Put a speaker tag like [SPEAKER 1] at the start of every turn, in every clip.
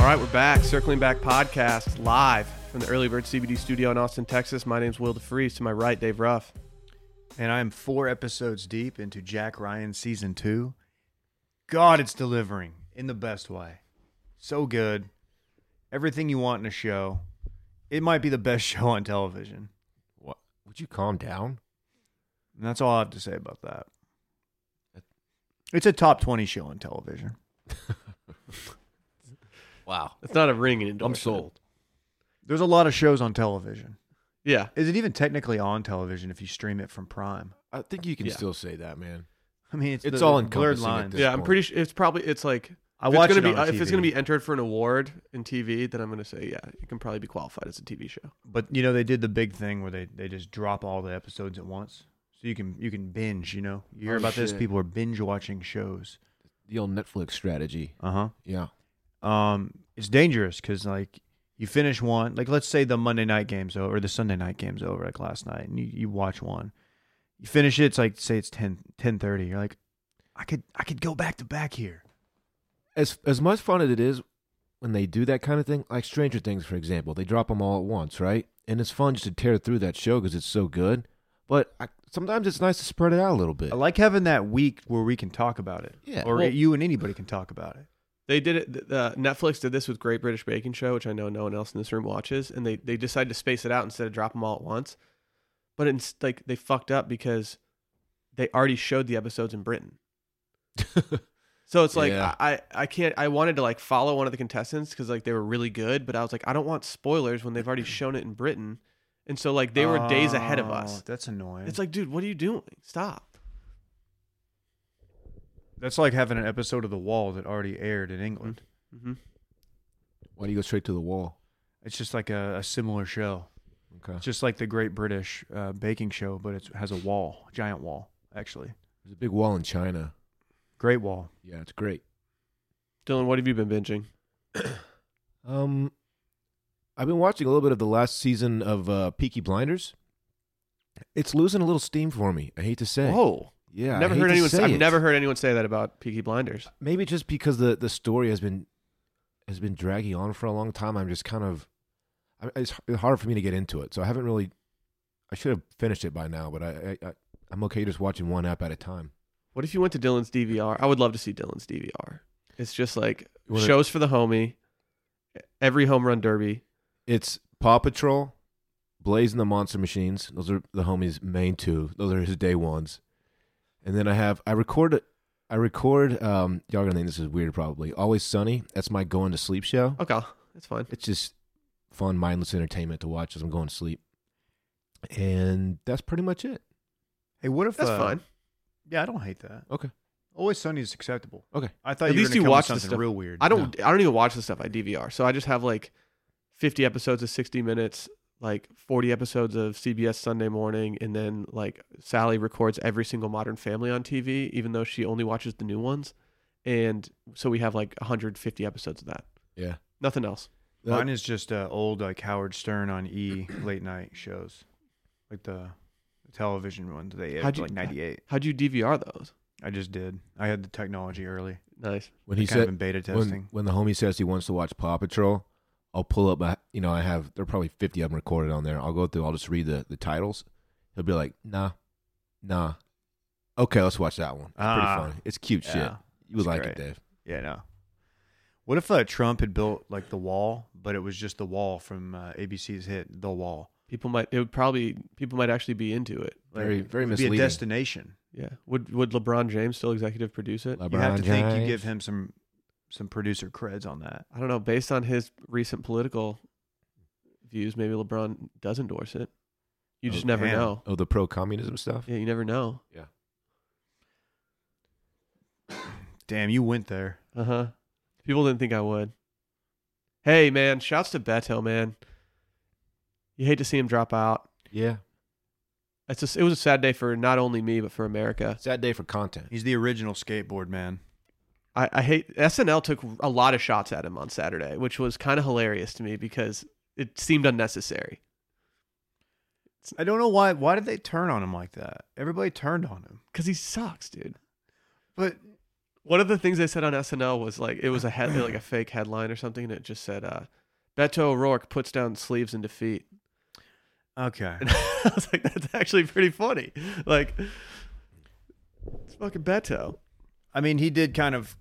[SPEAKER 1] right, we're back. Circling Back podcast live from the Early Bird CBD studio in Austin, Texas. My name's Will DeFreeze. To my right, Dave Ruff.
[SPEAKER 2] And I'm four episodes deep into Jack Ryan season two. God, it's delivering in the best way. So good. Everything you want in a show. It might be the best show on television.
[SPEAKER 3] What? Would you calm down?
[SPEAKER 2] And that's all I have to say about that. It's a top 20 show on television.
[SPEAKER 3] Wow.
[SPEAKER 1] It's not a ringing endorsement.
[SPEAKER 3] I'm sold.
[SPEAKER 2] There's a lot of shows on television.
[SPEAKER 1] Yeah.
[SPEAKER 2] Is it even technically on television if you stream it from Prime?
[SPEAKER 3] I think you can
[SPEAKER 1] Yeah.
[SPEAKER 3] still say that, man.
[SPEAKER 2] I mean, it's,
[SPEAKER 3] It's
[SPEAKER 2] the- the blurred
[SPEAKER 3] all-encompassing at
[SPEAKER 2] lines.
[SPEAKER 3] this
[SPEAKER 1] Yeah, I'm
[SPEAKER 3] point.
[SPEAKER 1] pretty sure it's probably it's like
[SPEAKER 2] I
[SPEAKER 1] if
[SPEAKER 2] watch
[SPEAKER 1] it's
[SPEAKER 2] it
[SPEAKER 1] gonna be uh,
[SPEAKER 2] on
[SPEAKER 1] if it's going to
[SPEAKER 2] TV.
[SPEAKER 1] be entered for an award in TV, then I'm going to say yeah, it can probably be qualified as a TV show.
[SPEAKER 2] But you know, they did the big thing where they, they just drop all the episodes at once, so you can you can binge. You know, you hear
[SPEAKER 3] Oh,
[SPEAKER 2] about this.
[SPEAKER 3] shit.
[SPEAKER 2] People are binge watching shows.
[SPEAKER 3] The old Netflix strategy.
[SPEAKER 1] Uh-huh.
[SPEAKER 2] Uh
[SPEAKER 3] Yeah.
[SPEAKER 2] huh. Um, it's dangerous because like you finish one, like let's say the Monday night game's over or the Sunday night game's over, like last night, and you, you watch one, you finish it. It's like say it's 10, 10.30. You're like, I could I could go back to back here.
[SPEAKER 3] As as much fun as it is when they do that kind of thing, like Stranger Things, for example, they drop them all at once, right? And it's fun just to tear through that show because it's so good. But I, sometimes it's nice to spread it out a little bit.
[SPEAKER 2] I like having that week where we can talk about it.
[SPEAKER 3] Yeah,
[SPEAKER 2] Or
[SPEAKER 3] well-
[SPEAKER 2] you and anybody can talk about it.
[SPEAKER 1] They did it. th- Uh, Netflix did this with Great British Baking Show, which I know no one else in this room watches, and they they decided to space it out instead of drop them all at once. But it's like they fucked up because they already showed the episodes in Britain, so it's like
[SPEAKER 3] Yeah.
[SPEAKER 1] I I can't. I wanted to like follow one of the contestants because like they were really good, but I was like I don't want spoilers when they've already shown it in Britain, and so like they were days ahead of
[SPEAKER 2] Oh,
[SPEAKER 1] us.
[SPEAKER 2] That's annoying.
[SPEAKER 1] It's like, dude, what are you doing? Stop.
[SPEAKER 2] That's like having an episode of The Wall that already aired in England.
[SPEAKER 1] Mm-hmm.
[SPEAKER 3] Why do you go straight to the wall?
[SPEAKER 2] It's just like a, a similar show.
[SPEAKER 3] Okay.
[SPEAKER 2] It's just like the Great British uh, Baking Show, but it has a wall, giant wall, actually.
[SPEAKER 3] There's a big wall in China.
[SPEAKER 2] Great wall.
[SPEAKER 3] Yeah, it's great.
[SPEAKER 1] Dylan, what have you been binging?
[SPEAKER 3] Um, I've been watching a little bit of the last season of uh, Peaky Blinders. It's losing a little steam for me. I hate to say.
[SPEAKER 1] Whoa,
[SPEAKER 3] yeah. I
[SPEAKER 1] never
[SPEAKER 3] hate
[SPEAKER 1] heard
[SPEAKER 3] to
[SPEAKER 1] anyone.
[SPEAKER 3] Say
[SPEAKER 1] I've
[SPEAKER 3] it.
[SPEAKER 1] never heard anyone say that about Peaky Blinders.
[SPEAKER 3] Maybe just because the the story has been has been dragging on for a long time. I'm just kind of I, it's h- hard for me to get into it. So I haven't really. I should have finished it by now, but I, I, I I'm okay just watching one app at a time.
[SPEAKER 1] What if you went to Dylan's DVR? I would love to see Dylan's DVR. It's just like
[SPEAKER 3] You wanna-
[SPEAKER 1] shows for the homie, every home run derby.
[SPEAKER 3] It's Paw Patrol, Blaze and the Monster Machines. Those are the homies' main two. Those are his day ones. And then I have I record I record um y'all are gonna think this is weird probably. Always Sunny. That's my going to sleep show.
[SPEAKER 1] Okay, that's fine.
[SPEAKER 3] It's just fun, mindless entertainment to watch as I'm going to sleep. And that's pretty much it.
[SPEAKER 2] Hey, what if.
[SPEAKER 1] That's
[SPEAKER 2] uh,
[SPEAKER 1] fine.
[SPEAKER 2] Yeah, I don't hate that.
[SPEAKER 3] Okay.
[SPEAKER 2] Always Sunny is acceptable.
[SPEAKER 3] Okay.
[SPEAKER 2] I thought
[SPEAKER 1] At
[SPEAKER 2] you
[SPEAKER 1] least
[SPEAKER 2] were
[SPEAKER 1] you
[SPEAKER 2] going to
[SPEAKER 1] watch
[SPEAKER 2] watch
[SPEAKER 1] the
[SPEAKER 2] something
[SPEAKER 1] stuff.
[SPEAKER 2] real weird.
[SPEAKER 1] I don't. I don't even watch the stuff I DVR. So I just have like fifty episodes of sixty minutes, like forty episodes of CBS Sunday Morning, and then like Sally records every single Modern Family on TV, even though she only watches the new ones. And so we have like one hundred fifty episodes of that.
[SPEAKER 3] Yeah.
[SPEAKER 1] Nothing else.
[SPEAKER 2] Mine is just uh, old, like Howard Stern on E late night shows, like the television one that they aired
[SPEAKER 1] How'd
[SPEAKER 2] in,
[SPEAKER 1] you-
[SPEAKER 2] like 98.
[SPEAKER 1] How'd you DVR those?
[SPEAKER 2] I just did. I had the technology early.
[SPEAKER 1] Nice.
[SPEAKER 3] when he
[SPEAKER 2] kind of
[SPEAKER 3] said
[SPEAKER 2] in beta
[SPEAKER 3] when,
[SPEAKER 2] testing.
[SPEAKER 3] when the homie says he wants to watch Paw Patrol, I'll pull up my you know, I have there are probably fifty of them recorded on there. I'll go through, I'll just read the, the titles. He'll be like, nah, nah. Okay, let's watch that one. It's
[SPEAKER 2] Ah,
[SPEAKER 3] pretty funny. It's cute shit.
[SPEAKER 2] yeah,
[SPEAKER 3] You would
[SPEAKER 2] that's
[SPEAKER 3] like
[SPEAKER 2] great.
[SPEAKER 3] it, Dave.
[SPEAKER 2] Yeah, no. What if uh, Trump had built like the wall, but it was just the wall from uh, ABC's hit "The Wall"?
[SPEAKER 1] People might. It would probably. People might actually be into it.
[SPEAKER 2] Like,
[SPEAKER 3] Very-
[SPEAKER 2] it
[SPEAKER 3] very
[SPEAKER 2] would Be
[SPEAKER 3] misleading.
[SPEAKER 2] a destination.
[SPEAKER 1] Yeah. Would Would LeBron James still executive produce it?
[SPEAKER 2] you have
[SPEAKER 3] LeBron
[SPEAKER 2] to think you
[SPEAKER 3] James.
[SPEAKER 2] give him some some producer creds on that.
[SPEAKER 1] I don't know. Based on his recent political views, maybe LeBron does endorse it. You just
[SPEAKER 2] Oh,
[SPEAKER 1] never
[SPEAKER 2] damn.
[SPEAKER 1] know.
[SPEAKER 3] Oh, the pro communism stuff?
[SPEAKER 1] Yeah, you never know.
[SPEAKER 2] Damn, you went there.
[SPEAKER 1] Uh huh. People didn't think I would. Hey man, shouts to Beto man. You hate to see him drop out.
[SPEAKER 3] Yeah.
[SPEAKER 1] It's just, it was a sad day for not only me but for America.
[SPEAKER 3] Sad day for content.
[SPEAKER 2] He's the original skateboard man.
[SPEAKER 1] I, I hate SNL took a lot of shots at him on Saturday, which was kind of hilarious to me because it seemed unnecessary.
[SPEAKER 2] I don't know why. Why did they turn on him like that? Everybody turned on him.
[SPEAKER 1] Because he sucks, dude.
[SPEAKER 2] But
[SPEAKER 1] one of the things they said on SNL was like it was a head like a fake headline or something, and it just said uh, Beto O'Rourke puts down sleeves in defeat.
[SPEAKER 2] Okay.
[SPEAKER 1] And I was like, that's actually pretty funny. Like, it's fucking Beto.
[SPEAKER 2] I mean, he did kind of.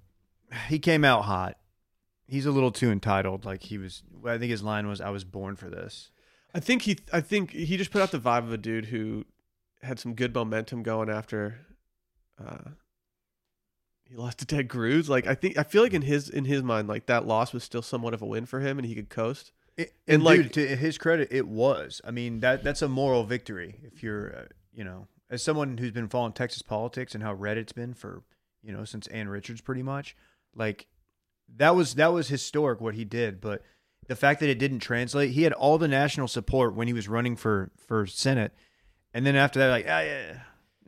[SPEAKER 2] He came out hot. He's a little too entitled. Like he was. I think his line was, "I was born for this."
[SPEAKER 1] I think he, I think he just put out the vibe of a dude who had some good momentum going after uh, he lost to Ted Cruz. Like, I think I feel like in his in his mind, like that loss was still somewhat of a win for him, and he could coast.
[SPEAKER 2] It,
[SPEAKER 1] And,
[SPEAKER 2] and
[SPEAKER 1] like-
[SPEAKER 2] dude, to his credit, it was. I mean, that that's a moral victory. If you're, uh, you know, as someone who's been following Texas politics and how red it's been for, you know, since Ann Richards, pretty much, like that was that was historic what he did. But the fact that it didn't translate, he had all the national support when he was running for for Senate, and then after that, like, ah, yeah,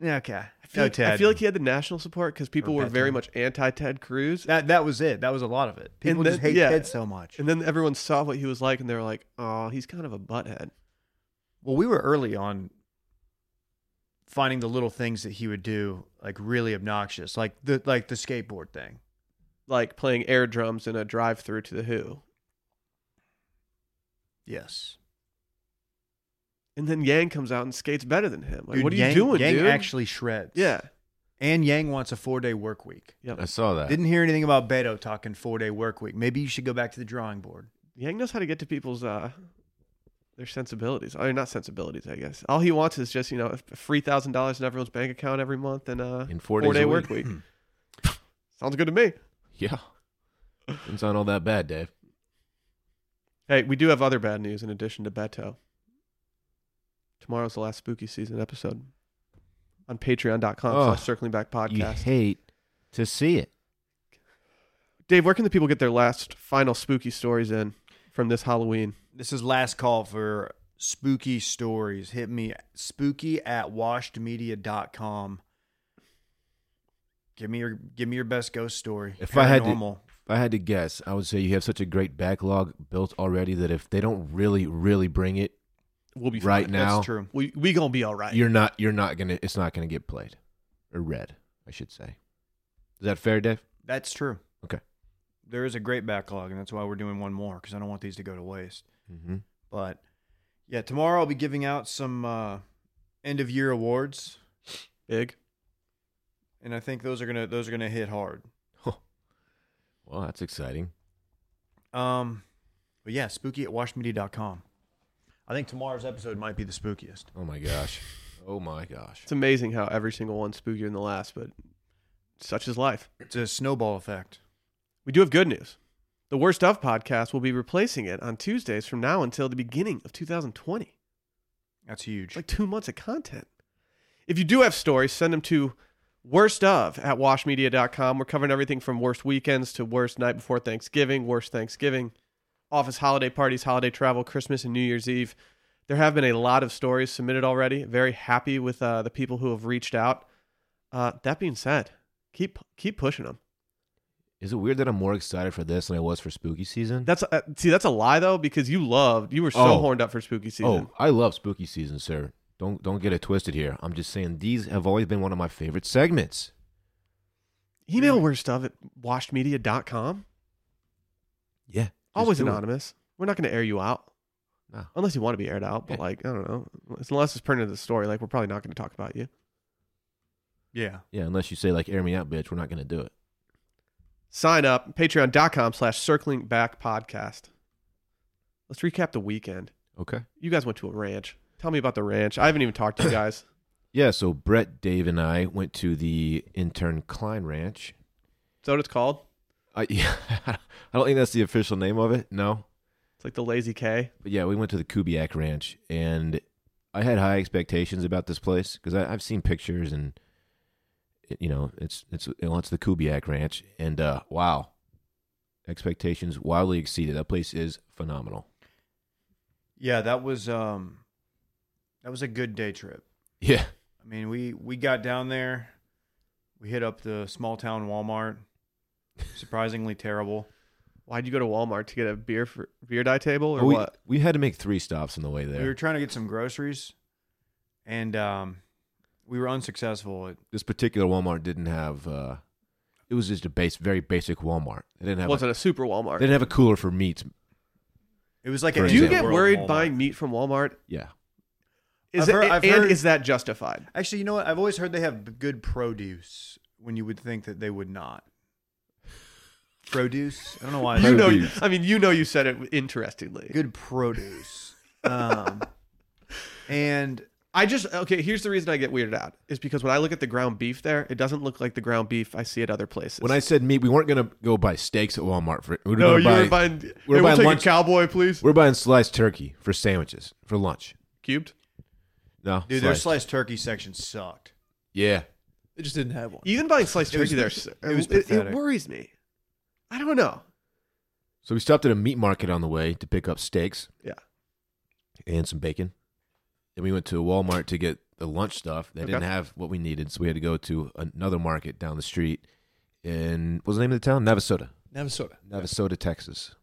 [SPEAKER 2] yeah, okay,
[SPEAKER 1] I feel,
[SPEAKER 2] no,
[SPEAKER 1] like,
[SPEAKER 2] Ted.
[SPEAKER 1] I feel like he had the national support because people
[SPEAKER 2] Or
[SPEAKER 1] were very
[SPEAKER 2] Beto.
[SPEAKER 1] much anti Ted Cruz,
[SPEAKER 2] that that was it. That was a lot of it. People just
[SPEAKER 1] then-
[SPEAKER 2] hate
[SPEAKER 1] yeah.
[SPEAKER 2] Ted so much.
[SPEAKER 1] and then everyone saw what he was like, and they were like, "Oh, he's kind of a butthead."
[SPEAKER 2] Well, we were early on finding the little things that he would do like really obnoxious, like the like the skateboard thing.
[SPEAKER 1] Like playing air drums in a drive-through to the Who,
[SPEAKER 2] Yes.
[SPEAKER 1] and then Yang comes out and skates better than him. Like,
[SPEAKER 2] Dude,
[SPEAKER 1] what are
[SPEAKER 2] Yang,
[SPEAKER 1] you doing,
[SPEAKER 2] Yang
[SPEAKER 1] dude?
[SPEAKER 2] actually shreds.
[SPEAKER 1] yeah,
[SPEAKER 2] And Yang wants a 4-day work week.
[SPEAKER 1] yep.
[SPEAKER 3] I saw that.
[SPEAKER 2] Didn't hear anything about Beto talking 4-day work week. Maybe you should go back to the drawing board.
[SPEAKER 1] Yang knows how to get to people's uh their sensibilities. I mean, not sensibilities, I guess. All he wants is just you know three thousand dollars in everyone's bank account every month and uh
[SPEAKER 3] in four,
[SPEAKER 1] four
[SPEAKER 3] days
[SPEAKER 1] day
[SPEAKER 3] a
[SPEAKER 1] work week. Sounds good to me.
[SPEAKER 3] Yeah, doesn't sound all that bad, Dave.
[SPEAKER 1] Hey, we do have other bad news in addition to Beto. Tomorrow's the last spooky season episode on patreon.com
[SPEAKER 3] Oh,
[SPEAKER 1] slash circling back
[SPEAKER 3] You
[SPEAKER 1] podcast.
[SPEAKER 3] hate to see it.
[SPEAKER 1] Dave, where can the people get their last final spooky stories in from this Halloween?
[SPEAKER 2] This is last call for spooky stories. Hit me spooky at washedmedia.com. Give me your give me your best ghost story.
[SPEAKER 3] If I had to-
[SPEAKER 2] Paranormal.
[SPEAKER 3] If I had to guess, I would say you have such a great backlog built already that if they don't really, really bring it
[SPEAKER 1] We'll be
[SPEAKER 3] right
[SPEAKER 1] fine.
[SPEAKER 3] now,
[SPEAKER 2] That's true.
[SPEAKER 1] We we gonna be all right.
[SPEAKER 3] you're not you're not gonna it's not gonna get played or read. I should say. Is that fair, Dave?
[SPEAKER 2] That's true.
[SPEAKER 3] Okay.
[SPEAKER 2] There is a great backlog, and that's why we're doing one more because I don't want these to go to waste.
[SPEAKER 3] Mm-hmm.
[SPEAKER 2] But yeah, tomorrow I'll be giving out some uh, end of year awards,
[SPEAKER 1] big.
[SPEAKER 2] and I think those are gonna those are gonna hit hard.
[SPEAKER 3] Well, that's exciting.
[SPEAKER 2] Um, but yeah, spooky at washmedia.com. I think tomorrow's episode might be the spookiest.
[SPEAKER 3] Oh my gosh. Oh my gosh.
[SPEAKER 1] It's amazing how every single one's spookier than the last, but such is life.
[SPEAKER 2] It's a snowball effect.
[SPEAKER 1] We do have good news. The Worst Of podcast will be replacing it on Tuesdays from now until the beginning of 2020.
[SPEAKER 2] That's huge.
[SPEAKER 1] It's like two months of content. If you do have stories, send them to worst of at washmedia.com. We're covering everything from worst weekends to worst night before Thanksgiving, worst Thanksgiving, office holiday parties, holiday travel, Christmas and New Year's Eve. There have been a lot of stories submitted already. Very happy with uh, the people who have reached out. Uh, that being said, keep keep pushing them.
[SPEAKER 3] Is it weird that I'm more excited for this than I was for spooky season?
[SPEAKER 1] That's uh, see, that's a lie though because you loved, you were so
[SPEAKER 3] Oh.
[SPEAKER 1] horned up for spooky season.
[SPEAKER 3] oh, I love spooky season, sir. Don't don't get it twisted here. I'm just saying these have always been one of my favorite segments.
[SPEAKER 1] Email worst of at washedmedia.com.
[SPEAKER 3] Yeah. just
[SPEAKER 1] Always
[SPEAKER 3] do it.
[SPEAKER 1] anonymous. We're not going to air you out.
[SPEAKER 3] No.
[SPEAKER 1] Unless you want to be aired out, but
[SPEAKER 3] Yeah.
[SPEAKER 1] like, I don't know. Unless it's pertinent to the story, like, we're probably not going to talk about you.
[SPEAKER 2] yeah.
[SPEAKER 3] Yeah, unless you say like air me out, bitch, we're not gonna do it.
[SPEAKER 1] Sign up, patreon.com slash circling back podcast. Let's recap the weekend.
[SPEAKER 3] Okay.
[SPEAKER 1] You guys went to a ranch. Tell me about the ranch. I haven't even talked to you guys.
[SPEAKER 3] Yeah, so Brett, Dave, and I went to the intern Klein Ranch.
[SPEAKER 1] Is that what it's called?
[SPEAKER 3] I yeah, I don't think that's the official name of it. No,
[SPEAKER 1] It's like the Lazy K.
[SPEAKER 3] but yeah, we went to the Kubiak Ranch, and I had high expectations about this place because I've seen pictures, and it- you know, it's it's well, it's the Kubiak Ranch, and uh, wow, expectations wildly exceeded. That place is phenomenal.
[SPEAKER 2] Yeah, that was um that was a good day trip.
[SPEAKER 3] Yeah,
[SPEAKER 2] I mean, we we got down there. We hit up the small town Walmart. Surprisingly terrible.
[SPEAKER 1] Why'd you go to Walmart to get a beer for beer dye table or
[SPEAKER 2] Oh,
[SPEAKER 3] we
[SPEAKER 1] what?
[SPEAKER 3] we had to make three stops on the way there.
[SPEAKER 2] We were trying to get some groceries, and um, we were unsuccessful. It,
[SPEAKER 3] this particular Walmart didn't have uh, it was just a base, very basic Walmart. They didn't have like,
[SPEAKER 1] wasn't a super
[SPEAKER 3] they
[SPEAKER 1] Walmart.
[SPEAKER 3] didn't have a cooler for meats.
[SPEAKER 2] It was like
[SPEAKER 3] For
[SPEAKER 2] an
[SPEAKER 1] Do you
[SPEAKER 3] Is it
[SPEAKER 1] get
[SPEAKER 2] World
[SPEAKER 1] worried
[SPEAKER 2] Walmart.
[SPEAKER 1] buying meat from Walmart?
[SPEAKER 3] Yeah,
[SPEAKER 1] Is
[SPEAKER 2] I've
[SPEAKER 1] it,
[SPEAKER 2] heard- I've
[SPEAKER 1] and
[SPEAKER 2] heard-
[SPEAKER 1] is that justified?
[SPEAKER 2] Actually, you know what? I've always heard they have b- good produce when you would think that they would not. Produce? I don't know why. I
[SPEAKER 1] You
[SPEAKER 2] said
[SPEAKER 1] know,
[SPEAKER 3] Produce.
[SPEAKER 1] I mean, you know, you said it interestingly.
[SPEAKER 2] good produce. Um, and
[SPEAKER 1] I just okay. Here's the reason I get weirded out is because when I look at the ground beef there, it doesn't look like the ground beef I see at other places.
[SPEAKER 3] when I said meat, we weren't gonna go buy steaks at Walmart for. We were
[SPEAKER 1] no,
[SPEAKER 3] gonna
[SPEAKER 1] you
[SPEAKER 3] buy-
[SPEAKER 1] were buying. Hey,
[SPEAKER 3] we're
[SPEAKER 1] we'll
[SPEAKER 3] buying
[SPEAKER 1] take a
[SPEAKER 3] lunch-
[SPEAKER 1] cowboy, please.
[SPEAKER 3] We're buying sliced turkey for sandwiches for lunch.
[SPEAKER 1] Cubed.
[SPEAKER 3] No,
[SPEAKER 2] dude, their
[SPEAKER 3] sliced.
[SPEAKER 2] sliced turkey section sucked.
[SPEAKER 3] Yeah,
[SPEAKER 4] They just didn't have one.
[SPEAKER 1] Even buying sliced
[SPEAKER 2] It was-
[SPEAKER 1] turkey there, s-
[SPEAKER 2] it was
[SPEAKER 1] it, it
[SPEAKER 2] pathetic.
[SPEAKER 1] worries me. I don't know.
[SPEAKER 3] So we stopped at a meat market on the way to pick up steaks.
[SPEAKER 1] Yeah.
[SPEAKER 3] And some bacon. Then we went to Walmart to get the lunch stuff. They
[SPEAKER 1] Okay.
[SPEAKER 3] didn't have what we needed, so we had to go to another market down the street in what was the name of the town? Navasota.
[SPEAKER 4] Navasota.
[SPEAKER 3] Navasota, Texas.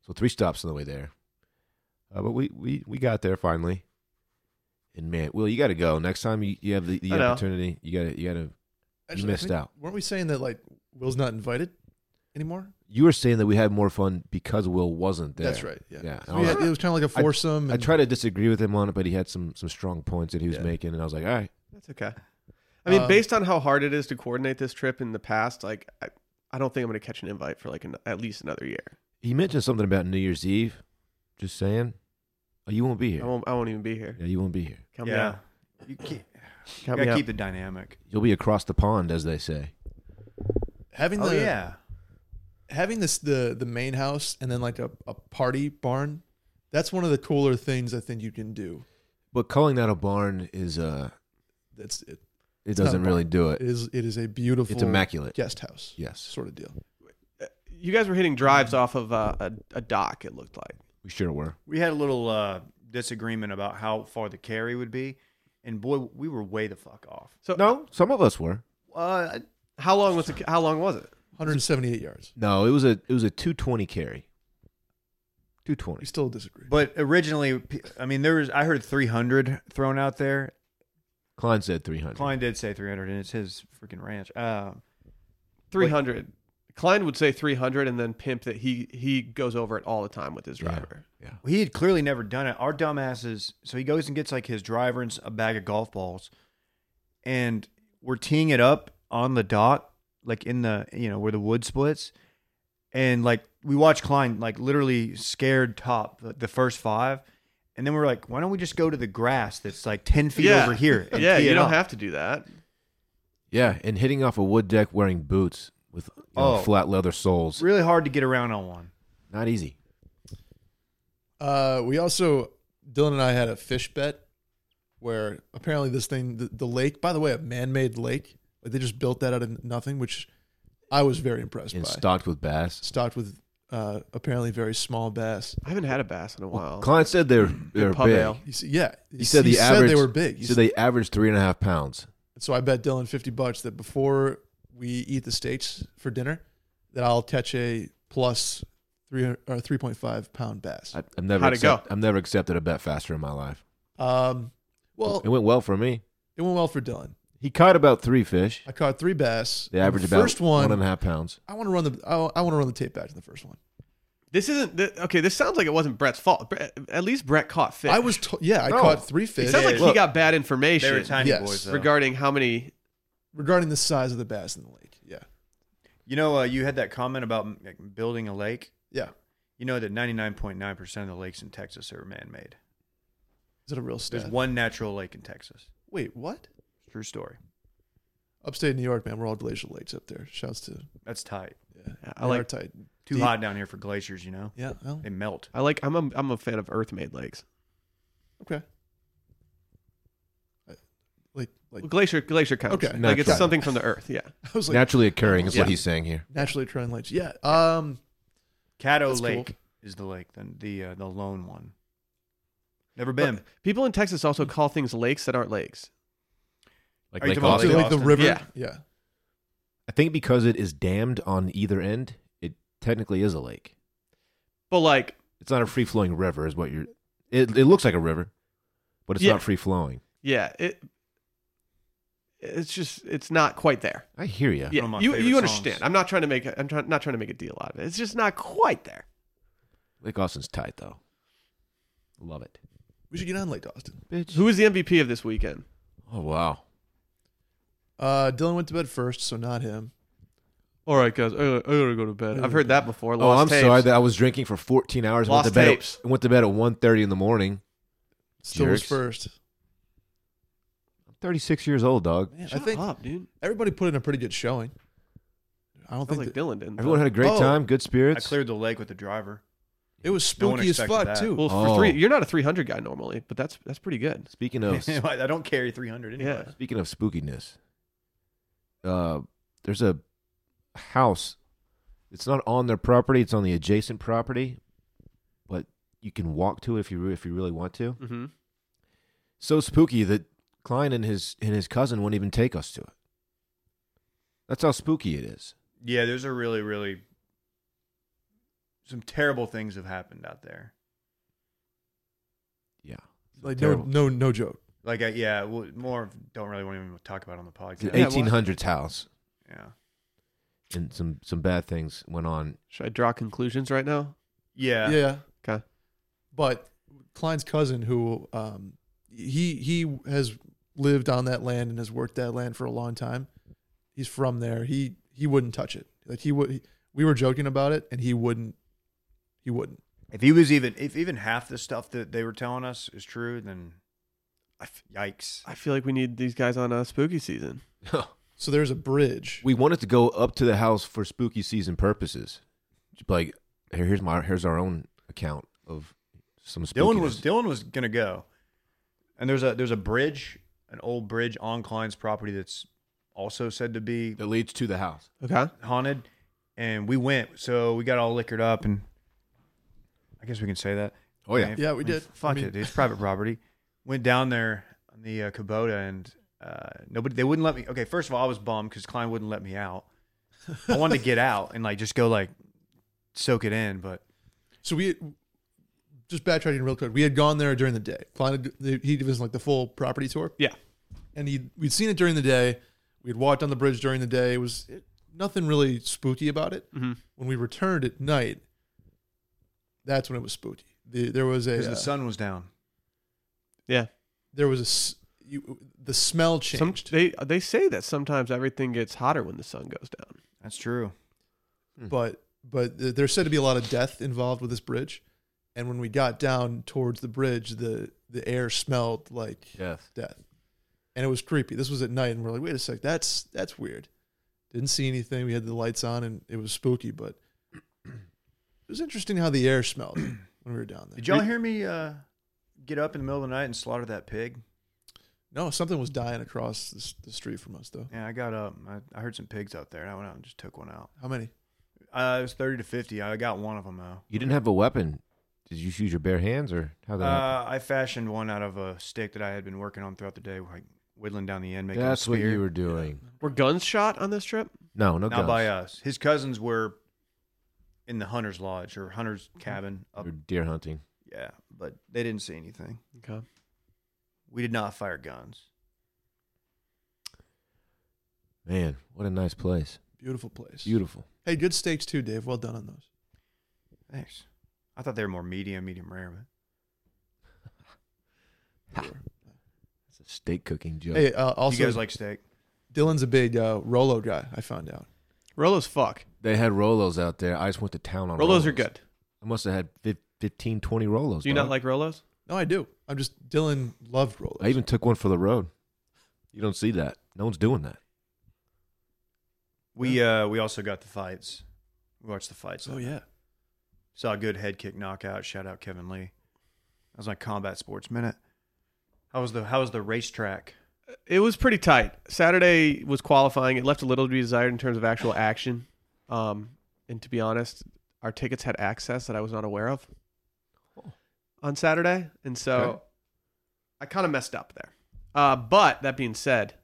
[SPEAKER 3] So three stops on the way there. Uh, but we, we we got there finally. And man, Will, you got to go next time you, you have the, the
[SPEAKER 1] I know.
[SPEAKER 3] opportunity. You got to you got to.
[SPEAKER 4] Actually,
[SPEAKER 3] missed
[SPEAKER 4] we-
[SPEAKER 3] out.
[SPEAKER 4] Weren't we saying that like Will's not invited anymore?
[SPEAKER 3] You were saying that we had more fun because Will wasn't there.
[SPEAKER 4] That's right. Yeah.
[SPEAKER 3] Yeah.
[SPEAKER 4] So we had- it was kind of like a foursome.
[SPEAKER 3] I
[SPEAKER 4] and-
[SPEAKER 3] try to disagree with him on it, but he had some some strong points that he was
[SPEAKER 4] Yeah.
[SPEAKER 3] making, and I was like, all right,
[SPEAKER 1] That's okay. I mean,
[SPEAKER 4] Um,
[SPEAKER 1] based on how hard it is to coordinate this trip in the past, like I, I don't think I'm going to catch an invite for like an, at least another year.
[SPEAKER 3] he mentioned something about New Year's Eve. Just saying, oh, you won't be here.
[SPEAKER 1] I won't. I won't even be here.
[SPEAKER 3] Yeah, you won't be here.
[SPEAKER 1] Count me
[SPEAKER 2] yeah,
[SPEAKER 1] out.
[SPEAKER 2] you, can't, you
[SPEAKER 1] Count me
[SPEAKER 2] gotta
[SPEAKER 1] out.
[SPEAKER 2] keep the dynamic.
[SPEAKER 3] You'll be across the pond, as they say.
[SPEAKER 4] having the
[SPEAKER 2] Oh yeah,
[SPEAKER 4] having this the the main house and then like a, a party barn. That's one of the cooler things I think you can do.
[SPEAKER 3] But calling that a barn is uh,
[SPEAKER 4] That's it.
[SPEAKER 3] it
[SPEAKER 4] not a
[SPEAKER 3] doesn't really do
[SPEAKER 4] It
[SPEAKER 3] it.
[SPEAKER 4] is it is a beautiful
[SPEAKER 3] It's immaculate.
[SPEAKER 4] guest house
[SPEAKER 3] Yes,
[SPEAKER 4] sort of deal.
[SPEAKER 1] You guys were hitting drives off of uh, a, a dock. It looked like.
[SPEAKER 3] we sure were.
[SPEAKER 2] we had a little uh, disagreement about how far the carry would be, and boy, we were way the fuck off.
[SPEAKER 1] So
[SPEAKER 3] No, some of us were.
[SPEAKER 2] Uh,
[SPEAKER 1] How long was it? How long was it?
[SPEAKER 4] 178 yards.
[SPEAKER 3] No, it was a it was a two twenty carry. Two
[SPEAKER 4] We
[SPEAKER 3] twenty.
[SPEAKER 4] still disagree.
[SPEAKER 2] but originally, pe- I mean, there was I heard 300 thrown out there.
[SPEAKER 3] Klein said three hundred.
[SPEAKER 2] Klein did say 300, and it's his freaking ranch. Uh,
[SPEAKER 1] Three hundred. Klein would say three hundred, and then pimp that he he goes over it all the time with his
[SPEAKER 3] Yeah.
[SPEAKER 1] driver.
[SPEAKER 3] Yeah.
[SPEAKER 2] He had clearly never done it. Our dumbasses. So he goes and gets like his driver and a bag of golf balls, and we're teeing it up on the dot, like in the you know where the wood splits, and like we watch Klein like literally scared top the- the first five, and then we're like, why don't we just go to the grass that's like ten feet
[SPEAKER 1] Yeah.
[SPEAKER 2] over here? and
[SPEAKER 1] yeah,
[SPEAKER 2] tee
[SPEAKER 1] you
[SPEAKER 2] it
[SPEAKER 1] don't
[SPEAKER 2] up?"
[SPEAKER 1] have to do that.
[SPEAKER 3] Yeah, and hitting off a wood deck wearing boots with you know,
[SPEAKER 2] Oh.
[SPEAKER 3] flat leather soles.
[SPEAKER 2] really hard to get around on one.
[SPEAKER 3] Not easy.
[SPEAKER 4] Uh, we also Dylan and I had a fish bet where apparently this thing the, the lake. By the way, a man-made lake. Like they just built that out of nothing, which I was very impressed
[SPEAKER 3] And
[SPEAKER 4] by.
[SPEAKER 3] stocked with bass.
[SPEAKER 4] Stocked with uh, apparently very small bass.
[SPEAKER 1] I haven't had a bass in a while.
[SPEAKER 3] Klein said they're they're
[SPEAKER 1] pub
[SPEAKER 3] big.
[SPEAKER 1] ale.
[SPEAKER 4] He said, yeah.
[SPEAKER 3] He said the average.
[SPEAKER 4] they were big. He
[SPEAKER 3] He
[SPEAKER 4] said-
[SPEAKER 3] said they average three and a half pounds.
[SPEAKER 4] so I bet Dylan fifty bucks that before we eat the steaks for dinner, that I'll catch a plus three or three point five pound bass.
[SPEAKER 3] I, I've never
[SPEAKER 1] How'd it
[SPEAKER 3] accept, I've never accepted a bet faster in my life.
[SPEAKER 4] Um, well,
[SPEAKER 3] it went well for me.
[SPEAKER 4] it went well for Dylan.
[SPEAKER 3] He caught about three fish.
[SPEAKER 4] I caught three bass.
[SPEAKER 3] They
[SPEAKER 4] And
[SPEAKER 3] average
[SPEAKER 4] the
[SPEAKER 3] about
[SPEAKER 4] first one.
[SPEAKER 3] one and a half pounds.
[SPEAKER 4] I want to run the I, I want to run the tape back to the first one.
[SPEAKER 1] This isn't th- okay. This sounds like it wasn't Brett's fault. Bre- at least Brett caught fish.
[SPEAKER 4] I was to- yeah, I
[SPEAKER 3] No.
[SPEAKER 4] caught three fish
[SPEAKER 1] It sounds like he
[SPEAKER 2] Look,
[SPEAKER 1] got bad
[SPEAKER 2] They were
[SPEAKER 1] information
[SPEAKER 2] tiny
[SPEAKER 4] Yes.
[SPEAKER 2] boys. Though.
[SPEAKER 1] regarding how many.
[SPEAKER 4] regarding the size of the bass in the lake. Yeah,
[SPEAKER 2] you know, uh, you had that comment about like, building a lake.
[SPEAKER 4] yeah.
[SPEAKER 2] You know that ninety nine point nine percent of the lakes in Texas are man made.
[SPEAKER 4] Is it a real stat?
[SPEAKER 2] There's one natural lake in Texas.
[SPEAKER 4] Wait, what?
[SPEAKER 2] True story.
[SPEAKER 4] Upstate New York, man, we're all glacial lakes up there. Shouts to
[SPEAKER 2] That's tight.
[SPEAKER 4] yeah,
[SPEAKER 1] I
[SPEAKER 4] they are
[SPEAKER 1] like-
[SPEAKER 4] tight.
[SPEAKER 2] Too
[SPEAKER 4] Deep.
[SPEAKER 2] hot down here for glaciers, you know?
[SPEAKER 4] Yeah, well,
[SPEAKER 2] They melt.
[SPEAKER 1] I like. I'm a, I'm a fan of Earth made lakes.
[SPEAKER 4] okay. I- Like, like
[SPEAKER 1] Well, glacier glacier counts.
[SPEAKER 4] Okay.
[SPEAKER 1] like it's
[SPEAKER 3] Natural.
[SPEAKER 1] something from the Earth. Yeah.
[SPEAKER 4] I was like
[SPEAKER 3] Naturally occurring is what
[SPEAKER 1] Yeah.
[SPEAKER 3] he's saying here.
[SPEAKER 4] naturally occurring lakes. Yeah. Um,
[SPEAKER 2] Caddo
[SPEAKER 4] That's cool.
[SPEAKER 2] Lake is the lake, the the, uh, the lone one. Never been.
[SPEAKER 1] People in Texas also call things lakes that aren't lakes.
[SPEAKER 3] Like
[SPEAKER 2] Are you
[SPEAKER 3] Lake
[SPEAKER 2] talking about
[SPEAKER 3] Austin.
[SPEAKER 4] so like the
[SPEAKER 2] Austin.
[SPEAKER 4] river.
[SPEAKER 1] Oh, Yeah.
[SPEAKER 4] yeah.
[SPEAKER 3] I think because it is dammed on either end, it technically is a lake.
[SPEAKER 1] But like,
[SPEAKER 3] It's not a free flowing river, is what you're. It, it looks like a river, but it's
[SPEAKER 1] Yeah.
[SPEAKER 3] not free flowing.
[SPEAKER 1] yeah, it. it's just it's not quite there.
[SPEAKER 3] I hear you.
[SPEAKER 1] Yeah,
[SPEAKER 2] of my
[SPEAKER 1] you
[SPEAKER 2] favorite
[SPEAKER 1] you understand.
[SPEAKER 2] songs.
[SPEAKER 1] I'm not trying to make a, I'm try, not trying to make a deal out of it. It's just not quite there.
[SPEAKER 3] Lake Austin's tight though. Love it.
[SPEAKER 4] We should get on Lake Austin.
[SPEAKER 2] Bitch.
[SPEAKER 1] Who is the MVP of this weekend?
[SPEAKER 3] Oh wow.
[SPEAKER 4] Uh, Dylan went to bed first, so not him.
[SPEAKER 1] All right, guys, I gotta, I gotta go to bed. I've heard that before.
[SPEAKER 3] Oh,
[SPEAKER 1] Lost
[SPEAKER 3] I'm
[SPEAKER 1] tapes.
[SPEAKER 3] sorry that I was drinking for 14 hours. and
[SPEAKER 1] Lost
[SPEAKER 3] went to bed
[SPEAKER 1] tapes.
[SPEAKER 3] At, went to bed at 1:30 in the morning.
[SPEAKER 4] Still was
[SPEAKER 3] Jerks.
[SPEAKER 4] first.
[SPEAKER 3] I'm 36 years old, dog.
[SPEAKER 4] Man, I
[SPEAKER 1] Shut
[SPEAKER 4] think
[SPEAKER 1] up, dude.
[SPEAKER 4] everybody put in a pretty good showing. I don't
[SPEAKER 1] Sounds
[SPEAKER 4] think
[SPEAKER 1] like
[SPEAKER 4] that-
[SPEAKER 1] Dylan didn't.
[SPEAKER 3] Everyone had a great
[SPEAKER 4] Oh.
[SPEAKER 3] time, good
[SPEAKER 2] I
[SPEAKER 3] spirits.
[SPEAKER 2] cleared the lake with the driver.
[SPEAKER 4] it was
[SPEAKER 2] No one
[SPEAKER 4] spooky as
[SPEAKER 2] expected
[SPEAKER 4] fuck
[SPEAKER 2] that.
[SPEAKER 4] too.
[SPEAKER 1] well for
[SPEAKER 3] Oh.
[SPEAKER 1] three. You're not a 300 guy normally, but that's that's pretty good.
[SPEAKER 3] Speaking of
[SPEAKER 2] I don't carry 300 anyway.
[SPEAKER 1] Yeah.
[SPEAKER 3] Speaking of spookiness, uh, there's a house. It's not on their property; it's on the adjacent property, but you can walk to it if you re- if you really want to.
[SPEAKER 1] Mm-hmm.
[SPEAKER 3] So spooky that Klein and his and his cousin wouldn't even take us to it. That's how spooky it is.
[SPEAKER 2] Yeah, there's a really, really some terrible things have happened out there.
[SPEAKER 3] Yeah,
[SPEAKER 4] like no,
[SPEAKER 3] terrible.
[SPEAKER 4] no, no joke.
[SPEAKER 2] Like, I, yeah, well, more of- don't really want to even talk about it on the podcast.
[SPEAKER 3] It's
[SPEAKER 1] Yeah,
[SPEAKER 3] an
[SPEAKER 1] well-
[SPEAKER 3] 1800s house,
[SPEAKER 2] yeah,
[SPEAKER 3] and some some bad things went on.
[SPEAKER 1] Should I draw conclusions right now?
[SPEAKER 2] yeah,
[SPEAKER 4] Yeah.
[SPEAKER 1] Okay.
[SPEAKER 4] But Klein's cousin, who um, he he has lived on that land and has worked that land for a long time. He's from there. He he wouldn't touch it. Like he would. We were joking about it, and he wouldn't. He wouldn't.
[SPEAKER 2] If he was even, if even half the stuff that they were telling us is true, then I f- yikes.
[SPEAKER 1] I feel like we need these guys on a spooky season.
[SPEAKER 3] Oh,
[SPEAKER 4] So there's a bridge.
[SPEAKER 3] we wanted to go up to the house for spooky season purposes. Just be Like here, here's my here's our own account of some.
[SPEAKER 2] Dylan was
[SPEAKER 3] spookiness.
[SPEAKER 2] Dylan was gonna go, and there's a there's a bridge, an old bridge on Klein's property that's also said to be
[SPEAKER 3] that leads to the house.
[SPEAKER 1] Okay.
[SPEAKER 2] haunted, and we went, so we got all liquored up, and I guess we can say that.
[SPEAKER 3] Oh yeah,
[SPEAKER 2] Man,
[SPEAKER 4] Yeah, we
[SPEAKER 2] man,
[SPEAKER 4] did.
[SPEAKER 2] Fuck
[SPEAKER 4] I mean-
[SPEAKER 2] it, dude. It's private property. Went down there on the uh, Kubota and uh, nobody. They wouldn't let me. Okay, first of all, I was bummed because Klein wouldn't let me out. I wanted to get out and like just go like soak it in, but
[SPEAKER 4] So we just backtracking real quick. We had gone there during the day. Klein had, he was like the full property tour.
[SPEAKER 1] Yeah.
[SPEAKER 4] and he we'd seen it during the day. We'd walked on the bridge during the day. It was it, nothing really spooky about it.
[SPEAKER 1] Mm-hmm.
[SPEAKER 4] When we returned at night, that's when it was spooky. The, there was
[SPEAKER 2] because
[SPEAKER 4] a uh,
[SPEAKER 2] the sun was down.
[SPEAKER 1] Yeah.
[SPEAKER 4] there was a s- you, the smell changed,
[SPEAKER 1] Some, they they say that sometimes everything gets hotter when the sun goes down.
[SPEAKER 2] That's true.
[SPEAKER 4] but but th- there's said to be a lot of death involved with this bridge. And when we got down towards the bridge, the the air smelled like
[SPEAKER 3] yes.
[SPEAKER 4] death, and it was creepy. This was at night, and we're like, wait a sec, that's that's weird. Didn't see anything. We had the lights on, and it was spooky, but it was interesting how the air smelled when we were down there.
[SPEAKER 2] Did y'all hear me uh, get up in the middle of the night and slaughter that pig?
[SPEAKER 4] No, something was dying across the, s- the street from us, though.
[SPEAKER 2] Yeah, I got up. I, I heard some pigs out there. And I went out and just took one out.
[SPEAKER 4] How many?
[SPEAKER 2] Uh, it was thirty to fifty. I got one of them though.
[SPEAKER 3] You didn't have a weapon. Did you use your bare hands or how that? happened?
[SPEAKER 2] Uh, I fashioned one out of a stick that I had been working on throughout the day, like whittling down the end, making a
[SPEAKER 3] That's what
[SPEAKER 2] spear.
[SPEAKER 3] you were doing.
[SPEAKER 1] Were guns shot on this trip?
[SPEAKER 3] No, no
[SPEAKER 2] Not
[SPEAKER 3] guns.
[SPEAKER 2] by uh, us. His cousins were in the hunter's lodge or hunter's
[SPEAKER 3] Mm-hmm.
[SPEAKER 2] cabin.
[SPEAKER 3] You
[SPEAKER 2] Up,
[SPEAKER 3] were deer hunting.
[SPEAKER 2] yeah, but they didn't see anything.
[SPEAKER 1] Okay.
[SPEAKER 2] We did not fire guns.
[SPEAKER 3] Man, what a nice place.
[SPEAKER 4] Beautiful place.
[SPEAKER 3] Beautiful.
[SPEAKER 4] Hey, good steaks too, Dave. Well done on those.
[SPEAKER 2] Thanks. I thought they were more medium, medium rare, but
[SPEAKER 4] They were.
[SPEAKER 3] It's a steak cooking joke.
[SPEAKER 4] Hey, uh,
[SPEAKER 2] you
[SPEAKER 4] also,
[SPEAKER 2] guys like steak.
[SPEAKER 4] Dylan's a big uh, Rolo guy. I found out.
[SPEAKER 1] Rolos fuck.
[SPEAKER 3] They had Rolos out there. I just went to town on
[SPEAKER 1] Rolos are good.
[SPEAKER 3] I must have had fif- 15, 20 Rolos.
[SPEAKER 1] Do you
[SPEAKER 3] dog.
[SPEAKER 1] not like Rolos?
[SPEAKER 4] No, I do. I'm just Dylan loved Rolo.
[SPEAKER 3] I even took one for the road. You don't see that. No one's doing that.
[SPEAKER 2] We uh, we also got the fights. We watched the fights.
[SPEAKER 4] oh yeah,
[SPEAKER 2] Saw a good head kick knockout. Shout out Kevin Lee. That was my combat sports minute. How was the how was the racetrack?
[SPEAKER 1] It was pretty tight. Saturday was qualifying. It left a little to be desired in terms of actual action. Um, and to be honest, our tickets had access that I was not aware of on Saturday, and so
[SPEAKER 3] Okay.
[SPEAKER 1] I kind of messed up there. Uh, but that being said,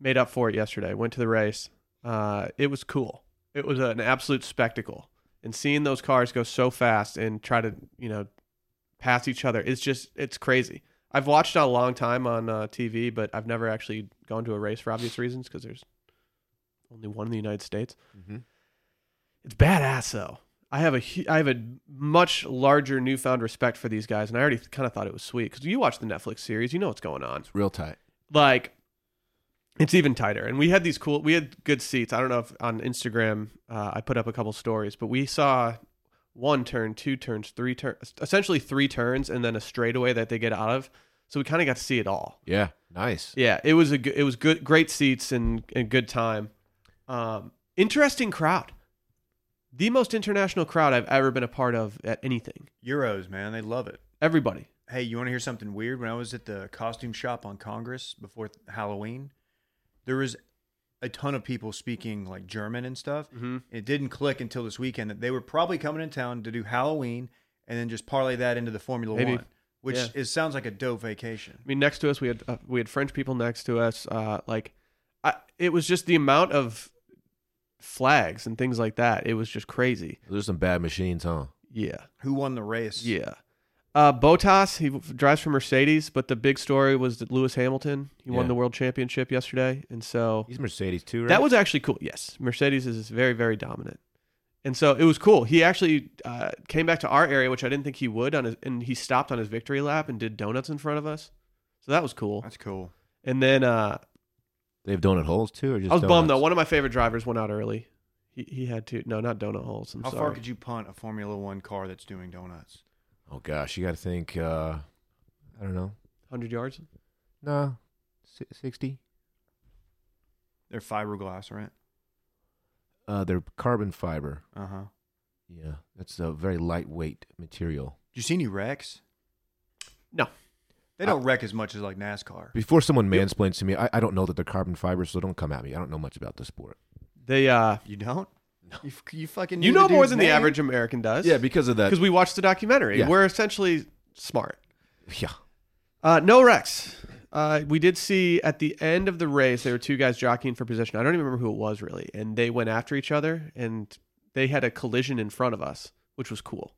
[SPEAKER 1] made up for it yesterday. Went to the race. Uh, it was cool. It was an absolute spectacle, and seeing those cars go so fast and try to you know pass each other, it's just it's crazy. I've watched it a long time on uh, TV, but I've never actually gone to a race for obvious reasons because there's only one in the United States.
[SPEAKER 3] Mm-hmm.
[SPEAKER 1] It's badass though. I have a hu- I have a much larger newfound respect for these guys, and I already kind of thought it was sweet because you watch the Netflix series, you know what's going on.
[SPEAKER 3] It's real tight.
[SPEAKER 1] Like, it's even tighter. And we had these cool, we had good seats. I don't know if on Instagram uh, I put up a couple stories, but we saw one turn, two turns, three turns, essentially three turns, and then a straightaway that they get out of. So we kind of got to see it all.
[SPEAKER 3] Yeah, nice.
[SPEAKER 1] Yeah, it was a good, it was good, great seats and and good time. Um, interesting crowd, the most international crowd I've ever been a part of at anything.
[SPEAKER 2] Euros, man, they love it.
[SPEAKER 1] Everybody,
[SPEAKER 2] Hey, you want to hear something weird? When I was at the costume shop on Congress before Halloween, there was a ton of people speaking like German and stuff.
[SPEAKER 1] Mhm.
[SPEAKER 2] It didn't click until this weekend that they were probably coming in town to do Halloween and then just parlay that into the Formula
[SPEAKER 1] Maybe.
[SPEAKER 2] One, which
[SPEAKER 1] Yeah.
[SPEAKER 2] is, sounds like a dope vacation.
[SPEAKER 1] I mean, next to us we had uh, we had French people next to us. Uh, like, I, it was just the amount of flags and things like that. It was just crazy.
[SPEAKER 3] There's some bad machines, huh?
[SPEAKER 1] Yeah.
[SPEAKER 2] Who won the race?
[SPEAKER 1] Yeah. Uh, Botas, he f- drives for Mercedes, but the big story was that Lewis Hamilton, he won
[SPEAKER 3] Yeah.
[SPEAKER 1] the world championship yesterday. And so
[SPEAKER 3] He's Mercedes too, right?
[SPEAKER 1] that was actually cool. Yes. Mercedes is very, very dominant. And so it was cool. He actually uh, came back to our area, which I didn't think he would, on his, and he stopped on his victory lap and did donuts in front of us. So that was cool.
[SPEAKER 2] That's cool.
[SPEAKER 1] And then uh,
[SPEAKER 3] they have donut holes too, or just
[SPEAKER 1] I was bummed, though.
[SPEAKER 3] donuts?
[SPEAKER 1] One of my favorite drivers went out early. He, he had to. No, not donut holes. I'm
[SPEAKER 2] How
[SPEAKER 1] sorry.
[SPEAKER 2] far could you punt a Formula One car that's doing donuts?
[SPEAKER 3] Oh gosh, you got to think. uh I don't know.
[SPEAKER 1] 100 yards?
[SPEAKER 3] No, si- sixty.
[SPEAKER 2] They're fiberglass, right?
[SPEAKER 3] Uh, they're carbon fiber.
[SPEAKER 2] Uh
[SPEAKER 1] Uh-huh.
[SPEAKER 2] huh.
[SPEAKER 3] Yeah, that's a very lightweight material.
[SPEAKER 2] You see any wrecks?
[SPEAKER 1] No.
[SPEAKER 2] They don't wreck as much as like NASCAR.
[SPEAKER 3] Before someone mansplains to me, I, I don't know that they're carbon fiber, so don't come at me. I don't know much about the sport.
[SPEAKER 1] They, uh,
[SPEAKER 2] You don't? You, f- you fucking.
[SPEAKER 1] you
[SPEAKER 2] knew
[SPEAKER 1] know
[SPEAKER 2] the
[SPEAKER 1] more
[SPEAKER 2] dude's
[SPEAKER 1] than the
[SPEAKER 2] name?
[SPEAKER 1] average American does.
[SPEAKER 3] because of that.
[SPEAKER 1] because we watched the documentary.
[SPEAKER 3] Yeah.
[SPEAKER 1] We're essentially smart.
[SPEAKER 3] Yeah,
[SPEAKER 1] Uh, no Rex. Uh, we did see at the end of the race there were two guys jockeying for position. I don't even remember who it was really, and they went after each other, and they had a collision in front of us, which was cool.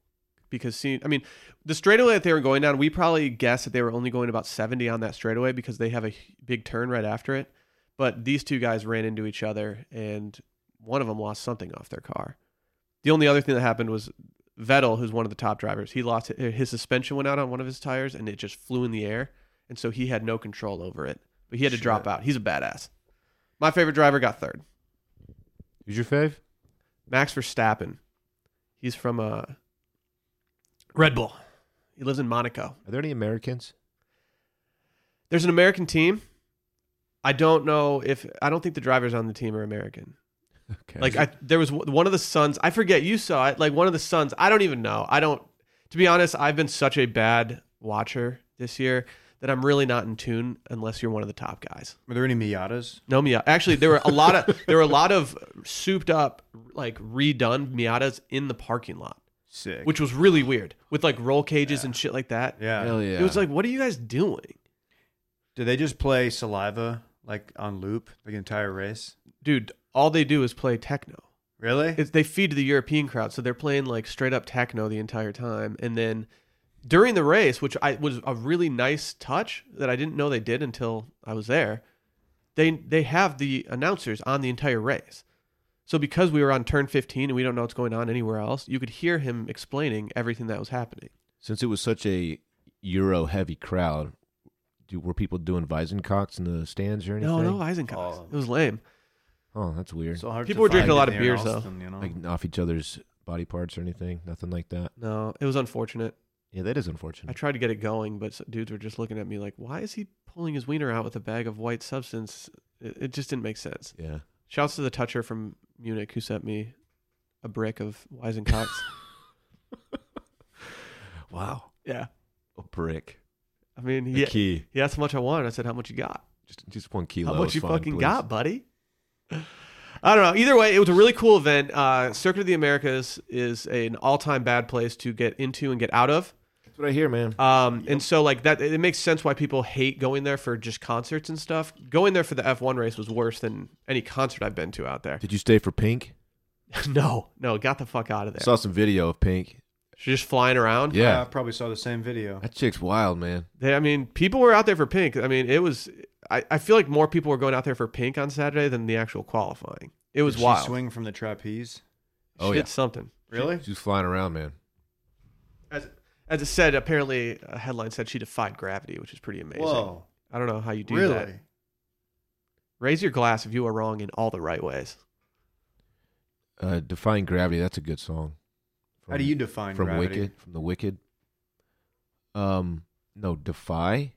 [SPEAKER 1] Because seeing, I mean, the straightaway that they were going down, we probably guessed that they were only going about seventy on that straightaway because they have a h- big turn right after it. But these two guys ran into each other, and one of them lost something off their car. The only other thing that happened was Vettel, who's one of the top drivers, he lost his suspension went out on one of his tires and it just flew in the air, and so he had no control over it. But he had to drop
[SPEAKER 2] Shit.
[SPEAKER 1] out. He's a badass. My favorite driver got third.
[SPEAKER 3] who's your fave?
[SPEAKER 1] Max Verstappen. He's from uh, Red Bull. He lives in Monaco.
[SPEAKER 3] Are there any Americans?
[SPEAKER 1] There's an American team. I don't know if I don't think the drivers on the team are American.
[SPEAKER 3] Okay.
[SPEAKER 1] Like I, there was one of the sons. I forget. You saw it. Like one of the sons. I don't even know. I don't. To be honest, I've been such a bad watcher this year that I'm really not in tune unless you're one of the top guys.
[SPEAKER 2] Were there any Miatas?
[SPEAKER 1] No Miata. Actually, there were a lot of there were a lot of souped up, like redone Miatas in the parking lot,
[SPEAKER 2] Sick.
[SPEAKER 1] which was really weird with like roll cages and shit like that.
[SPEAKER 2] yeah.
[SPEAKER 3] Hell yeah.
[SPEAKER 1] It was like, what are you guys doing,
[SPEAKER 2] Do they just play saliva like on loop the entire race?
[SPEAKER 1] dude? All they do is play techno.
[SPEAKER 2] Really?
[SPEAKER 1] It's, they feed to the European crowd, so they're playing like straight up techno the entire time. And then during the race, which I was a really nice touch that I didn't know they did until I was there, they they have the announcers on the entire race. So because we were on turn 15 and we don't know what's going on anywhere else, you could hear him explaining everything that was happening.
[SPEAKER 3] Since it was such a Euro heavy crowd, do, were people doing Weizenkox in the stands or anything?
[SPEAKER 1] No, no, Eisenkox.
[SPEAKER 2] Oh.
[SPEAKER 1] It was lame.
[SPEAKER 3] oh, that's weird.
[SPEAKER 2] so hard
[SPEAKER 1] people were
[SPEAKER 2] find
[SPEAKER 1] drinking a lot of
[SPEAKER 2] anything in
[SPEAKER 1] beers, though.
[SPEAKER 2] Austin, you know?
[SPEAKER 3] like off each other's body parts or anything? Nothing like that.
[SPEAKER 1] No, it was unfortunate.
[SPEAKER 3] Yeah, that is
[SPEAKER 1] I
[SPEAKER 3] unfortunate.
[SPEAKER 1] tried to get it going, but s- dudes were just looking at me like, "Why is he pulling his wiener out with a bag of white substance?" It, it just didn't make sense.
[SPEAKER 3] yeah.
[SPEAKER 1] Shouts to the toucher from Munich who sent me a brick of Weizenkox.
[SPEAKER 3] Wow.
[SPEAKER 1] yeah.
[SPEAKER 3] A brick.
[SPEAKER 1] I mean,
[SPEAKER 3] A
[SPEAKER 1] he,
[SPEAKER 3] key.
[SPEAKER 1] he asked how much I wanted. I said, how much you got?
[SPEAKER 3] Just just one kilo.
[SPEAKER 1] How much
[SPEAKER 3] is
[SPEAKER 1] you
[SPEAKER 3] fine,
[SPEAKER 1] fucking
[SPEAKER 3] please.
[SPEAKER 1] got, buddy? I don't know. Either way, it was a really cool event. Uh, Circuit of the Americas is an all-time bad place to get into and get out of.
[SPEAKER 3] That's what I hear, man.
[SPEAKER 1] Um, and so like that, it makes sense why people hate going there for just concerts and stuff. Going there for the F1 race was worse than any concert I've been to out there.
[SPEAKER 3] Did you stay for Pink?
[SPEAKER 1] no, no, got the fuck out of there.
[SPEAKER 3] Saw some video of Pink.
[SPEAKER 1] She's just flying around.
[SPEAKER 3] Yeah,
[SPEAKER 2] I probably saw the same video.
[SPEAKER 3] that chick's wild, man.
[SPEAKER 1] They, I mean, people were out there for pink. I mean, it was. I, I feel like more people were going out there for pink on Saturday than the actual qualifying. It was
[SPEAKER 2] Did she
[SPEAKER 1] wild.
[SPEAKER 2] swing from the trapeze.
[SPEAKER 1] Oh
[SPEAKER 3] Oh,
[SPEAKER 1] she
[SPEAKER 3] yeah.
[SPEAKER 1] did something.
[SPEAKER 2] Really?
[SPEAKER 3] She's flying around, man.
[SPEAKER 1] As as it said, apparently a headline said she defied gravity, which is pretty amazing.
[SPEAKER 2] Whoa!
[SPEAKER 1] I don't know how you do
[SPEAKER 2] Really?
[SPEAKER 1] that. Raise your glass if you are wrong in all the right ways.
[SPEAKER 3] Uh, Defying Gravity. That's a good song.
[SPEAKER 2] How do you define
[SPEAKER 3] from
[SPEAKER 2] gravity?
[SPEAKER 3] Wicked? From the Wicked. Um, no, defy.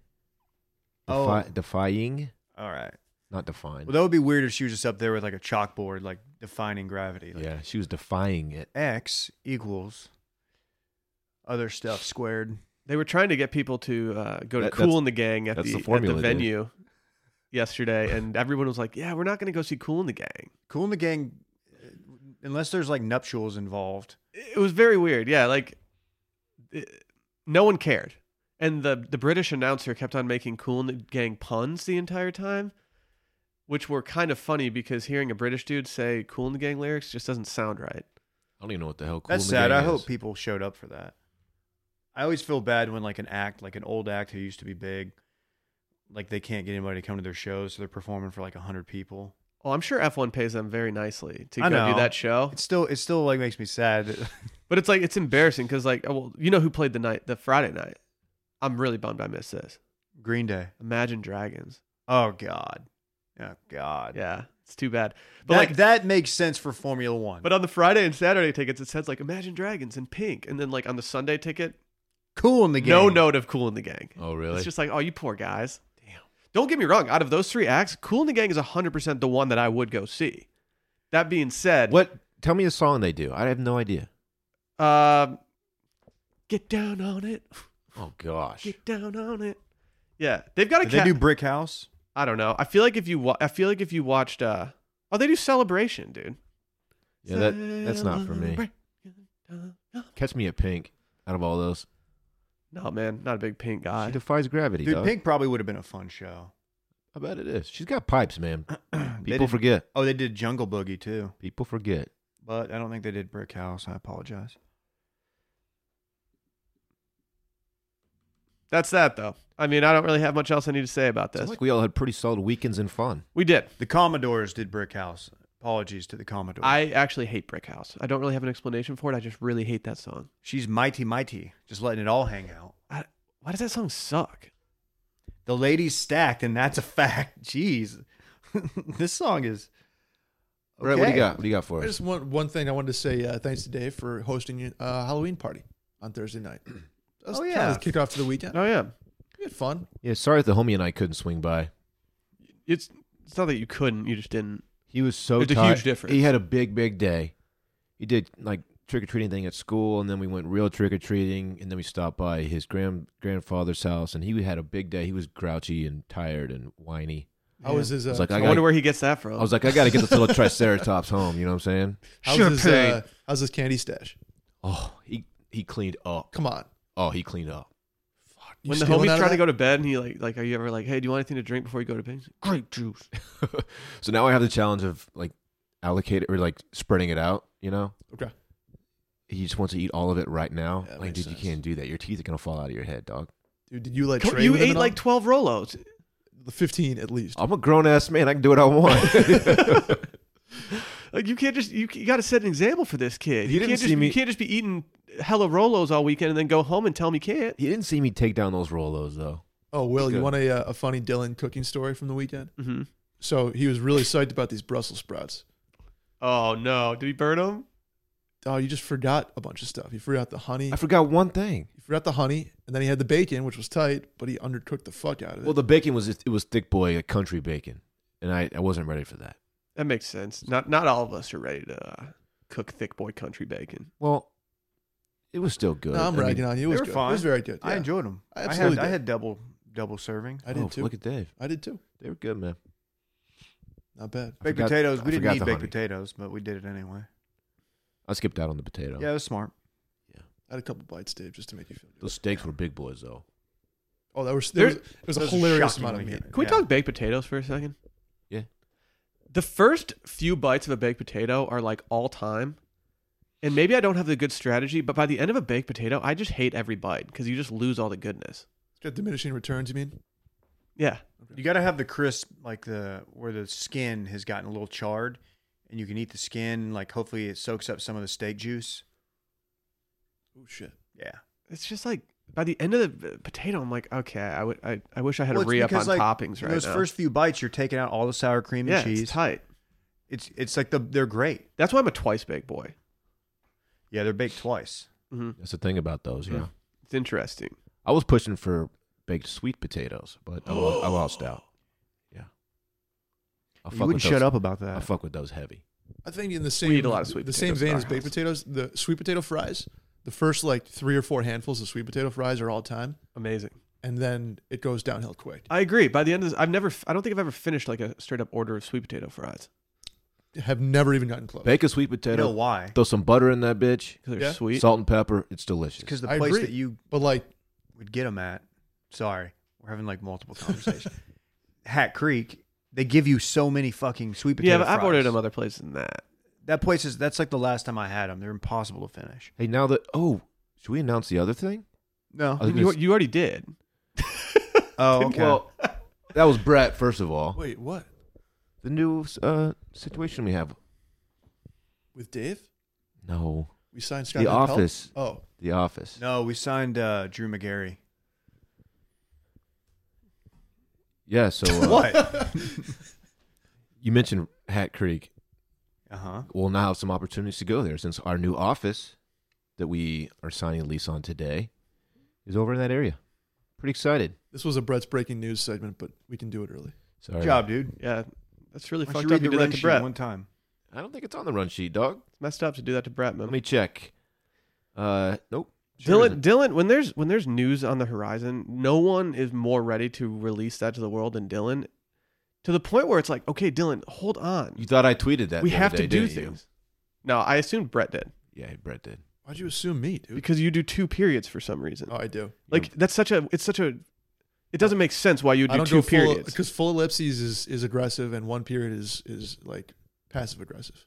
[SPEAKER 2] Oh.
[SPEAKER 3] Defy, defying,
[SPEAKER 2] All right.
[SPEAKER 3] not define.
[SPEAKER 2] Well, that would be weird if she was just up there with like a chalkboard, like defining gravity. Like,
[SPEAKER 3] yeah, she was defying it.
[SPEAKER 2] X equals other stuff squared.
[SPEAKER 1] They were trying to get people to uh, go to
[SPEAKER 3] That-
[SPEAKER 1] Cool
[SPEAKER 3] that's-
[SPEAKER 1] in the Gang at
[SPEAKER 3] that's
[SPEAKER 1] the,
[SPEAKER 3] the
[SPEAKER 1] at
[SPEAKER 3] formula, dude.
[SPEAKER 1] venue yesterday, and everyone was like, "Yeah, we're not going to go see Cool in the Gang."
[SPEAKER 2] Cool in the gang, uh, unless there's like nuptials involved.
[SPEAKER 1] It was very weird. Yeah, like it- no one cared, and the the British announcer kept on making Cool in the Gang puns the entire time, which were kind of funny because hearing a British dude say Cool in the Gang lyrics just doesn't sound right.
[SPEAKER 3] I don't even know what the hell. Cool
[SPEAKER 2] That's
[SPEAKER 3] in the
[SPEAKER 2] sad.
[SPEAKER 3] Gang
[SPEAKER 2] I
[SPEAKER 3] is.
[SPEAKER 2] hope people showed up for that. I always feel bad when like an act, like an old act who used to be big, like they can't get anybody to come to their shows, so they're performing for like hundred people.
[SPEAKER 1] Oh, I'm sure F1 pays them very nicely to
[SPEAKER 2] I
[SPEAKER 1] go do
[SPEAKER 2] know.
[SPEAKER 1] that show.
[SPEAKER 2] It still, it still like makes me sad. that-
[SPEAKER 1] But it's like it's embarrassing because like oh, well, you know who played the night the Friday night. I'm really bummed I missed this.
[SPEAKER 2] Green Day.
[SPEAKER 1] Imagine Dragons.
[SPEAKER 2] Oh God. Oh God.
[SPEAKER 1] Yeah, it's too bad. But
[SPEAKER 2] But that,
[SPEAKER 1] like,
[SPEAKER 2] like that makes sense for Formula One.
[SPEAKER 1] but on the Friday and Saturday tickets, it says like Imagine Dragons in pink, and then like on the Sunday ticket,
[SPEAKER 2] cool in the game.
[SPEAKER 1] no note of Cool in the Gang.
[SPEAKER 3] Oh, really?
[SPEAKER 1] It's just like oh, you poor guys. Damn. Don't get me wrong. Out of those three acts, Cool in the Gang is 100 percent the one that I would go see. That being said,
[SPEAKER 3] what? Tell me a song they do. I have no idea.
[SPEAKER 1] Um, get down on it.
[SPEAKER 3] Oh gosh.
[SPEAKER 1] Get down on it. Yeah, they've got a.
[SPEAKER 2] Did they
[SPEAKER 1] cat-
[SPEAKER 2] do Brick House?
[SPEAKER 1] I don't know. I feel like if you wa- I feel like if you watched uh oh they do celebration, dude.
[SPEAKER 3] Yeah, that that's not for me. Catch me at Pink. Out of all those,
[SPEAKER 1] No man, not a big pink guy.
[SPEAKER 3] she defies gravity.
[SPEAKER 2] Dude,
[SPEAKER 3] dog.
[SPEAKER 2] Pink probably would have been a fun show.
[SPEAKER 3] I bet it is. She's got pipes, man.
[SPEAKER 2] They
[SPEAKER 3] People
[SPEAKER 2] did-
[SPEAKER 3] forget.
[SPEAKER 2] Oh, they did Jungle Boogie too,
[SPEAKER 3] People forget.
[SPEAKER 2] but I don't think they did Brick House. I apologize.
[SPEAKER 1] That's that though. I mean, I don't really have much else I need to say about this.
[SPEAKER 3] Sounds like we all had pretty solid weekends and fun.
[SPEAKER 1] we did.
[SPEAKER 2] The Commodores did Brick House. Apologies to the Commodores.
[SPEAKER 1] I actually hate Brick House. I don't really have an explanation for it. I just really hate that song.
[SPEAKER 2] She's mighty mighty, just letting it all hang out.
[SPEAKER 1] I, why does that song suck?
[SPEAKER 2] The lady's stacked, and that's a fact. Jeez, this song is. Okay.
[SPEAKER 3] Right? What do you got? What do you got
[SPEAKER 4] I
[SPEAKER 3] for us?
[SPEAKER 4] just want one thing I wanted to say uh, thanks to Dave for hosting a uh, Halloween party on Thursday night. That was
[SPEAKER 2] Oh,
[SPEAKER 4] kind
[SPEAKER 2] yeah.
[SPEAKER 4] of the kickoff to the weekend.
[SPEAKER 1] Oh yeah.
[SPEAKER 4] We had fun.
[SPEAKER 3] Yeah. Sorry if the homie and I couldn't swing by.
[SPEAKER 1] It's it's not that you couldn't, you just didn't.
[SPEAKER 3] He was so
[SPEAKER 1] There's a
[SPEAKER 3] tired.
[SPEAKER 1] huge difference.
[SPEAKER 3] He had a big, big day. He did like trick or treating thing at school, and then we went real trick or treating, and then we stopped by his grand grandfather's house, and he had a big day. He was grouchy and tired and whiny.
[SPEAKER 4] How was his? Uh,
[SPEAKER 3] I was like,
[SPEAKER 1] I,
[SPEAKER 3] I,
[SPEAKER 1] wonder
[SPEAKER 3] gotta,
[SPEAKER 1] where he gets that from.
[SPEAKER 3] I was like, I got to get this little triceratops home. You know what I'm saying?
[SPEAKER 4] how's
[SPEAKER 2] Sure
[SPEAKER 4] his,
[SPEAKER 2] pain.
[SPEAKER 4] uh, how's his candy stash?
[SPEAKER 3] Oh, he he cleaned up.
[SPEAKER 4] Come on.
[SPEAKER 3] Oh, he cleaned up.
[SPEAKER 4] You
[SPEAKER 1] when the
[SPEAKER 4] stealing
[SPEAKER 1] homie's
[SPEAKER 4] out of
[SPEAKER 1] trying
[SPEAKER 4] that?
[SPEAKER 1] to go to bed and he like like are you ever like, Hey, do you want anything to drink before you go to bed? He's like, Grape juice.
[SPEAKER 3] so now I have the challenge of like allocate or like spreading it out. You know,
[SPEAKER 4] Okay.
[SPEAKER 3] he just wants to eat all of it right now.
[SPEAKER 4] Yeah, that
[SPEAKER 3] like,
[SPEAKER 4] makes
[SPEAKER 3] dude,
[SPEAKER 4] sense.
[SPEAKER 3] you can't do that. Your teeth are gonna fall out of your head, dog.
[SPEAKER 4] Dude, did you like
[SPEAKER 1] Come-
[SPEAKER 4] trade
[SPEAKER 1] you
[SPEAKER 4] with him
[SPEAKER 1] ate
[SPEAKER 4] at
[SPEAKER 1] like
[SPEAKER 4] all?
[SPEAKER 1] twelve Rolos.
[SPEAKER 4] the fifteen at least.
[SPEAKER 3] I'm a grown ass man. I can do what I want.
[SPEAKER 1] Like you can't just you, you got to set an example for this kid.
[SPEAKER 3] He
[SPEAKER 1] you
[SPEAKER 3] didn't
[SPEAKER 1] can't just,
[SPEAKER 3] see me-
[SPEAKER 1] You can't just be eating hella Rolos all weekend and then go home and tell me can't.
[SPEAKER 3] he didn't see me take down those Rolos though.
[SPEAKER 4] Oh, Will,
[SPEAKER 3] Good.
[SPEAKER 4] you want a, uh, a funny Dylan cooking story from the weekend?
[SPEAKER 1] hmm
[SPEAKER 4] So he was really psyched about these Brussels sprouts.
[SPEAKER 1] Oh no! Did he burn them?
[SPEAKER 4] Oh, you just forgot a bunch of stuff. You forgot the honey.
[SPEAKER 3] I forgot one thing.
[SPEAKER 4] you forgot the honey, and then he had the bacon, which was tight, but he undercooked the fuck out of it.
[SPEAKER 3] Well, the bacon was it was thick boy like country bacon, and I, I wasn't ready for that.
[SPEAKER 1] That makes sense. Not not all of us are ready to uh, cook thick boy country bacon.
[SPEAKER 3] Well, it was still good.
[SPEAKER 4] no, I'm
[SPEAKER 3] I mean-
[SPEAKER 4] ragging on you.
[SPEAKER 2] They
[SPEAKER 4] It was
[SPEAKER 2] were
[SPEAKER 4] good.
[SPEAKER 2] fine.
[SPEAKER 4] It was very good.
[SPEAKER 2] I
[SPEAKER 4] yeah.
[SPEAKER 2] enjoyed them. I,
[SPEAKER 4] I
[SPEAKER 2] had
[SPEAKER 4] absolutely
[SPEAKER 2] I
[SPEAKER 4] did.
[SPEAKER 2] had double double serving.
[SPEAKER 4] I did
[SPEAKER 3] oh,
[SPEAKER 4] too.
[SPEAKER 3] Look at Dave.
[SPEAKER 4] I did too.
[SPEAKER 3] They were good, man.
[SPEAKER 4] Not bad.
[SPEAKER 3] I
[SPEAKER 2] Baked
[SPEAKER 3] forgot-
[SPEAKER 2] potatoes.
[SPEAKER 3] I
[SPEAKER 2] We didn't
[SPEAKER 3] forgot
[SPEAKER 2] need
[SPEAKER 3] the
[SPEAKER 2] baked
[SPEAKER 3] honey.
[SPEAKER 2] potatoes, but we did it anyway.
[SPEAKER 3] I skipped out on the potato.
[SPEAKER 2] Yeah, it was smart.
[SPEAKER 4] I had a couple bites, Dave, just to make you feel good.
[SPEAKER 3] Those steaks were big boys though.
[SPEAKER 4] Oh, that was there was,
[SPEAKER 1] There-
[SPEAKER 4] it was a
[SPEAKER 2] those are
[SPEAKER 4] hilarious amount of
[SPEAKER 2] shockingly
[SPEAKER 4] meat.
[SPEAKER 2] good.
[SPEAKER 1] Can we
[SPEAKER 2] Yeah.
[SPEAKER 1] talk baked potatoes for a second?
[SPEAKER 3] Yeah.
[SPEAKER 1] The first few bites of a baked potato are like all time, And maybe I don't have the good strategy, but by the end of a baked potato, I just hate every bite because you just lose all the goodness.
[SPEAKER 4] It's got diminishing returns, you mean?
[SPEAKER 1] Yeah.
[SPEAKER 2] You got to have the crisp, like the where the skin has gotten a little charred, and you can eat the skin. Like hopefully it soaks up some of the steak juice.
[SPEAKER 4] Oh, shit.
[SPEAKER 2] Yeah,
[SPEAKER 1] It's just like by the end of the potato, I'm like, okay, I would, I, I wish I had
[SPEAKER 2] Well,
[SPEAKER 1] a
[SPEAKER 2] it's
[SPEAKER 1] re up on
[SPEAKER 2] because, like,
[SPEAKER 1] toppings right
[SPEAKER 2] those
[SPEAKER 1] now.
[SPEAKER 2] first few bites, you're taking out all the sour cream
[SPEAKER 1] yeah,
[SPEAKER 2] and cheese.
[SPEAKER 1] it's tight.
[SPEAKER 2] It's it's like the they're great.
[SPEAKER 1] That's why I'm a twice baked boy.
[SPEAKER 2] Yeah, they're baked twice.
[SPEAKER 1] hmm
[SPEAKER 3] That's the thing about those. Yeah,
[SPEAKER 1] Yeah. It's interesting.
[SPEAKER 3] I was pushing for baked sweet potatoes, but I, lo- I lost out. Yeah, I
[SPEAKER 2] you wouldn't
[SPEAKER 3] with
[SPEAKER 2] shut
[SPEAKER 3] those-
[SPEAKER 2] up about
[SPEAKER 3] I
[SPEAKER 2] that.
[SPEAKER 3] fuck with those heavy.
[SPEAKER 4] I think in the same
[SPEAKER 1] eat a lot of sweet
[SPEAKER 4] the same
[SPEAKER 1] potatoes at
[SPEAKER 4] vein
[SPEAKER 1] our
[SPEAKER 4] as baked
[SPEAKER 1] house.
[SPEAKER 4] potatoes, the sweet potato fries, the first like three or four handfuls of sweet potato fries are all time,
[SPEAKER 1] Amazing.
[SPEAKER 4] and then it goes downhill quick.
[SPEAKER 1] I agree. By the end of this, I've never, I don't think I've ever finished like a straight up order of sweet potato fries
[SPEAKER 4] I have never even gotten close.
[SPEAKER 3] Bake a sweet
[SPEAKER 2] you
[SPEAKER 3] potato.
[SPEAKER 2] know why?
[SPEAKER 3] throw some butter in that bitch.
[SPEAKER 1] because they're
[SPEAKER 4] Yeah.
[SPEAKER 1] sweet.
[SPEAKER 3] Salt and pepper. It's delicious.
[SPEAKER 2] Because the
[SPEAKER 4] I
[SPEAKER 2] place
[SPEAKER 4] agree.
[SPEAKER 2] that you
[SPEAKER 4] But like,
[SPEAKER 2] would get them at. Sorry, we're having like multiple conversations. Hat Creek, they give you so many fucking sweet potato.
[SPEAKER 1] yeah, but I've
[SPEAKER 2] fries.
[SPEAKER 1] ordered them other places than that.
[SPEAKER 2] That place is that's like the last time I had them. They're impossible to finish.
[SPEAKER 3] Hey, now that oh, should we announce the other thing?
[SPEAKER 2] No.
[SPEAKER 3] I was
[SPEAKER 1] You,
[SPEAKER 3] gonna
[SPEAKER 1] you already did.
[SPEAKER 2] Oh,
[SPEAKER 3] s-
[SPEAKER 2] okay.
[SPEAKER 3] Well, that was Brett. First of all,
[SPEAKER 4] wait, what?
[SPEAKER 3] the new uh, situation we have.
[SPEAKER 4] With Dave,
[SPEAKER 3] No,
[SPEAKER 4] we signed Scott.
[SPEAKER 3] The
[SPEAKER 4] Appel?
[SPEAKER 3] Office.
[SPEAKER 4] Oh,
[SPEAKER 3] The Office.
[SPEAKER 2] no, we signed uh, Drew McGarry.
[SPEAKER 3] Yeah. So uh,
[SPEAKER 2] What?
[SPEAKER 3] you mentioned Hat Creek.
[SPEAKER 2] Uh huh.
[SPEAKER 3] we'll now have some opportunities to go there since our new office that we are signing a lease on today is over in that area. Pretty excited.
[SPEAKER 4] this was a Brett's breaking news segment, but we can do it early.
[SPEAKER 3] Sorry.
[SPEAKER 2] Good job, dude.
[SPEAKER 1] Yeah, that's really
[SPEAKER 2] Why don't
[SPEAKER 1] fucked
[SPEAKER 2] you
[SPEAKER 1] up.
[SPEAKER 2] read
[SPEAKER 1] You did
[SPEAKER 2] the
[SPEAKER 1] that
[SPEAKER 2] run
[SPEAKER 1] to
[SPEAKER 2] sheet
[SPEAKER 1] Brett.
[SPEAKER 2] one time?
[SPEAKER 3] I don't think it's on the run sheet, dog.
[SPEAKER 1] It's messed up to do that to Brett. Man.
[SPEAKER 3] Let me check. Uh, nope. Sure
[SPEAKER 1] Dylan,
[SPEAKER 3] isn't.
[SPEAKER 1] Dylan, when there's when there's news on the horizon, no one is more ready to release that to the world than Dylan. To the point where it's like, okay, Dylan, hold on.
[SPEAKER 3] You thought I tweeted that.
[SPEAKER 1] we
[SPEAKER 3] the other
[SPEAKER 1] have
[SPEAKER 3] day,
[SPEAKER 1] to do
[SPEAKER 3] didn't you?
[SPEAKER 1] things. No, I assume Brett did
[SPEAKER 3] Yeah, Brett did.
[SPEAKER 4] Why'd you assume me, dude?
[SPEAKER 1] because you do two periods for some reason.
[SPEAKER 4] Oh, I do.
[SPEAKER 1] like that's such a it's such a it doesn't make sense why you would do two periods.
[SPEAKER 4] because full ellipses is is aggressive, and one period is is like passive aggressive.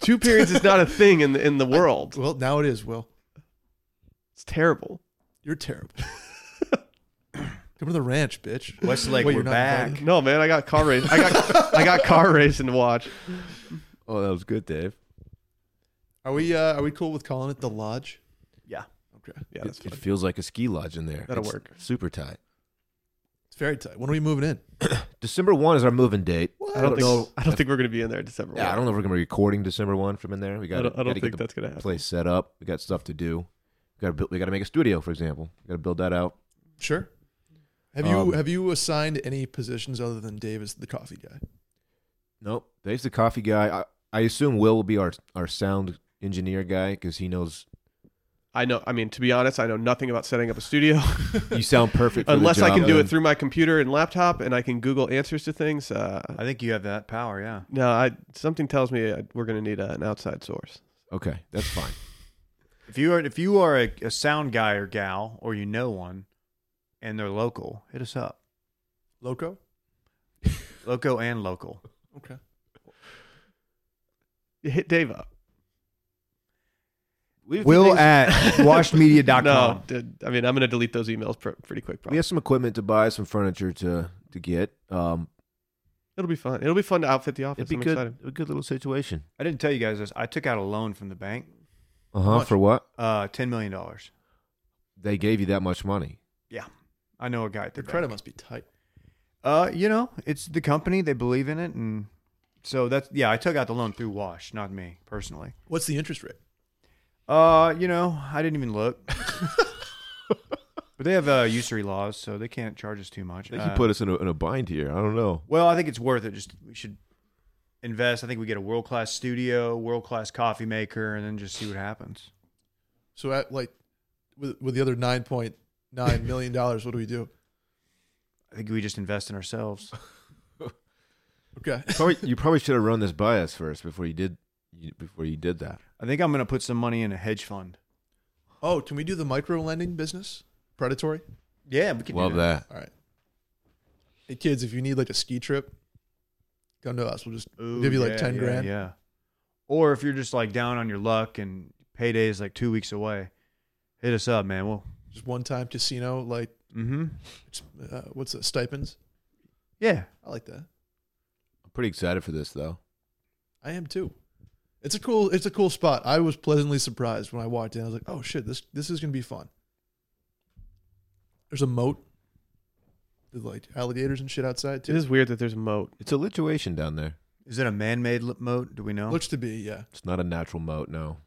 [SPEAKER 1] two periods is not a thing in the, in the world.
[SPEAKER 4] Well, now it is. Will
[SPEAKER 1] It's terrible.
[SPEAKER 4] you're terrible. Come to the ranch, bitch.
[SPEAKER 2] Westlake,
[SPEAKER 4] Wait,
[SPEAKER 2] we're
[SPEAKER 4] you're not
[SPEAKER 2] back.
[SPEAKER 4] invited?
[SPEAKER 1] No, man, I got car race. I got I got car racing to watch.
[SPEAKER 3] Oh, that was good, Dave.
[SPEAKER 4] Are we uh, are we cool with calling it the lodge?
[SPEAKER 2] Yeah.
[SPEAKER 4] Okay,
[SPEAKER 1] Yeah,
[SPEAKER 3] it,
[SPEAKER 1] that's
[SPEAKER 3] it
[SPEAKER 1] fun.
[SPEAKER 3] feels like a ski lodge in there.
[SPEAKER 1] That'll
[SPEAKER 3] It's
[SPEAKER 1] work.
[SPEAKER 3] Super tight.
[SPEAKER 4] it's very tight. When are we moving in?
[SPEAKER 3] December one is our moving date.
[SPEAKER 1] I don't,
[SPEAKER 3] know.
[SPEAKER 1] think I don't think we're gonna be in there December.
[SPEAKER 3] Yeah, I don't know if we're gonna be recording December one from in there. We got.
[SPEAKER 1] I don't, I don't
[SPEAKER 3] gotta get
[SPEAKER 1] think
[SPEAKER 3] the
[SPEAKER 1] that's gonna happen.
[SPEAKER 3] place set up. We got stuff to do. We got to build. We got to make a studio, for example. We got to build that out.
[SPEAKER 4] Sure. Have
[SPEAKER 3] Um,
[SPEAKER 4] you have you assigned any positions other than Dave as the coffee guy?
[SPEAKER 3] Nope. Dave's the coffee guy. I, I assume Will will be our our sound engineer guy because he knows
[SPEAKER 1] I know. I mean, to be honest, I know nothing about setting up a studio
[SPEAKER 3] you sound perfect. For the
[SPEAKER 1] unless I
[SPEAKER 3] job,
[SPEAKER 1] can do it
[SPEAKER 3] man.
[SPEAKER 1] through my computer and laptop, and I can Google answers to things. Uh,
[SPEAKER 2] I think you have that power. Yeah.
[SPEAKER 1] no, I, something tells me uh, we're going to need uh, an outside source.
[SPEAKER 3] Okay, that's fine.
[SPEAKER 2] If you are if you are a, a sound guy or gal or you know one, and they're local, hit us up.
[SPEAKER 4] Loco.
[SPEAKER 2] Loco and local.
[SPEAKER 4] Okay.
[SPEAKER 1] You hit Dave up.
[SPEAKER 3] We have
[SPEAKER 2] Will
[SPEAKER 3] things-
[SPEAKER 2] at washedmedia.com.
[SPEAKER 1] No, dude, I mean I'm going to delete those emails pr- pretty quick.
[SPEAKER 3] we
[SPEAKER 1] Probably.
[SPEAKER 3] have some equipment to buy, some furniture to to get. Um,
[SPEAKER 1] It'll be fun. It'll be fun to outfit the office.
[SPEAKER 3] it'd be
[SPEAKER 1] I'm
[SPEAKER 3] good.
[SPEAKER 1] excited.
[SPEAKER 3] A good little situation.
[SPEAKER 2] I didn't tell you guys this. I took out a loan from the bank,
[SPEAKER 3] Uh
[SPEAKER 4] How
[SPEAKER 3] huh.
[SPEAKER 4] much?
[SPEAKER 3] For what?
[SPEAKER 2] uh, ten million dollars.
[SPEAKER 3] They gave you that much money.
[SPEAKER 2] I know a guy at the
[SPEAKER 4] Their credit
[SPEAKER 2] bank.
[SPEAKER 4] must be tight.
[SPEAKER 2] Uh, you know, it's the company. They believe in it, and so that's yeah. I took out the loan through Wash, not me personally.
[SPEAKER 4] What's the interest rate?
[SPEAKER 2] Uh, you know, I didn't even look. but they have uh, usury laws, so they can't charge us too much.
[SPEAKER 3] I think
[SPEAKER 2] Uh,
[SPEAKER 3] you put us in a, in a bind here. I don't know.
[SPEAKER 2] Well, I think it's worth it. Just we should invest. I think we get a world class studio, world class coffee maker, and then just see what happens.
[SPEAKER 4] So at like with with the other nine point nine million dollars, what do we do?
[SPEAKER 2] I think we just invest in ourselves.
[SPEAKER 4] Okay.
[SPEAKER 3] Probably you probably should have run this by us first before you did you, before you did that.
[SPEAKER 2] I think I'm gonna put some money in a hedge fund.
[SPEAKER 4] Oh, can we do the micro lending business? Predatory.
[SPEAKER 2] Yeah, we can
[SPEAKER 3] Love that.
[SPEAKER 4] All right. Hey kids, if you need like a ski trip, come to us. We'll just
[SPEAKER 2] Ooh,
[SPEAKER 4] give you like
[SPEAKER 2] yeah,
[SPEAKER 4] 10
[SPEAKER 2] yeah,
[SPEAKER 4] grand.
[SPEAKER 2] Yeah. Or if you're just like down on your luck and payday is like two weeks away, hit us up, man. We'll.
[SPEAKER 4] Just one time casino, like
[SPEAKER 2] Mm-hmm.
[SPEAKER 4] uh, what's the stipends?
[SPEAKER 2] Yeah.
[SPEAKER 4] I like that.
[SPEAKER 3] I'm pretty excited for this though.
[SPEAKER 4] I am too. It's a cool. It's a cool spot. I was pleasantly surprised when I walked in. I was like, oh shit, this this is gonna be fun. There's a moat. There's like alligators and shit outside
[SPEAKER 1] It
[SPEAKER 4] too.
[SPEAKER 1] is weird that there's a moat.
[SPEAKER 3] It's a lituation down there.
[SPEAKER 2] Is it a man-made li- moat? Do we know?
[SPEAKER 4] Looks to be yeah.
[SPEAKER 3] It's not a natural moat, no.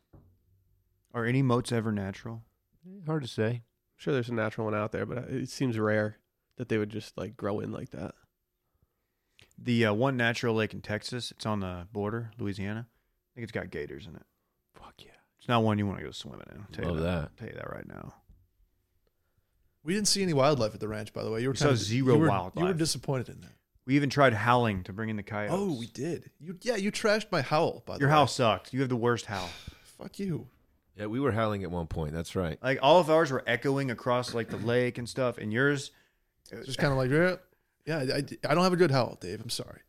[SPEAKER 2] Are any moats ever natural?
[SPEAKER 3] Hard to say.
[SPEAKER 1] I'm sure there's a natural one out there, but uh, it seems rare that they would just like grow in like that.
[SPEAKER 2] The uh, one natural lake in Texas. It's on the border, Louisiana. I think it's got gators in it.
[SPEAKER 3] Fuck yeah.
[SPEAKER 2] It's not one you want to go swimming in. I'll tell
[SPEAKER 3] Love
[SPEAKER 2] you that.
[SPEAKER 3] that.
[SPEAKER 2] I'll tell you that right now.
[SPEAKER 4] We didn't see any wildlife at the ranch, by the way. You were
[SPEAKER 2] We
[SPEAKER 4] kind
[SPEAKER 2] saw
[SPEAKER 4] of,
[SPEAKER 2] zero
[SPEAKER 4] you were, You were
[SPEAKER 2] wildlife.
[SPEAKER 4] disappointed in that.
[SPEAKER 2] We even tried howling to bring in the coyotes.
[SPEAKER 4] Oh, we did. You yeah, you trashed my howl. By the
[SPEAKER 2] your
[SPEAKER 4] way.
[SPEAKER 2] howl sucked. You have the worst howl.
[SPEAKER 4] Fuck you.
[SPEAKER 3] Yeah, we were howling at one point. That's right.
[SPEAKER 2] Like all of ours were echoing across like the lake and stuff, and yours. uh,
[SPEAKER 4] It's Just kind of like yeah, yeah. I, I don't have a good howl, Dave. I'm sorry.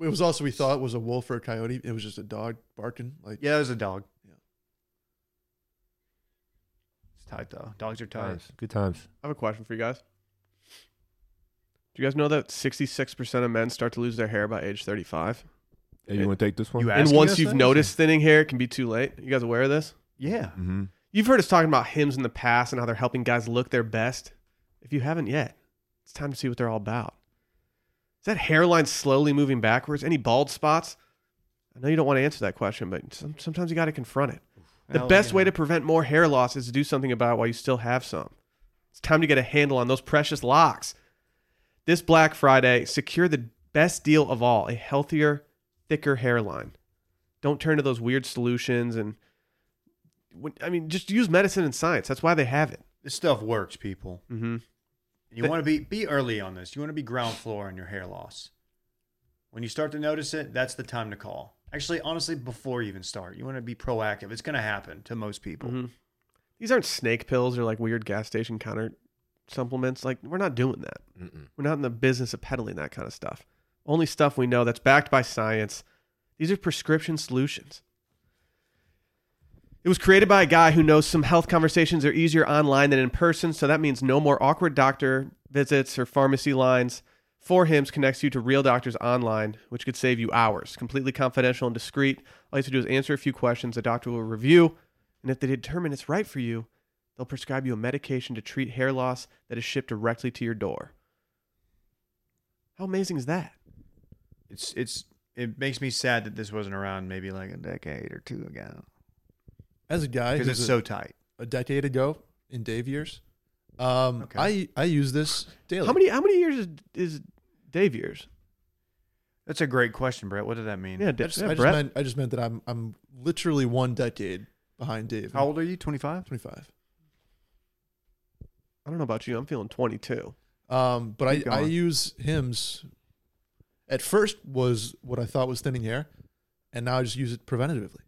[SPEAKER 4] It was also we thought it was a wolf or a coyote. It was just a dog barking. Like
[SPEAKER 2] Yeah, it was a dog.
[SPEAKER 4] Yeah.
[SPEAKER 2] It's tight though. Dogs are tight.
[SPEAKER 3] Times. Good times.
[SPEAKER 1] I have a question for you guys. Do you guys know that 66% of men start to lose their hair by age 35?
[SPEAKER 3] Hey, you want to take this one?
[SPEAKER 2] You
[SPEAKER 1] and
[SPEAKER 2] Asking
[SPEAKER 1] once
[SPEAKER 2] us
[SPEAKER 1] you've
[SPEAKER 2] that?
[SPEAKER 1] noticed thinning hair, it can be too late. You guys aware of this?
[SPEAKER 2] Yeah.
[SPEAKER 3] Mm-hmm.
[SPEAKER 1] You've heard us talking about hymns in the past and how they're helping guys look their best. If you haven't yet, it's time to see what they're all about. Is that hairline slowly moving backwards? Any bald spots? I know you don't want to answer that question, but some, sometimes you got to confront it. The
[SPEAKER 2] Well,
[SPEAKER 1] best
[SPEAKER 2] yeah.
[SPEAKER 1] way to prevent more hair loss is to do something about it while you still have some. It's time to get a handle on those precious locks. This Black Friday, secure the best deal of all a healthier, thicker hairline. Don't turn to those weird solutions and, when- I mean, just use medicine and science. That's why they have it.
[SPEAKER 2] This stuff works, people.
[SPEAKER 1] Mm-hmm.
[SPEAKER 2] You want to be be early on this. You want to be ground floor on your hair loss. When you start to notice it, that's the time to call. Actually, honestly, before you even start, you want to be proactive. It's going to happen to most people.
[SPEAKER 1] Mhm. These aren't snake pills or like weird gas station counter supplements. Like, we're not doing that. We're not in the business of peddling that kind of stuff. Only stuff we know that's backed by science. These are prescription solutions. It was created by a guy who knows some health conversations are easier online than in person, so that means no more awkward doctor visits or pharmacy lines. 4hims connects you to real doctors online, which could save you hours. Completely confidential and discreet. All you have to do is answer a few questions, a doctor will review, and if they determine it's right for you, they'll prescribe you a medication to treat hair loss that is shipped directly to your door. How amazing is that?
[SPEAKER 2] It's it's it makes me sad that this wasn't around maybe like a decade or two ago
[SPEAKER 4] as a guy,
[SPEAKER 2] because
[SPEAKER 4] who's
[SPEAKER 2] it's
[SPEAKER 4] a-
[SPEAKER 2] so tight.
[SPEAKER 4] a decade ago in Dave years. Um,
[SPEAKER 2] Okay.
[SPEAKER 4] I I use this daily.
[SPEAKER 1] How many how many years is, is Dave years?
[SPEAKER 2] That's a great question, Brett. What did that mean?
[SPEAKER 1] Yeah,
[SPEAKER 4] I
[SPEAKER 1] Dave,
[SPEAKER 4] just,
[SPEAKER 1] yeah,
[SPEAKER 4] I just
[SPEAKER 1] Brett.
[SPEAKER 4] meant I just meant that I'm I'm literally one decade behind Dave.
[SPEAKER 2] How old are you? Twenty five.
[SPEAKER 4] 25.
[SPEAKER 1] I don't know about you. I'm feeling 22.
[SPEAKER 4] Um, but I,
[SPEAKER 2] Keep
[SPEAKER 4] I
[SPEAKER 2] going.
[SPEAKER 4] use hymns. At first was what I thought was thinning hair, and now I just use it preventatively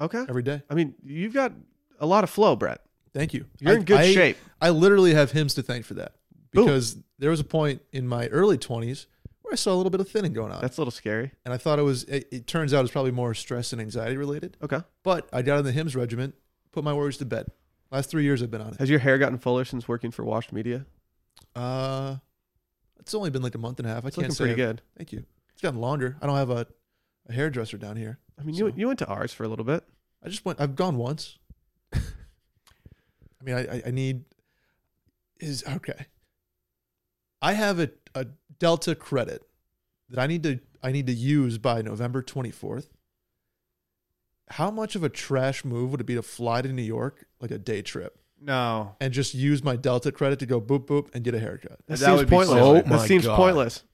[SPEAKER 1] Okay.
[SPEAKER 4] every day.
[SPEAKER 1] I mean, you've got a lot of flow, Brett.
[SPEAKER 4] Thank you.
[SPEAKER 1] You're
[SPEAKER 4] I-
[SPEAKER 1] in good
[SPEAKER 4] I-
[SPEAKER 1] shape.
[SPEAKER 4] I literally have hymns to thank for that
[SPEAKER 1] Boom.
[SPEAKER 4] because there was a point in my early 20s where I saw a little bit of thinning going on,
[SPEAKER 1] That's a little scary.
[SPEAKER 4] and I thought it was. It, it turns out it's probably more stress and anxiety related.
[SPEAKER 1] Okay.
[SPEAKER 4] But I got on the hymns regiment, put my worries to bed. Last three years I've been on it.
[SPEAKER 1] Has your hair gotten fuller since working for Washed Media?
[SPEAKER 4] Uh, it's only been like a month and a half. I
[SPEAKER 1] It's
[SPEAKER 4] can't
[SPEAKER 1] looking
[SPEAKER 4] say.
[SPEAKER 1] pretty good.
[SPEAKER 4] Thank you. It's gotten longer. I don't have a, a hairdresser down here.
[SPEAKER 1] I mean, you
[SPEAKER 4] So-
[SPEAKER 1] you went to ours for a little bit.
[SPEAKER 4] I just went. I've gone once. I mean, I, I, I need is okay. I have a, a Delta credit that I need to I need to use by November twenty fourth. How much of a trash move would it be to fly to New York like a day trip
[SPEAKER 2] No,
[SPEAKER 4] and just use my Delta credit to go boop boop and get a haircut?
[SPEAKER 1] That,
[SPEAKER 2] That
[SPEAKER 1] seems
[SPEAKER 2] would be
[SPEAKER 1] pointless.
[SPEAKER 2] silly.
[SPEAKER 3] Oh
[SPEAKER 1] that
[SPEAKER 3] my
[SPEAKER 1] seems
[SPEAKER 3] God.
[SPEAKER 1] pointless.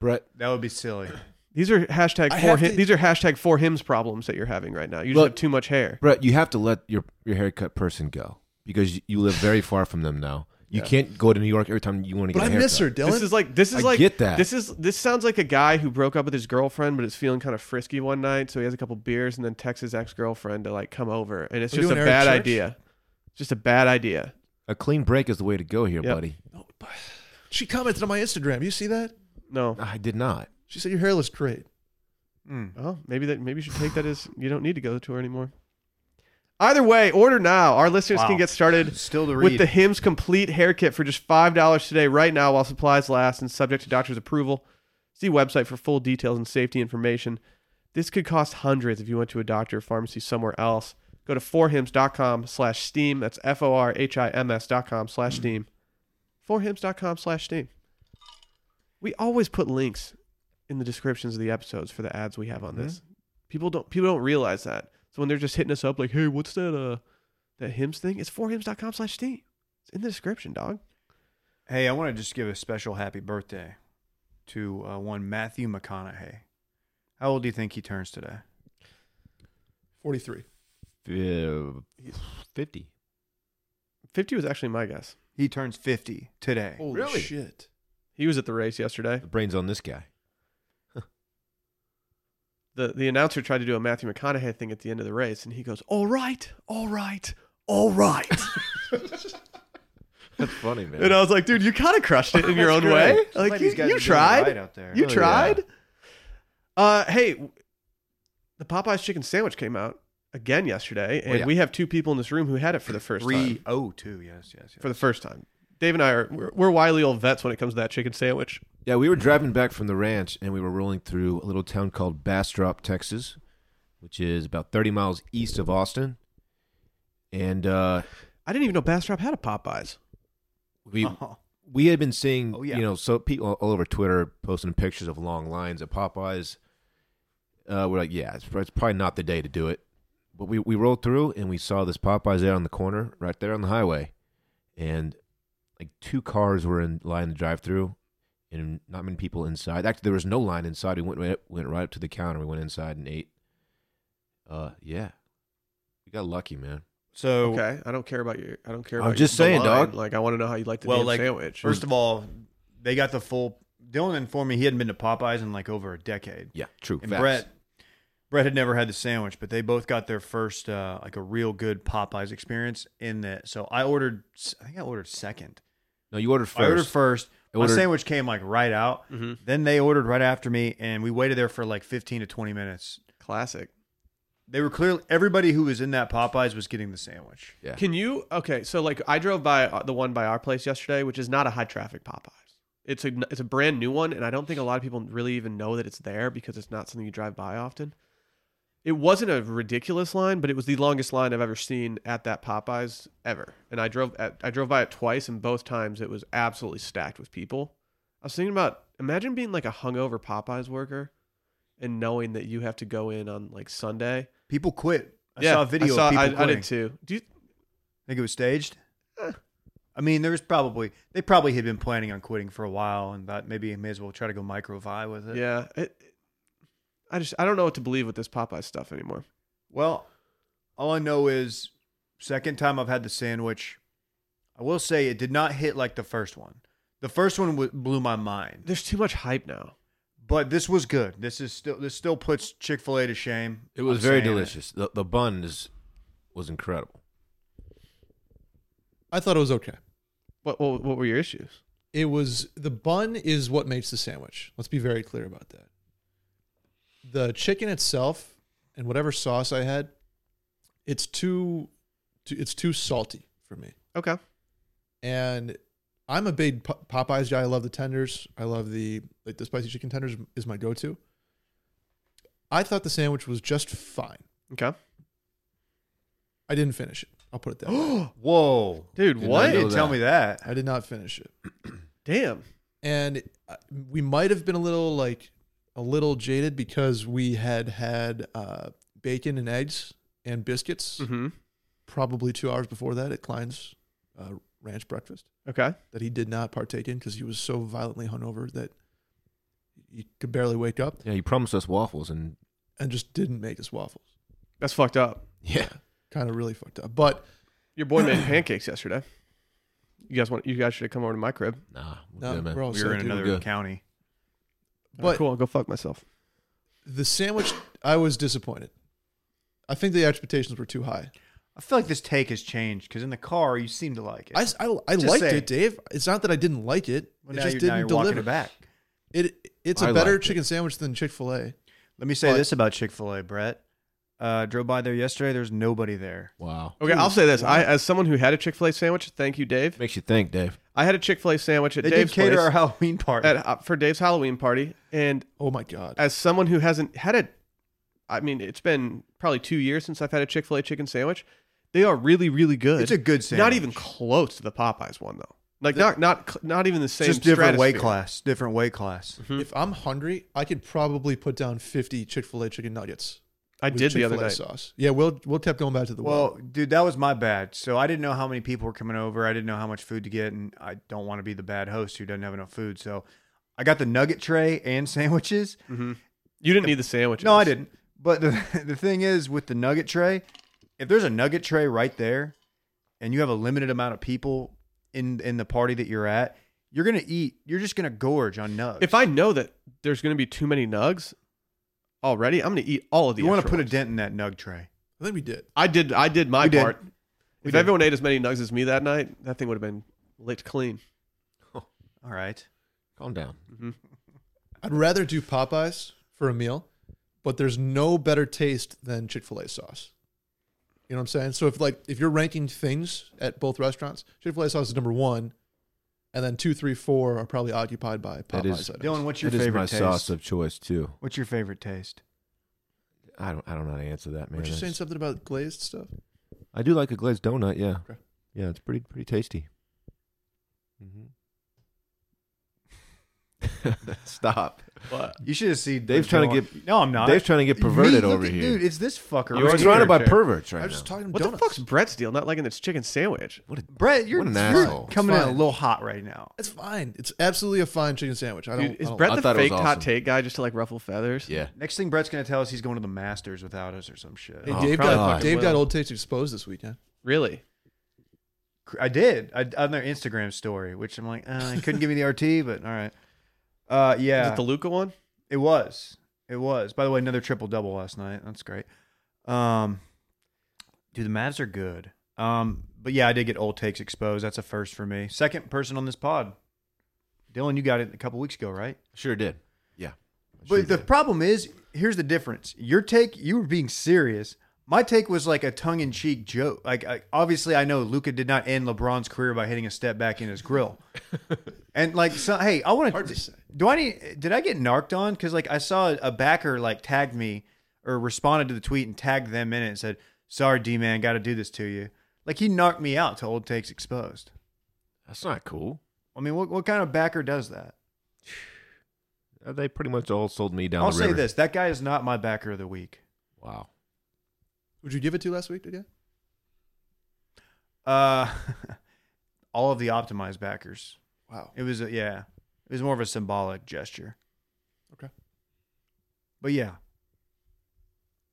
[SPEAKER 3] Brett,
[SPEAKER 2] that would be silly.
[SPEAKER 1] These are hashtag
[SPEAKER 4] I
[SPEAKER 1] four.
[SPEAKER 4] have
[SPEAKER 1] Hi-
[SPEAKER 4] to-
[SPEAKER 1] these are hashtag four hymns problems that you're having right now. You just
[SPEAKER 3] Look-
[SPEAKER 1] have too much hair.
[SPEAKER 3] Brett, you have to let your your haircut person go because you live very far from them now. You
[SPEAKER 1] Yeah.
[SPEAKER 3] can't go to New York every time you want to get
[SPEAKER 4] But
[SPEAKER 3] a
[SPEAKER 4] I
[SPEAKER 3] haircut.
[SPEAKER 4] miss her, Dylan.
[SPEAKER 1] This is like this is
[SPEAKER 3] I
[SPEAKER 1] like
[SPEAKER 3] get that.
[SPEAKER 1] This is this sounds like a guy who broke up with his girlfriend, but is feeling kind of frisky one night, so he has a couple beers and then texts his ex girlfriend to like come over, and it's
[SPEAKER 4] We're
[SPEAKER 1] just a
[SPEAKER 4] doing Eric
[SPEAKER 1] bad
[SPEAKER 4] Church?
[SPEAKER 1] idea. It's just a bad idea.
[SPEAKER 3] A clean break is the way to go here,
[SPEAKER 1] Yep.
[SPEAKER 3] buddy.
[SPEAKER 4] No, but- she commented on my Instagram. You see that?
[SPEAKER 1] No,
[SPEAKER 3] I did not.
[SPEAKER 4] She said your hair looks great.
[SPEAKER 2] Mm.
[SPEAKER 1] Oh, maybe that maybe you should take that as you don't need to go to tour anymore. Either way, order now. Our listeners
[SPEAKER 2] Wow.
[SPEAKER 1] can get started
[SPEAKER 2] Still to
[SPEAKER 1] with
[SPEAKER 2] read.
[SPEAKER 1] the Hims Complete Hair Kit for just five dollars today, right now, while supplies last and subject to doctor's approval. See website for full details and safety information. This could cost hundreds if you went to a doctor or pharmacy somewhere else. Go to forhims.com slash steam. That's F O R H I M S dot com slash steam. Forhims.com slash steam. We always put links in the descriptions of the episodes for the ads we have on this.
[SPEAKER 2] Mm-hmm.
[SPEAKER 1] People don't people don't realize that. So when they're just hitting us up like, hey, what's that uh that hymns thing? It's forhims.com slash steam. It's in the description, dog.
[SPEAKER 2] hey, I want to just give a special happy birthday to uh, one Matthew McConaughey. How old do you think he turns today?
[SPEAKER 4] 43.
[SPEAKER 3] Uh, 50.
[SPEAKER 1] 50 was actually my guess.
[SPEAKER 2] He turns 50 today.
[SPEAKER 1] Oh,
[SPEAKER 4] Holy
[SPEAKER 3] Really?
[SPEAKER 4] shit.
[SPEAKER 1] He was at the race yesterday.
[SPEAKER 3] The brain's on this guy.
[SPEAKER 1] The the announcer tried to do a Matthew McConaughey thing at the end of the race, and he goes, All right, all right, all right.
[SPEAKER 3] That's funny, man.
[SPEAKER 1] and I was like, dude, you kind of crushed it in your own
[SPEAKER 2] That's
[SPEAKER 1] way.
[SPEAKER 2] great. Some
[SPEAKER 1] Like
[SPEAKER 2] of
[SPEAKER 1] you,
[SPEAKER 2] these guys
[SPEAKER 1] you
[SPEAKER 2] are doing it
[SPEAKER 1] tried.
[SPEAKER 2] right out there. Oh,
[SPEAKER 1] You
[SPEAKER 3] Hell yeah.
[SPEAKER 1] tried. Uh, hey, w- the Popeyes chicken sandwich came out again yesterday, and
[SPEAKER 3] yeah.
[SPEAKER 1] we have two people in this room who had it for the first
[SPEAKER 2] Oh, Three
[SPEAKER 1] time.
[SPEAKER 2] oh two. Yes, yes, yes.
[SPEAKER 1] For the first time, Dave and I are we're, we're wily old vets when it comes to that chicken sandwich.
[SPEAKER 3] Yeah, we were driving back from the ranch and we were rolling through a little town called Bastrop, Texas, which is about 30 miles east of Austin. And uh,
[SPEAKER 1] I didn't even know Bastrop had a Popeyes.
[SPEAKER 3] we
[SPEAKER 2] Oh.
[SPEAKER 3] we had been seeing,
[SPEAKER 2] Oh, yeah.
[SPEAKER 3] you know, so people all over Twitter posting pictures of long lines at Popeyes. Uh, we're like, yeah, it's, prob- it's probably not the day to do it. But we, we rolled through and we saw this Popeyes out on the corner, right there on the highway. And like two cars were in line to drive through and not many people inside. Actually, there was no line inside. We went right up, went right up to the counter. We went inside and ate. Uh, yeah, we got lucky, man.
[SPEAKER 2] So
[SPEAKER 1] Okay, I don't care about your. I don't care.
[SPEAKER 3] I'm
[SPEAKER 1] About
[SPEAKER 3] just
[SPEAKER 1] your, the
[SPEAKER 3] saying,
[SPEAKER 1] line.
[SPEAKER 3] dog. Mm.
[SPEAKER 1] Like I want to know how you like the
[SPEAKER 2] Well,
[SPEAKER 1] damn
[SPEAKER 2] like,
[SPEAKER 1] sandwich.
[SPEAKER 2] First of all, they got the full. Dylan informed me he hadn't been to Popeyes in like over a decade,
[SPEAKER 3] Yeah, true.
[SPEAKER 2] and
[SPEAKER 3] facts.
[SPEAKER 2] Brett, Brett had never had the sandwich, but they both got their first uh, like a real good Popeyes experience in that. So I ordered, I think I ordered second.
[SPEAKER 3] no, you ordered first.
[SPEAKER 2] I ordered first.
[SPEAKER 3] I
[SPEAKER 2] My
[SPEAKER 3] ordered-
[SPEAKER 2] sandwich came like right out.
[SPEAKER 1] Mhm.
[SPEAKER 2] Then they ordered right after me, and we waited there for like fifteen to twenty minutes.
[SPEAKER 1] classic.
[SPEAKER 2] They were clearly everybody who was in that Popeyes was getting the sandwich.
[SPEAKER 3] Yeah.
[SPEAKER 1] Can you? Okay, so like I drove by uh, the one by our place yesterday, which is not a high traffic Popeyes. It's a it's a brand new one, and I don't think a lot of people really even know that it's there because it's not something you drive by often. It wasn't a ridiculous line, but it was the longest line I've ever seen at that Popeyes ever. And I drove at, I drove by it twice, and both times it was absolutely stacked with people. I was thinking about imagine being like a hungover Popeyes worker, and knowing that you have to go in on like Sunday.
[SPEAKER 2] People quit. I saw a video
[SPEAKER 1] saw-
[SPEAKER 2] of people
[SPEAKER 1] I- I
[SPEAKER 2] quitting.
[SPEAKER 1] did too. Do you,
[SPEAKER 2] Think it was staged?
[SPEAKER 1] Eh.
[SPEAKER 2] I mean, there was probably they probably had been planning on quitting for a while, and thought maybe may as well try to go micro vi with it.
[SPEAKER 1] Yeah. It, it- I just I don't know what to believe with this Popeye stuff anymore.
[SPEAKER 2] Well, all I know is second time I've had the sandwich. I will say it did not hit like the first one. The first one w- blew my mind,
[SPEAKER 1] There's too much hype now.
[SPEAKER 2] but this was good. This is still this still puts Chick Fil A to shame.
[SPEAKER 3] It was
[SPEAKER 2] I'm
[SPEAKER 3] very
[SPEAKER 2] saying
[SPEAKER 3] delicious. The the bun is was incredible.
[SPEAKER 4] I thought it was okay.
[SPEAKER 1] What what, what were your issues?
[SPEAKER 4] It was the bun is what makes the sandwich. Let's be very clear about that. The chicken itself and whatever sauce I had, it's too, too it's too salty for me.
[SPEAKER 1] Okay.
[SPEAKER 4] and I'm a big Po- Popeyes guy. I love the tenders. I love the like the spicy chicken tenders is my go-to. I thought the sandwich was just fine.
[SPEAKER 1] Okay.
[SPEAKER 4] I didn't finish it. I'll put it that way.
[SPEAKER 2] it. Whoa!
[SPEAKER 1] Dude,
[SPEAKER 3] Did
[SPEAKER 2] You
[SPEAKER 3] I
[SPEAKER 1] what?
[SPEAKER 3] know
[SPEAKER 2] didn't tell
[SPEAKER 3] that.
[SPEAKER 2] me that.
[SPEAKER 4] I did not finish it,
[SPEAKER 1] Damn.
[SPEAKER 4] and uh, we might have been a little like a little jaded because we had had uh, bacon and eggs and biscuits
[SPEAKER 1] Mm-hmm.
[SPEAKER 4] probably two hours before that at Klein's uh, ranch breakfast.
[SPEAKER 1] Okay.
[SPEAKER 4] that he did not partake in because he was so violently hungover that he could barely wake up
[SPEAKER 3] Yeah, you promised us waffles and
[SPEAKER 4] and just didn't make us waffles.
[SPEAKER 1] That's fucked up.
[SPEAKER 3] yeah.
[SPEAKER 4] Kind of really fucked up. But
[SPEAKER 1] Your boy made pancakes yesterday. You guys want you guys should have come over to my crib.
[SPEAKER 3] Nah, we're
[SPEAKER 4] no,
[SPEAKER 3] good, man.
[SPEAKER 4] we're all
[SPEAKER 2] We
[SPEAKER 4] set,
[SPEAKER 2] were in
[SPEAKER 4] dude.
[SPEAKER 2] another
[SPEAKER 3] Good.
[SPEAKER 2] county.
[SPEAKER 1] But
[SPEAKER 4] But
[SPEAKER 1] cool, I'll go fuck myself.
[SPEAKER 4] the sandwich, I was disappointed. I think the expectations were too high.
[SPEAKER 2] I feel like this take has changed because in the car you seem to like it.
[SPEAKER 4] I, s- I, I
[SPEAKER 2] Just
[SPEAKER 4] liked
[SPEAKER 2] saying.
[SPEAKER 4] it, Dave. It's not that I didn't like it.
[SPEAKER 2] Well,
[SPEAKER 4] it
[SPEAKER 2] now
[SPEAKER 4] just
[SPEAKER 2] you're, now
[SPEAKER 4] didn't
[SPEAKER 2] you're walking
[SPEAKER 4] deliver.
[SPEAKER 2] it back.
[SPEAKER 4] It it's a
[SPEAKER 3] I
[SPEAKER 4] better
[SPEAKER 3] liked it.
[SPEAKER 4] chicken sandwich than Chick Fil A.
[SPEAKER 2] Let me say
[SPEAKER 4] But-
[SPEAKER 2] this about Chick Fil A, Brett. Uh, drove by there yesterday. There's nobody there.
[SPEAKER 3] Wow.
[SPEAKER 1] Okay, I'll say this. I, as someone who had a Chick Fil A sandwich, thank you, Dave.
[SPEAKER 3] Makes you think, Dave.
[SPEAKER 1] I had a Chick Fil A sandwich at
[SPEAKER 2] They
[SPEAKER 1] Dave's
[SPEAKER 2] did cater
[SPEAKER 1] place
[SPEAKER 2] our Halloween party.
[SPEAKER 1] at, uh, for Dave's Halloween party, and
[SPEAKER 4] Oh my god.
[SPEAKER 1] as someone who hasn't had it, I mean, it's been probably two years since I've had a Chick Fil A chicken sandwich. They are really, really good.
[SPEAKER 2] It's a good sandwich.
[SPEAKER 1] Not even close to the Popeyes one though. Like not not cl- not even the same.
[SPEAKER 2] just different weight
[SPEAKER 1] stratosphere.
[SPEAKER 2] class. Different weight class.
[SPEAKER 4] If I'm hungry, I could probably put down 50 Chick-fil-A chicken nuggets.
[SPEAKER 1] I
[SPEAKER 4] with
[SPEAKER 1] did the other
[SPEAKER 4] Chick-fil-A
[SPEAKER 1] night.
[SPEAKER 4] Sauce. Yeah, we'll we'll kept going back to the well.
[SPEAKER 2] Well, dude, that was my bad. So I didn't know how many people were coming over. I didn't know how much food to get, and I don't want to be the bad host who doesn't have enough food. So I got the nugget tray and sandwiches.
[SPEAKER 1] You didn't need the sandwiches.
[SPEAKER 2] No, I didn't. But the the thing is with the nugget tray, if there's a nugget tray right there, and you have a limited amount of people in in the party that you're at, you're gonna eat. You're just gonna gorge on nugs.
[SPEAKER 1] If I know that there's going to be too many nugs already, I'm going to eat all of the.
[SPEAKER 2] you want to
[SPEAKER 1] extra
[SPEAKER 2] put a
[SPEAKER 1] ones.
[SPEAKER 2] dent in that nug tray,
[SPEAKER 4] I think we did.
[SPEAKER 1] I did. I did my
[SPEAKER 2] We did.
[SPEAKER 1] part.
[SPEAKER 2] We
[SPEAKER 1] if
[SPEAKER 2] did.
[SPEAKER 1] everyone ate as many nugs as me that night, that thing would have been licked clean.
[SPEAKER 2] all right.
[SPEAKER 3] Calm down.
[SPEAKER 4] I'd rather do Popeyes for a meal, but there's no better taste than Chick-fil-A sauce. You know what I'm saying? So if like if you're ranking things at both restaurants, Chick-fil-A sauce is number one, and then two, three, four are probably occupied by Popeyes.
[SPEAKER 3] That is-
[SPEAKER 4] items.
[SPEAKER 2] Dylan, what's your
[SPEAKER 3] That is
[SPEAKER 2] favorite
[SPEAKER 3] my
[SPEAKER 2] taste?
[SPEAKER 3] sauce of choice too.
[SPEAKER 2] What's your favorite taste?
[SPEAKER 3] I don't. I don't know how to answer that, man.
[SPEAKER 4] Weren't you
[SPEAKER 3] That's-
[SPEAKER 4] saying something about glazed stuff?
[SPEAKER 3] I do like a glazed donut. Yeah.
[SPEAKER 4] Okay.
[SPEAKER 3] Yeah, it's pretty pretty tasty. Mm-hmm. Stop.
[SPEAKER 1] But
[SPEAKER 2] You should have seen
[SPEAKER 3] Dave's trying to get-
[SPEAKER 2] No, I'm not.
[SPEAKER 3] Dave's trying to get perverted
[SPEAKER 2] Me? Look
[SPEAKER 3] over
[SPEAKER 2] at-
[SPEAKER 3] here.
[SPEAKER 2] dude. It's this fucker.
[SPEAKER 1] You're
[SPEAKER 2] right
[SPEAKER 3] You're
[SPEAKER 1] It's
[SPEAKER 3] surrounded
[SPEAKER 2] here.
[SPEAKER 3] by perverts right
[SPEAKER 4] I was just
[SPEAKER 3] now.
[SPEAKER 4] talking
[SPEAKER 1] what
[SPEAKER 4] donuts.
[SPEAKER 1] the fuck's Brett's deal? Not liking this chicken sandwich.
[SPEAKER 3] What a
[SPEAKER 2] Brett, you're,
[SPEAKER 3] What an
[SPEAKER 2] you're
[SPEAKER 3] asshole.
[SPEAKER 2] coming in a
[SPEAKER 4] Fine. little
[SPEAKER 2] little hot right now.
[SPEAKER 4] It's fine. It's absolutely a fine chicken sandwich. I don't.
[SPEAKER 1] Dude, is
[SPEAKER 4] I don't
[SPEAKER 1] Brett
[SPEAKER 3] I
[SPEAKER 1] the
[SPEAKER 3] thought it was
[SPEAKER 1] fake
[SPEAKER 3] awesome.
[SPEAKER 1] hot take guy just to like ruffle feathers?
[SPEAKER 3] yeah.
[SPEAKER 2] Next thing Brett's gonna tell us he's going to the Masters without us or some shit.
[SPEAKER 4] Hey,
[SPEAKER 3] Oh,
[SPEAKER 4] Dave,
[SPEAKER 1] probably
[SPEAKER 4] got,
[SPEAKER 3] fucking
[SPEAKER 4] Dave got
[SPEAKER 1] will.
[SPEAKER 4] Old Taste exposed this weekend.
[SPEAKER 1] Really?
[SPEAKER 2] I did I, on their Instagram story, which I'm like, uh, he couldn't give me the RT, but all right. Uh,
[SPEAKER 1] Is
[SPEAKER 2] yeah,
[SPEAKER 1] it the Luca one?
[SPEAKER 2] it was, it was. By the way, another triple double last night. That's great. Um, dude, the Mavs are good. Um, but yeah, I did get old takes exposed. That's a first for me. Second person on this pod, Dylan, you got it a couple weeks ago, right?
[SPEAKER 3] Sure did. Yeah. Sure
[SPEAKER 2] But the
[SPEAKER 3] did.
[SPEAKER 2] problem is, here's the difference. Your take, you were being serious. My take was like a tongue in cheek joke. Like, I, obviously, I know Luca did not end LeBron's career by hitting a step back in his grill. and like, so, hey, I want
[SPEAKER 4] Hard to say.
[SPEAKER 2] Do I need? Did I get narked on? Because like, I saw a backer like tagged me or responded to the tweet and tagged them in it and said, "Sorry, D man, got to do this to you." Like, he narked me out to old takes exposed.
[SPEAKER 3] That's not cool.
[SPEAKER 2] I mean, what what kind of backer does that?
[SPEAKER 3] Uh, They pretty much all sold me down
[SPEAKER 2] I'll
[SPEAKER 3] the
[SPEAKER 2] say
[SPEAKER 3] river.
[SPEAKER 2] this: that guy is not my backer of the week.
[SPEAKER 3] Wow.
[SPEAKER 4] Would you give it to last week? Did you?
[SPEAKER 2] Uh, all of the optimized backers.
[SPEAKER 4] Wow.
[SPEAKER 2] It was a, yeah, it was more of a symbolic gesture.
[SPEAKER 4] Okay.
[SPEAKER 2] But yeah,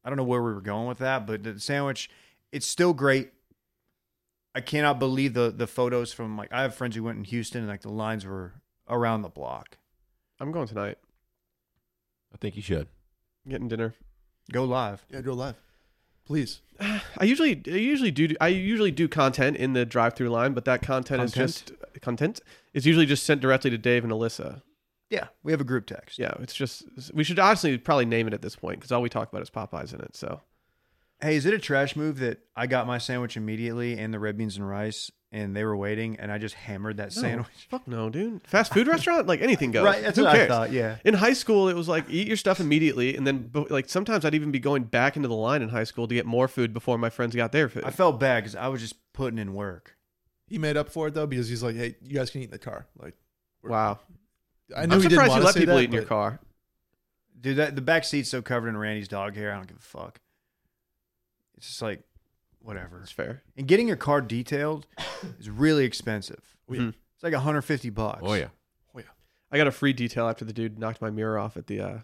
[SPEAKER 2] I don't know where we were going with that, but the sandwich, it's still great. I cannot believe the the photos from like I have friends who went in Houston and like the lines were around the block.
[SPEAKER 1] I'm going tonight.
[SPEAKER 3] I think you should.
[SPEAKER 1] I'm getting dinner.
[SPEAKER 2] Go live.
[SPEAKER 4] Yeah, go live. Please.
[SPEAKER 1] I usually I usually do I usually do content in the drive-through line, but that content, is
[SPEAKER 2] Content?
[SPEAKER 1] just content. It's usually just sent directly to Dave and Alyssa.
[SPEAKER 2] Yeah, we have a group text.
[SPEAKER 1] Yeah, it's just we should honestly probably name it at this point because all we talk about is Popeyes in it. So
[SPEAKER 2] Hey, is it a trash move that I got my sandwich immediately and the red beans and rice and they were waiting and I just hammered that
[SPEAKER 1] No,
[SPEAKER 2] sandwich?
[SPEAKER 1] Oh, fuck no, dude. Fast food restaurant, like anything goes.
[SPEAKER 2] Right, that's
[SPEAKER 1] Who
[SPEAKER 2] what
[SPEAKER 1] cares?
[SPEAKER 2] I thought. Yeah.
[SPEAKER 1] In high school, it was like eat your stuff immediately, and then but, like sometimes I'd even be going back into the line in high school to get more food before my friends got their food.
[SPEAKER 2] I felt bad because I was just putting in work.
[SPEAKER 4] He made up for it though because he's like, hey, you guys can eat in the car. Like,
[SPEAKER 1] wow,
[SPEAKER 4] I know
[SPEAKER 1] I'm
[SPEAKER 4] he didn't
[SPEAKER 1] surprised you
[SPEAKER 4] want to
[SPEAKER 1] let
[SPEAKER 4] say
[SPEAKER 1] people
[SPEAKER 4] that,
[SPEAKER 1] eat in your
[SPEAKER 4] but
[SPEAKER 1] car.
[SPEAKER 2] Dude, that the back seat's so covered in Randy's dog hair. I don't give a fuck. It's just like, whatever.
[SPEAKER 1] That's fair.
[SPEAKER 2] And getting your car detailed is really expensive.
[SPEAKER 4] Oh, yeah.
[SPEAKER 1] Mhm.
[SPEAKER 2] It's like 150 bucks.
[SPEAKER 3] Oh yeah.
[SPEAKER 1] I got a free detail after the dude knocked my mirror off at the. uh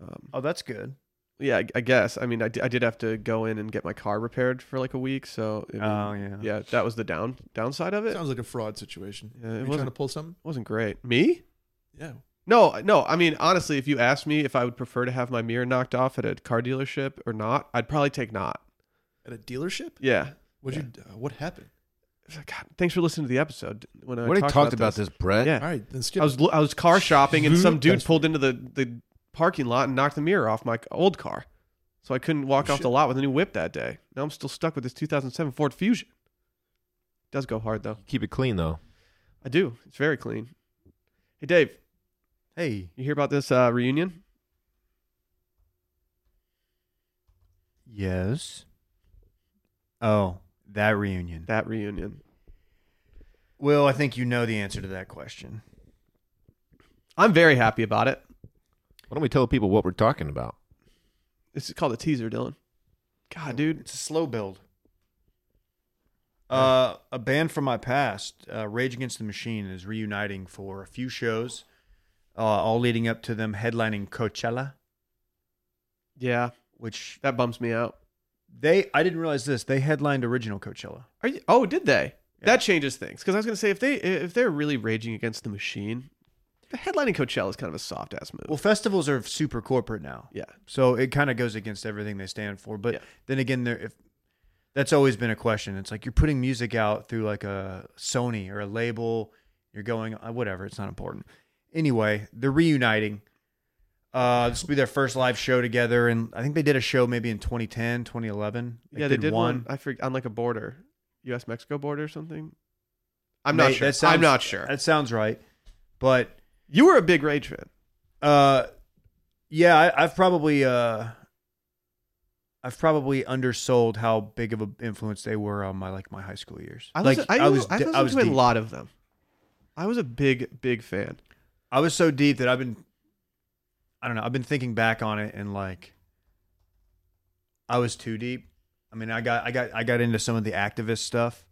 [SPEAKER 1] um,
[SPEAKER 2] Oh, that's good.
[SPEAKER 1] Yeah, I, I guess. I mean, I di- I did have to go in and get my car repaired for like a week, so I mean,
[SPEAKER 2] Oh yeah.
[SPEAKER 1] yeah, that was the down downside of it.
[SPEAKER 4] Sounds like a fraud situation.
[SPEAKER 1] Yeah, it
[SPEAKER 4] Are you trying
[SPEAKER 1] wasn't-
[SPEAKER 4] to pull something?
[SPEAKER 1] wasn't great. Me?
[SPEAKER 4] Yeah.
[SPEAKER 1] No, no. I mean, honestly, if you asked me if I would prefer to have my mirror knocked off at a car dealership or not, I'd probably take not.
[SPEAKER 4] At a dealership?
[SPEAKER 1] Yeah.
[SPEAKER 4] What would you? Uh, what happened?
[SPEAKER 1] God, thanks for listening to the episode. When I
[SPEAKER 3] What
[SPEAKER 1] uh,
[SPEAKER 3] they
[SPEAKER 1] talked
[SPEAKER 3] talked about this, Brett.
[SPEAKER 1] Yeah.
[SPEAKER 4] All right, then skip.
[SPEAKER 1] I was I was car shopping and some dude
[SPEAKER 4] That's
[SPEAKER 1] pulled into the the parking lot and knocked the mirror off my old car. So I couldn't walk off
[SPEAKER 4] Shit.
[SPEAKER 1] the lot with a new whip that day. Now I'm still stuck with this 2007 Ford Fusion. does go hard though.
[SPEAKER 3] Keep it clean though.
[SPEAKER 1] I do. It's very clean. Hey Dave,
[SPEAKER 2] Hey,
[SPEAKER 1] you hear about this uh, reunion?
[SPEAKER 2] yes. Oh, that reunion.
[SPEAKER 1] That reunion.
[SPEAKER 2] Will, I think you know the answer to that question.
[SPEAKER 1] I'm very happy about it.
[SPEAKER 3] Why don't we tell people what we're talking about?
[SPEAKER 1] This is called a teaser, Dylan. God, dude.
[SPEAKER 2] It's a slow build. Uh, a band from my past, uh, Rage Against the Machine, is reuniting for a few shows, uh, all leading up to them headlining Coachella,
[SPEAKER 1] Yeah,
[SPEAKER 2] which
[SPEAKER 1] that bums me out.
[SPEAKER 2] they I didn't realize this they headlined original Coachella.
[SPEAKER 1] Are you? Oh, did they?
[SPEAKER 2] Yeah.
[SPEAKER 1] That changes things. Because I was gonna say if they if they're really raging against the machine, the headlining Coachella is kind of a soft ass move.
[SPEAKER 2] Well, festivals are super corporate now,
[SPEAKER 1] yeah,
[SPEAKER 2] so it kind of goes against everything they stand for. But
[SPEAKER 1] Yeah.
[SPEAKER 2] then again, there if that's always been a question. It's like you're putting music out through like a Sony or a label. You're going uh, whatever. It's not important. Anyway, they're reuniting. Uh, this will be their first live show together, and I think they did a show maybe in 2010, 2011.
[SPEAKER 1] yeah, they did one. I forget on like a border, U.S. Mexico border or something. I'm not
[SPEAKER 2] Mate,
[SPEAKER 1] sure.
[SPEAKER 2] that sounds-
[SPEAKER 1] I'm not sure.
[SPEAKER 2] That sounds right, but
[SPEAKER 1] You were a big rage fan.
[SPEAKER 2] Uh, yeah, I, I've probably uh, I've probably undersold how big of an influence they were on my like my high school years.
[SPEAKER 1] I
[SPEAKER 2] like
[SPEAKER 1] listened, I, was,
[SPEAKER 2] de-
[SPEAKER 1] I listened
[SPEAKER 2] I was
[SPEAKER 1] to a
[SPEAKER 2] deep.
[SPEAKER 1] lot of them. I was a big big fan.
[SPEAKER 2] I was so deep that I've been, I don't know, I've been thinking back on it and like, I was too deep. I mean, I got I got I got into some of the activist stuff,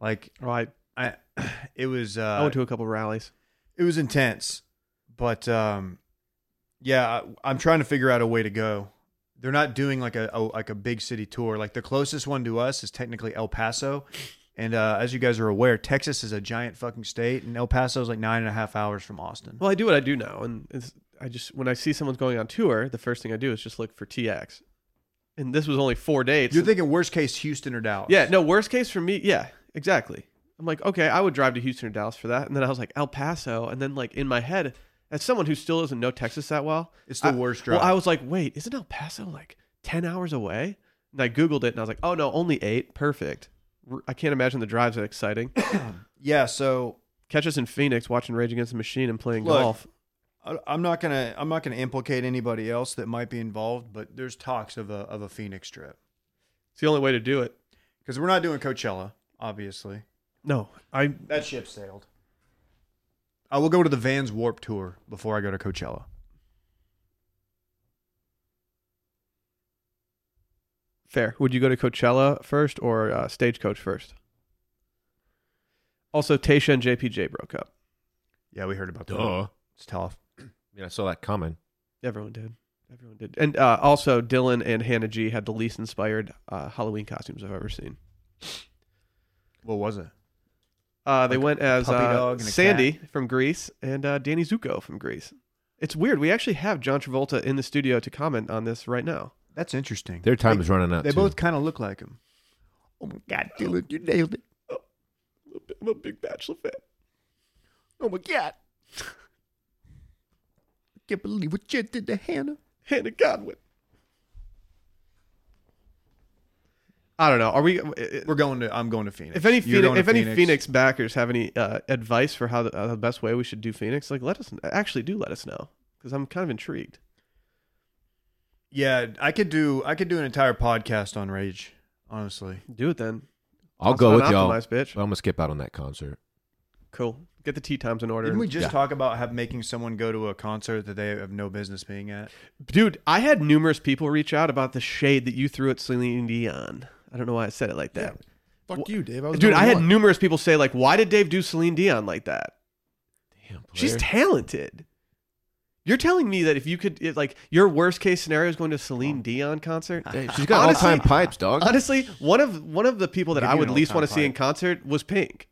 [SPEAKER 2] like
[SPEAKER 1] All right,
[SPEAKER 2] I, it was uh,
[SPEAKER 1] Oh, I went to a couple rallies.
[SPEAKER 2] it was intense but um yeah I, i'm trying to figure out a way to go they're not doing like a, a like a big city tour like the closest one to us is technically el paso and uh, as you guys are aware texas is a giant fucking state and el paso is like nine and a half hours from austin
[SPEAKER 1] Well, I do what I do now, and it's, I just when I see someone's going on tour, the first thing I do is just look for TX. And this was only four dates.
[SPEAKER 2] you're thinking worst case houston or dallas
[SPEAKER 1] Yeah, no, worst case for me, yeah, exactly. I'm like, okay, I would drive to Houston or Dallas for that. And then I was like, El Paso. And then, like, in my head, as someone who still doesn't know Texas that well,
[SPEAKER 2] it's the
[SPEAKER 1] I-
[SPEAKER 2] worst drive
[SPEAKER 1] well, I was like, wait, isn't El Paso like 10 hours away? And I Googled it and I was like, oh, no, only eight. Perfect. R- I can't imagine the drive's that exciting.
[SPEAKER 2] yeah so
[SPEAKER 1] Catch us in Phoenix watching Rage Against the Machine and playing
[SPEAKER 2] Look,
[SPEAKER 1] golf.
[SPEAKER 2] I- I'm not gonna I'm not gonna implicate anybody else that might be involved, but there's talks of a of a Phoenix trip
[SPEAKER 1] It's the only way to do it.
[SPEAKER 2] because we're not doing Coachella, obviously.
[SPEAKER 1] No, I
[SPEAKER 2] That ship sailed. I will go to the Vans Warp Tour before I go to Coachella.
[SPEAKER 1] Fair. Would you go to Coachella first or uh, Stagecoach first? Also, Tasha and JPJ broke up.
[SPEAKER 2] Yeah, we heard about that.
[SPEAKER 3] Duh. I
[SPEAKER 2] It's tough.
[SPEAKER 3] mean, I saw that coming.
[SPEAKER 1] Everyone did. Everyone did. And uh, also, Dylan and Hannah G had the least inspired uh, Halloween costumes I've ever seen.
[SPEAKER 2] What was it?
[SPEAKER 1] Uh, they
[SPEAKER 2] Like
[SPEAKER 1] went as
[SPEAKER 2] puppy
[SPEAKER 1] uh,
[SPEAKER 2] dog and a
[SPEAKER 1] Sandy from Greece and uh, Danny Zuko from Greece. It's weird. We actually have John Travolta in the studio to comment on this right now.
[SPEAKER 2] That's interesting.
[SPEAKER 3] Their time is running out.
[SPEAKER 2] They
[SPEAKER 3] too.
[SPEAKER 2] both kind of look like him. Oh my god, Dylan, you nailed it.
[SPEAKER 1] I'm a big Bachelor fan.
[SPEAKER 2] Oh my god. I can't believe what you did to Hannah.
[SPEAKER 1] Hannah Godwin. I don't know. Are we? uh,
[SPEAKER 2] We're going to I'm going to Phoenix.
[SPEAKER 1] If any
[SPEAKER 2] You're going
[SPEAKER 1] Phoenix,
[SPEAKER 2] to
[SPEAKER 1] if any Phoenix backers have any uh, advice for how the, uh, the best way we should do Phoenix, like let us actually do let us know because I'm kind of intrigued.
[SPEAKER 2] Yeah, I could do I could do an entire podcast on Rage, honestly.
[SPEAKER 1] Do it then.
[SPEAKER 3] I'll
[SPEAKER 1] That's
[SPEAKER 3] go with
[SPEAKER 1] not
[SPEAKER 3] y'all.
[SPEAKER 1] optimized, bitch.
[SPEAKER 3] But I'm gonna skip out on that concert.
[SPEAKER 1] Cool. Get the tea times in order,
[SPEAKER 2] Didn't we just
[SPEAKER 3] Yeah.
[SPEAKER 2] talk about have making someone go to a concert that they have no business being at?
[SPEAKER 1] dude. I had numerous people reach out about the shade that you threw at Celine Dion. I don't know why I said it like that,
[SPEAKER 4] Fuck
[SPEAKER 1] Wha-
[SPEAKER 4] you, Dave. I was
[SPEAKER 1] dude.
[SPEAKER 4] number
[SPEAKER 1] I had
[SPEAKER 4] one.
[SPEAKER 1] numerous people say like, "Why did Dave do Celine Dion like that?"
[SPEAKER 3] Damn,
[SPEAKER 1] She's talented. You're telling me that if you could, if, like, your worst case scenario is going to a Celine Dion concert.
[SPEAKER 3] she's got all
[SPEAKER 1] Honestly-
[SPEAKER 3] time pipes, dog.
[SPEAKER 1] Honestly, one of one of the people that
[SPEAKER 2] Give
[SPEAKER 1] I
[SPEAKER 2] you
[SPEAKER 1] would
[SPEAKER 2] an
[SPEAKER 1] least
[SPEAKER 2] all-time
[SPEAKER 1] want to see in
[SPEAKER 2] pipe.
[SPEAKER 1] concert was Pink.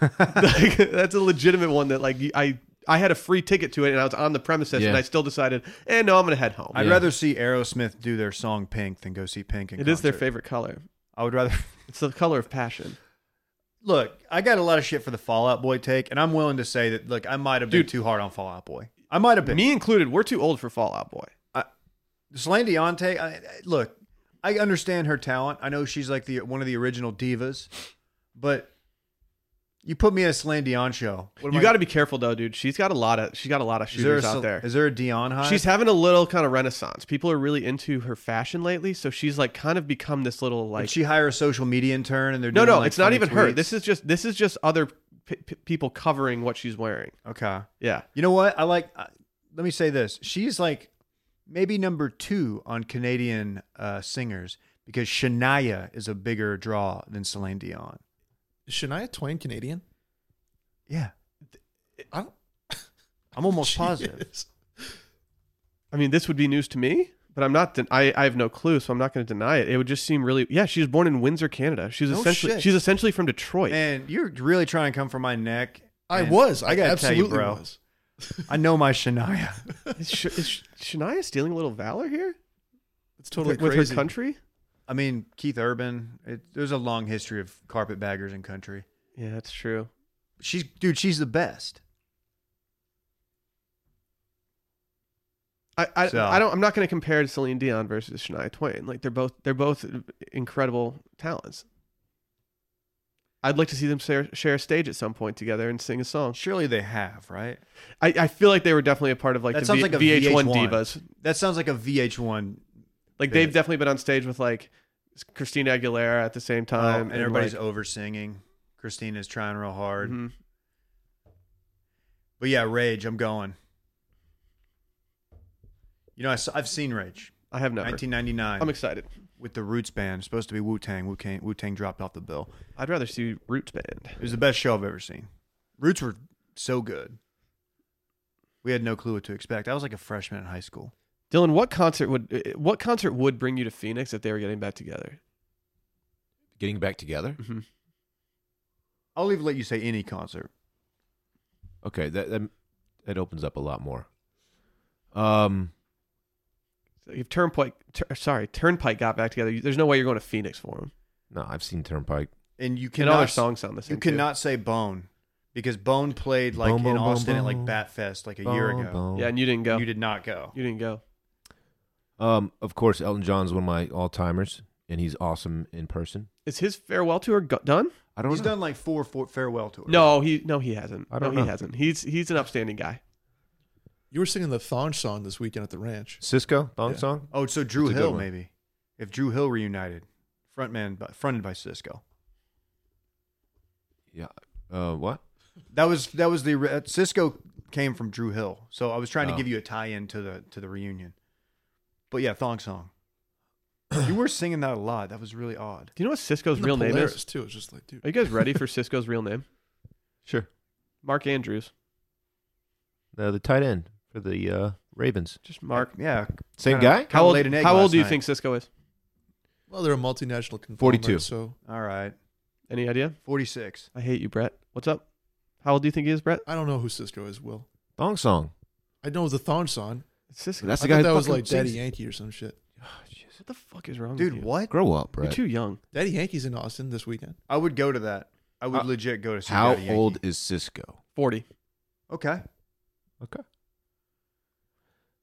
[SPEAKER 1] like, that's a legitimate one that like I I had a free ticket to it and I was on the premises
[SPEAKER 3] Yeah.
[SPEAKER 1] and I still decided, eh, no, I'm gonna head home.
[SPEAKER 2] I'd
[SPEAKER 3] Yeah.
[SPEAKER 2] rather see Aerosmith do their song Pink than go see Pink in
[SPEAKER 1] It is their
[SPEAKER 2] concert.
[SPEAKER 1] favorite color.
[SPEAKER 2] I would rather
[SPEAKER 1] It's the color of passion.
[SPEAKER 2] look. I got a lot of shit for the Fallout Boy take, and I'm willing to say that. Look, I might have been
[SPEAKER 1] Dude.
[SPEAKER 2] too hard on Fallout Boy. I might have been.
[SPEAKER 1] Me included, we're too old for Fallout Boy.
[SPEAKER 2] Celine Deonte, I, I, look, I understand her talent. I know she's like the one of the original divas, but you put me at a Celine Dion show. What am
[SPEAKER 1] you
[SPEAKER 2] I-
[SPEAKER 1] got to be careful though, dude. She's got a lot of she's got a lot of
[SPEAKER 2] is there a
[SPEAKER 1] shooters out
[SPEAKER 2] Cel-
[SPEAKER 1] there.
[SPEAKER 2] Is there a Dion high?
[SPEAKER 1] She's having a little kind of renaissance. People are really into her fashion lately, so she's like kind of become this little
[SPEAKER 2] Did
[SPEAKER 1] like
[SPEAKER 2] she hire a social media intern and they're
[SPEAKER 1] No,
[SPEAKER 2] doing,
[SPEAKER 1] no,
[SPEAKER 2] like,
[SPEAKER 1] it's not
[SPEAKER 2] funny
[SPEAKER 1] even her.
[SPEAKER 2] tweets?
[SPEAKER 1] This is just this is just other p- p- people covering what she's wearing.
[SPEAKER 2] okay.
[SPEAKER 1] Yeah.
[SPEAKER 2] You know what? I like. I, let me say this. She's like maybe number two on Canadian uh, singers because Shania is a bigger draw than Celine Dion.
[SPEAKER 4] Is Shania Twain Canadian?
[SPEAKER 2] Yeah,
[SPEAKER 4] I don't.
[SPEAKER 2] I'm almost
[SPEAKER 4] She
[SPEAKER 2] positive.
[SPEAKER 4] is.
[SPEAKER 1] I mean, this would be news to me, but I'm not. Den- I I have no clue, so I'm not going to deny it. It would just seem really. Yeah, she was born in Windsor, Canada. She's
[SPEAKER 4] No
[SPEAKER 1] essentially
[SPEAKER 4] shit.
[SPEAKER 1] she's essentially from Detroit.
[SPEAKER 2] And you're really trying to come for my neck.
[SPEAKER 4] I
[SPEAKER 2] And
[SPEAKER 4] was. I,
[SPEAKER 2] gotta tell you,
[SPEAKER 4] absolutely
[SPEAKER 2] bro.
[SPEAKER 4] was.
[SPEAKER 2] I know my Shania.
[SPEAKER 1] Is, Sh- is Sh- Shania stealing a little valor here?
[SPEAKER 4] It's totally
[SPEAKER 1] with, with
[SPEAKER 4] crazy.
[SPEAKER 1] her country.
[SPEAKER 2] I mean, Keith Urban. It, there's a long history of carpetbaggers in country.
[SPEAKER 1] Yeah, that's true.
[SPEAKER 2] She's dude. She's the best.
[SPEAKER 1] I I,
[SPEAKER 2] So-
[SPEAKER 1] I don't. I'm not going to compare to Celine Dion versus Shania Twain. Like they're both they're both incredible talents. I'd like to see them share, share a stage at some point together and sing a song.
[SPEAKER 2] Surely they have right.
[SPEAKER 1] I, I feel like they were definitely a part of like
[SPEAKER 2] That
[SPEAKER 1] the
[SPEAKER 2] sounds
[SPEAKER 1] V-
[SPEAKER 2] like a
[SPEAKER 1] VH1,
[SPEAKER 2] VH1.
[SPEAKER 1] divas.
[SPEAKER 2] That sounds like a VH1.
[SPEAKER 1] Like they've
[SPEAKER 2] Bit.
[SPEAKER 1] definitely been on stage with like Christina Aguilera at the same
[SPEAKER 2] Um,
[SPEAKER 1] time,
[SPEAKER 2] and everybody's
[SPEAKER 1] like,
[SPEAKER 2] over singing. Christina's trying real hard.
[SPEAKER 1] mhm.
[SPEAKER 2] But yeah, Rage, I'm going. You know, I saw, I've seen Rage,
[SPEAKER 1] I have never.
[SPEAKER 2] 1999,
[SPEAKER 1] I'm excited.
[SPEAKER 2] with the Roots Band, supposed to be Wu Tang. Wu Tang dropped off the bill.
[SPEAKER 1] I'd rather see Roots Band.
[SPEAKER 2] It was the best show I've ever seen. Roots were so good. We had no clue what to expect. I was like a freshman in high school.
[SPEAKER 1] Dylan, what concert would eh, what concert would bring you to Phoenix if they were getting back together?
[SPEAKER 3] Getting back together.
[SPEAKER 1] Mhm.
[SPEAKER 2] I'll even let you say any concert.
[SPEAKER 3] Okay, that, that that opens up a lot more. Um,
[SPEAKER 1] So If Turnpike, tur- sorry, Turnpike got back together, you- there's no way you're going to Phoenix for them.
[SPEAKER 3] no, I've seen Turnpike.
[SPEAKER 2] And you
[SPEAKER 1] And all
[SPEAKER 2] cannot,
[SPEAKER 1] their songs sound the same.
[SPEAKER 2] you cannot say Bone because Bone played like
[SPEAKER 3] Bone,
[SPEAKER 2] in
[SPEAKER 3] Bone, Bone,
[SPEAKER 2] Austin at like
[SPEAKER 3] Bone.
[SPEAKER 2] Batfest like a year ago.
[SPEAKER 1] Too.
[SPEAKER 3] Bone.
[SPEAKER 1] Yeah, and you didn't go.
[SPEAKER 2] And
[SPEAKER 1] You,
[SPEAKER 2] You did not go.
[SPEAKER 1] didn't go.
[SPEAKER 3] Um, of course, Elton John's one of my all timers, and he's awesome in person.
[SPEAKER 1] Is his farewell tour go- done?
[SPEAKER 3] I don't
[SPEAKER 2] He's
[SPEAKER 3] know.
[SPEAKER 2] done like four, four farewell tours.
[SPEAKER 1] No, he no he hasn't.
[SPEAKER 3] I don't
[SPEAKER 1] no, he
[SPEAKER 3] know.
[SPEAKER 1] hasn't. He's he's an upstanding guy.
[SPEAKER 4] You were singing the Thonge song this weekend at the ranch.
[SPEAKER 3] Cisco Thong
[SPEAKER 4] Yeah.
[SPEAKER 3] Song.
[SPEAKER 2] Oh, so Drew
[SPEAKER 3] That's a good
[SPEAKER 2] Hill
[SPEAKER 3] one.
[SPEAKER 2] maybe. If Drew Hill reunited, frontman by, fronted by Cisco.
[SPEAKER 3] Yeah. Uh, what?
[SPEAKER 2] That was that was the re- uh, Cisco came from Drew Hill. So I was trying to
[SPEAKER 3] Oh.
[SPEAKER 2] give you a tie-in to the to the reunion. But yeah, thong song. you were singing that a lot. That was really odd.
[SPEAKER 1] Do you know what Cisco's
[SPEAKER 4] And the
[SPEAKER 1] real name
[SPEAKER 4] Polaris,
[SPEAKER 1] is?
[SPEAKER 4] too. It's just like, dude,
[SPEAKER 1] Are you guys ready for Cisco's real name?
[SPEAKER 3] Sure.
[SPEAKER 1] Mark Andrews.
[SPEAKER 3] The the tight end for the uh, Ravens.
[SPEAKER 1] Just Mark.
[SPEAKER 2] Yeah.
[SPEAKER 3] Same
[SPEAKER 2] kinda-
[SPEAKER 3] guy.
[SPEAKER 2] kinda
[SPEAKER 1] How old,
[SPEAKER 2] laid an egg
[SPEAKER 1] how
[SPEAKER 2] last
[SPEAKER 1] old do you
[SPEAKER 2] night.
[SPEAKER 1] think Cisco is?
[SPEAKER 4] well, they're a multinational conglomerate.
[SPEAKER 3] 42.
[SPEAKER 4] So
[SPEAKER 2] All right.
[SPEAKER 1] Any idea?
[SPEAKER 2] 46.
[SPEAKER 1] I hate you, Brett. What's up? How old do you think he is, Brett?
[SPEAKER 4] I don't know who Cisco is, Will.
[SPEAKER 3] Thong Song.
[SPEAKER 4] I know the Thonge song.
[SPEAKER 1] Cisco.
[SPEAKER 3] That's
[SPEAKER 4] I
[SPEAKER 3] the guy.
[SPEAKER 4] thought
[SPEAKER 3] who
[SPEAKER 4] that was
[SPEAKER 3] fucking
[SPEAKER 4] like Daddy
[SPEAKER 3] sings-
[SPEAKER 4] Yankee or some shit.
[SPEAKER 1] what the fuck is wrong with
[SPEAKER 2] Dude,
[SPEAKER 1] you?
[SPEAKER 2] what?
[SPEAKER 3] Grow up,
[SPEAKER 1] You're
[SPEAKER 3] Brett.
[SPEAKER 1] too young.
[SPEAKER 4] Daddy Yankee's in Austin this weekend.
[SPEAKER 2] I would go to that. I would
[SPEAKER 3] How-
[SPEAKER 2] legit go to see
[SPEAKER 3] Uh, How
[SPEAKER 2] Daddy Yankee.
[SPEAKER 3] old is Cisco?
[SPEAKER 1] 40.
[SPEAKER 2] Okay.
[SPEAKER 3] Okay.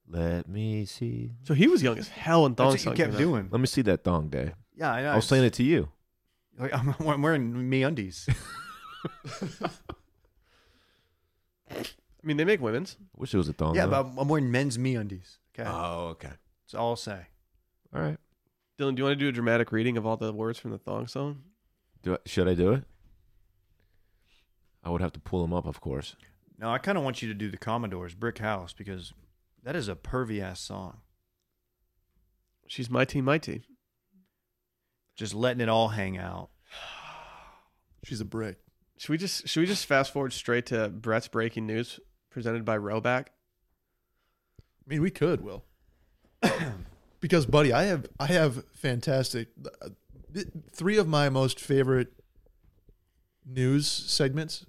[SPEAKER 3] Let me see.
[SPEAKER 1] So he was young as hell in Thong
[SPEAKER 2] That's
[SPEAKER 1] Song.
[SPEAKER 2] what you kept
[SPEAKER 1] came out.
[SPEAKER 2] doing.
[SPEAKER 3] Let me see that thong day.
[SPEAKER 2] Yeah, I know.
[SPEAKER 3] I was saying it to you.
[SPEAKER 2] Like, I'm, I'm wearing me undies.
[SPEAKER 1] I mean, they make women's.
[SPEAKER 3] I wish it was a thong.
[SPEAKER 2] yeah,
[SPEAKER 3] though.
[SPEAKER 2] but I'm- I'm wearing men's me undies. Okay.
[SPEAKER 3] Oh, okay.
[SPEAKER 2] That's all I'll say.
[SPEAKER 3] All right.
[SPEAKER 1] Dylan, do you want to do a dramatic reading of all the words from the Thong Song?
[SPEAKER 3] Do I, should I do it? I would have to pull them up, of course.
[SPEAKER 2] No, I kind of want you to do the Commodores Brick House because that is a pervy ass song.
[SPEAKER 1] She's my team, my team.
[SPEAKER 2] Just letting it all hang out.
[SPEAKER 4] She's a brick.
[SPEAKER 1] Should we just should we just fast forward straight to Brett's breaking news presented by Roback?
[SPEAKER 4] I mean, we could, Will. because, buddy, I have I have fantastic uh, th- three of my most favorite news segments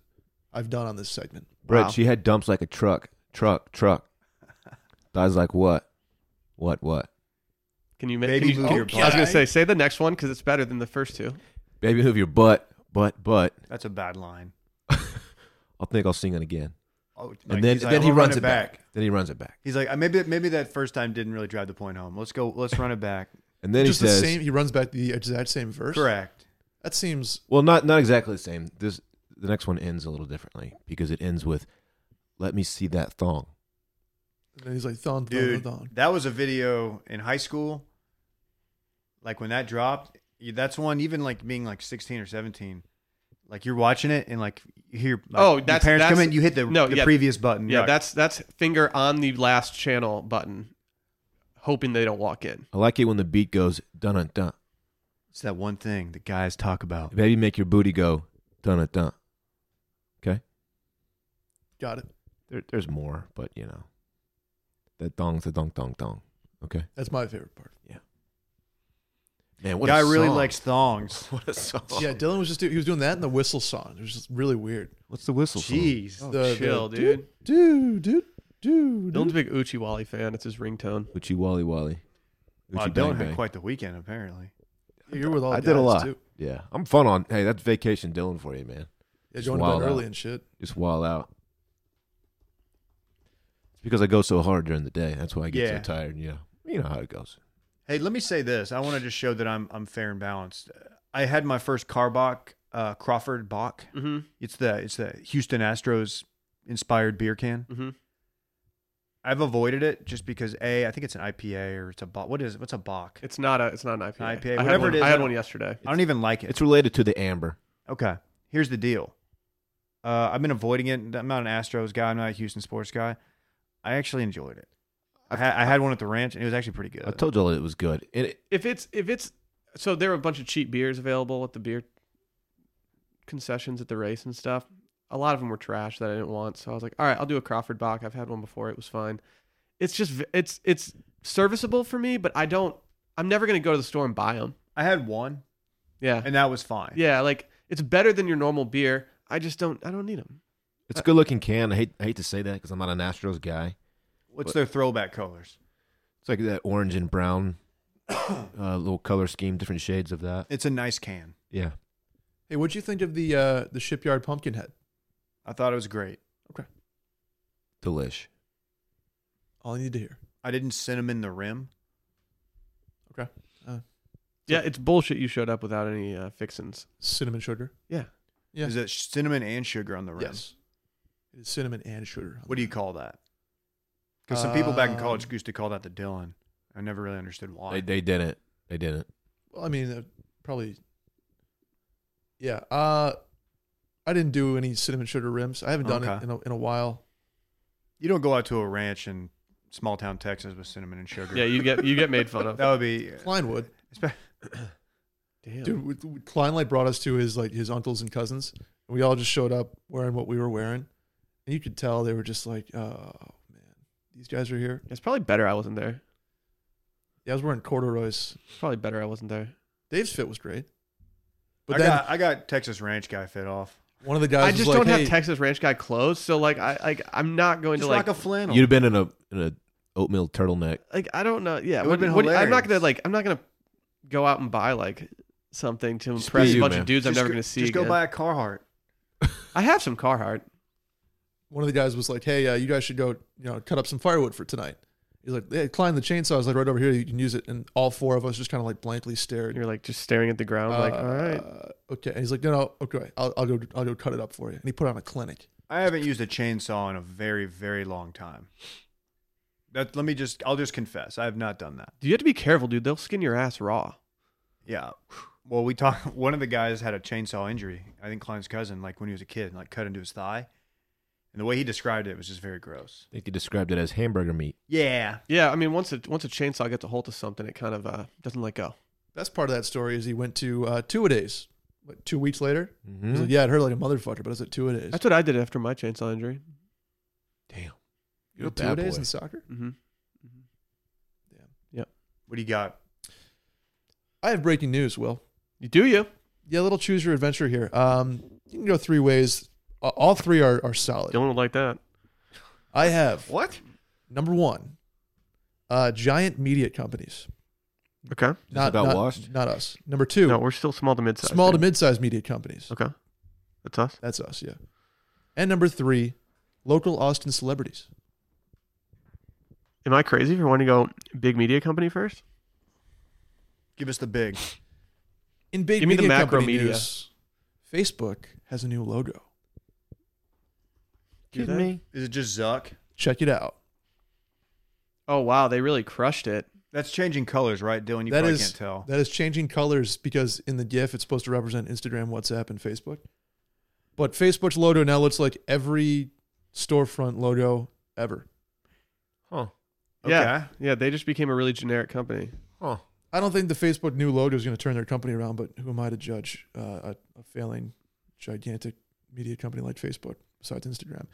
[SPEAKER 4] I've done on this segment.
[SPEAKER 3] Brett,
[SPEAKER 1] Wow.
[SPEAKER 3] she had dumps like a truck, truck, truck. Thighs like what? What, what?
[SPEAKER 1] Can you make
[SPEAKER 2] Baby
[SPEAKER 1] can you,
[SPEAKER 2] move your
[SPEAKER 1] I was gonna
[SPEAKER 4] butt.
[SPEAKER 1] say say the next one because it's better than the first two.
[SPEAKER 3] Baby, move your butt, butt, butt.
[SPEAKER 2] That's a bad line.
[SPEAKER 3] I think I'll sing it again.
[SPEAKER 2] Oh,
[SPEAKER 3] and then,
[SPEAKER 2] he's
[SPEAKER 3] and
[SPEAKER 2] like,
[SPEAKER 3] then he
[SPEAKER 2] "We'll run
[SPEAKER 3] runs it back. Then he runs it back.
[SPEAKER 2] He's like, "Uh, maybe maybe that first time didn't really drive the point home. Let's go. Let's run it back.
[SPEAKER 3] And then
[SPEAKER 4] just
[SPEAKER 3] he says,
[SPEAKER 4] the same. He runs back the exact same verse.
[SPEAKER 2] Correct.
[SPEAKER 4] That seems
[SPEAKER 3] well, not not exactly the same. This the next one ends a little differently because it ends with, "Let me see that thong."
[SPEAKER 4] And then he's like, thon, thon,
[SPEAKER 2] dude.
[SPEAKER 4] thon.
[SPEAKER 2] That was a video in high school. Like when that dropped, you- that's one. Even like being like sixteen or seventeen, like you're watching it and like you hear like,
[SPEAKER 1] Oh,
[SPEAKER 2] your
[SPEAKER 1] that's-
[SPEAKER 2] parents
[SPEAKER 1] that's-
[SPEAKER 2] come in, you hit the,
[SPEAKER 1] no,
[SPEAKER 2] the
[SPEAKER 1] yeah.
[SPEAKER 2] previous button.
[SPEAKER 1] Yeah,
[SPEAKER 2] You're like,
[SPEAKER 1] that's that's finger on the last channel button, hoping they don't walk in.
[SPEAKER 3] I like it when the beat goes dun dun dun.
[SPEAKER 2] it's that one thing that guys talk about.
[SPEAKER 3] Maybe make your booty go dun dun dun.
[SPEAKER 4] Got it.
[SPEAKER 3] There, there's more, but you know, that thong's a dong dong dong. Okay,
[SPEAKER 4] That's my favorite part.
[SPEAKER 3] man, what
[SPEAKER 2] Guy
[SPEAKER 3] a
[SPEAKER 2] really
[SPEAKER 3] song.
[SPEAKER 2] likes thongs.
[SPEAKER 3] what a song.
[SPEAKER 4] Yeah, Dylan was just do- he was doing that in the whistle song. It was just really weird.
[SPEAKER 3] What's the whistle? song? Oh,
[SPEAKER 2] Jeez,
[SPEAKER 4] The- the
[SPEAKER 1] Chill,
[SPEAKER 4] do-
[SPEAKER 1] dude.
[SPEAKER 4] Do do do. do.
[SPEAKER 1] Dylan's a big Uchi Wally fan. It's his ringtone.
[SPEAKER 3] Uchi Wally Wally.
[SPEAKER 2] Wow,
[SPEAKER 3] Uchi
[SPEAKER 2] Dylan
[SPEAKER 3] Bang Bang.
[SPEAKER 2] had quite the weekend apparently.
[SPEAKER 4] You're with all.
[SPEAKER 3] I
[SPEAKER 4] guys,
[SPEAKER 3] did a lot.
[SPEAKER 4] Too.
[SPEAKER 3] Yeah, I'm fun on. Hey, that's vacation Dylan for you, man.
[SPEAKER 4] Yeah,
[SPEAKER 3] Just
[SPEAKER 4] going to
[SPEAKER 3] wild
[SPEAKER 4] bed early
[SPEAKER 3] out.
[SPEAKER 4] and shit.
[SPEAKER 3] Just wild out. It's because I go so hard during the day. That's why I get
[SPEAKER 2] Yeah.
[SPEAKER 3] so tired. You know, you know how it goes.
[SPEAKER 2] Hey, let me say this. I want to just show that I'm I'm fair and balanced. I had my first Carbach uh, Crawford Bach.
[SPEAKER 1] hmm
[SPEAKER 2] It's the it's the Houston Astros inspired beer can.
[SPEAKER 3] Mm-hmm.
[SPEAKER 1] hmm
[SPEAKER 2] I've avoided it just because a I think it's an IPA or it's a Bach. What is it? What's a Bach?
[SPEAKER 1] It's not a. It's not an IPA.
[SPEAKER 2] IPA,
[SPEAKER 1] I had
[SPEAKER 2] whatever
[SPEAKER 1] one,
[SPEAKER 2] it is,
[SPEAKER 1] I
[SPEAKER 2] I
[SPEAKER 1] had
[SPEAKER 2] don't-
[SPEAKER 1] one yesterday.
[SPEAKER 2] I don't even like it.
[SPEAKER 3] It's related to the amber.
[SPEAKER 2] Okay, here's the deal. Uh, I've been avoiding it. I'm not an Astros guy. I'm not a Houston sports guy. I actually enjoyed it. I had, I had one at the ranch and it was actually pretty good.
[SPEAKER 3] I told y'all it was good. And it,
[SPEAKER 1] If it's if it's so, there were a bunch of cheap beers available at the beer concessions at the race and stuff. A lot of them were trash that I didn't want, so I was like, all right, I'll do a Crawford Bach. I've had one before; it was fine. It's just v- it's it's serviceable for me, but I don't. I'm never gonna go to the store and buy them.
[SPEAKER 2] I had one
[SPEAKER 1] Yeah,
[SPEAKER 2] and that was fine.
[SPEAKER 1] yeah, like it's better than your normal beer. I just don't. I don't need them.
[SPEAKER 3] it's a good looking can. I hate I hate to say that because I'm not an Astros guy.
[SPEAKER 2] What's their throwback colors?
[SPEAKER 3] It's like that orange and brown uh, little color scheme, different shades of that.
[SPEAKER 2] It's a nice can.
[SPEAKER 3] Yeah.
[SPEAKER 4] Hey, what'd you think of the uh, the shipyard pumpkinhead?
[SPEAKER 2] I thought it was great.
[SPEAKER 3] Delish.
[SPEAKER 4] All I need to hear.
[SPEAKER 2] I didn't cinnamon the rim.
[SPEAKER 1] Yeah, it's bullshit. You showed up without any uh, fixins.
[SPEAKER 4] Cinnamon sugar.
[SPEAKER 1] Yeah,
[SPEAKER 4] Yeah.
[SPEAKER 2] Is it cinnamon and sugar on the rim?
[SPEAKER 4] Yes. It is cinnamon and sugar.
[SPEAKER 2] What do you call that? Because some people back in college
[SPEAKER 4] Um,
[SPEAKER 2] used to call that the Dylan. I never really understood why.
[SPEAKER 3] They, they didn't. They didn't.
[SPEAKER 4] Well, I mean, uh, probably. Yeah. Uh, I didn't do any cinnamon sugar rims. I haven't done it
[SPEAKER 2] Okay.
[SPEAKER 4] in a, in a while.
[SPEAKER 2] you don't go out to a ranch in small town Texas with cinnamon and sugar.
[SPEAKER 1] yeah, you get you get made fun of.
[SPEAKER 2] that would be.
[SPEAKER 4] Klein would.
[SPEAKER 1] Damn.
[SPEAKER 4] Dude, w- w- Klein like brought us to his like his uncles and cousins, and we all just showed up wearing what we were wearing, and you could tell they were just like, "Oh man, these guys are here."
[SPEAKER 1] it's probably better I wasn't there.
[SPEAKER 4] Yeah, I was wearing corduroys.
[SPEAKER 1] It's probably better I wasn't there.
[SPEAKER 4] Dave's fit was great, but
[SPEAKER 2] I
[SPEAKER 4] then
[SPEAKER 2] got I got Texas ranch guy fit off.
[SPEAKER 4] one of the guys
[SPEAKER 1] I
[SPEAKER 4] was
[SPEAKER 1] just
[SPEAKER 4] like,
[SPEAKER 1] don't
[SPEAKER 4] "Hey,
[SPEAKER 1] have Texas ranch guy clothes, so like I like I'm not going
[SPEAKER 2] Just
[SPEAKER 1] to like
[SPEAKER 2] rock a
[SPEAKER 4] Oh.
[SPEAKER 2] flannel.
[SPEAKER 3] You'd have been in a in a oatmeal turtleneck.
[SPEAKER 1] like I don't know. Yeah,
[SPEAKER 2] It would've been
[SPEAKER 1] I'm not
[SPEAKER 2] hilarious.
[SPEAKER 1] gonna like I'm not gonna go out and buy like something to impress
[SPEAKER 3] you,
[SPEAKER 1] a bunch
[SPEAKER 3] man.
[SPEAKER 1] of dudes I'm
[SPEAKER 2] Just
[SPEAKER 1] never
[SPEAKER 2] go-
[SPEAKER 1] gonna see.
[SPEAKER 2] Just go
[SPEAKER 1] again.
[SPEAKER 2] buy a Carhartt.
[SPEAKER 1] I have some Carhartt.
[SPEAKER 4] one of the guys was like, "Hey, uh, you guys should go, you know, cut up some firewood for tonight." He's like, "Hey, Klein, the chainsaw is like right over here. You can use it." And all four of us just kind of like blankly stared.
[SPEAKER 1] You're like just staring at the ground, like all right.
[SPEAKER 4] Uh, okay. And he's like, "No, no, okay, I'll, I'll go, I'll go cut it up for you." And he put on a clinic.
[SPEAKER 2] I haven't used a chainsaw in a very very long time. That let me just I'll just confess I have not done that.
[SPEAKER 1] Do you have to be careful, dude? They'll skin your ass raw.
[SPEAKER 2] Yeah. Well, we talked. One of the guys had a chainsaw injury. I think Klein's cousin, like when he was a kid, like cut into his thigh, and the way he described it was just very gross.
[SPEAKER 3] I think you described it as hamburger meat.
[SPEAKER 2] Yeah.
[SPEAKER 1] Yeah, I mean once a once a chainsaw gets a hold of something, it kind of uh, doesn't let go.
[SPEAKER 4] Best part of that story is he went to uh, two a days. What, two weeks later, he's
[SPEAKER 3] Mm-hmm.
[SPEAKER 4] like, "Yeah, it hurt like a motherfucker, but it's at two a days."
[SPEAKER 1] That's what I did after my chainsaw injury.
[SPEAKER 3] Damn,
[SPEAKER 4] You
[SPEAKER 3] you're a
[SPEAKER 4] know, two a
[SPEAKER 3] bad
[SPEAKER 4] days
[SPEAKER 3] boy.
[SPEAKER 4] in soccer.
[SPEAKER 1] Mm-hmm.
[SPEAKER 2] What do you got?
[SPEAKER 4] I have breaking news, Will.
[SPEAKER 1] You do you?
[SPEAKER 4] Yeah, a little choose your adventure here. Um, you can go three ways. A- All three are, are solid.
[SPEAKER 1] Dylan would like that.
[SPEAKER 4] I have
[SPEAKER 2] What?
[SPEAKER 4] Number one, uh, giant media companies.
[SPEAKER 1] Okay.
[SPEAKER 4] Not,
[SPEAKER 3] about
[SPEAKER 4] not,
[SPEAKER 3] washed?
[SPEAKER 4] not us. Number two,
[SPEAKER 1] No, we're still small to mid size.
[SPEAKER 4] small to mid-sized media companies.
[SPEAKER 1] Okay. That's us.
[SPEAKER 4] That's us, yeah. And number three, Local Austin celebrities.
[SPEAKER 1] Am I crazy for wanting to go big media company first?
[SPEAKER 2] Give us the big.
[SPEAKER 4] In big
[SPEAKER 1] Give me the
[SPEAKER 4] media
[SPEAKER 1] macro
[SPEAKER 4] company
[SPEAKER 1] media.
[SPEAKER 4] news, Facebook has a new logo.
[SPEAKER 1] Do that?
[SPEAKER 2] Is it just Zuck?
[SPEAKER 4] Check it out.
[SPEAKER 1] Oh wow, they really crushed it.
[SPEAKER 2] That's changing colors, right, Dylan? You
[SPEAKER 4] That
[SPEAKER 2] probably
[SPEAKER 4] is-
[SPEAKER 2] can't tell.
[SPEAKER 4] That is changing colors because in the GIF it's supposed to represent Instagram, WhatsApp, and Facebook. But Facebook's logo now looks like every storefront logo ever.
[SPEAKER 3] Huh.
[SPEAKER 1] Yeah, yeah, they just became a really generic company.
[SPEAKER 3] Huh.
[SPEAKER 4] I don't think the Facebook new logo is going to turn their company around, but who am I to judge uh, a, a failing gigantic media company like Facebook besides Instagram?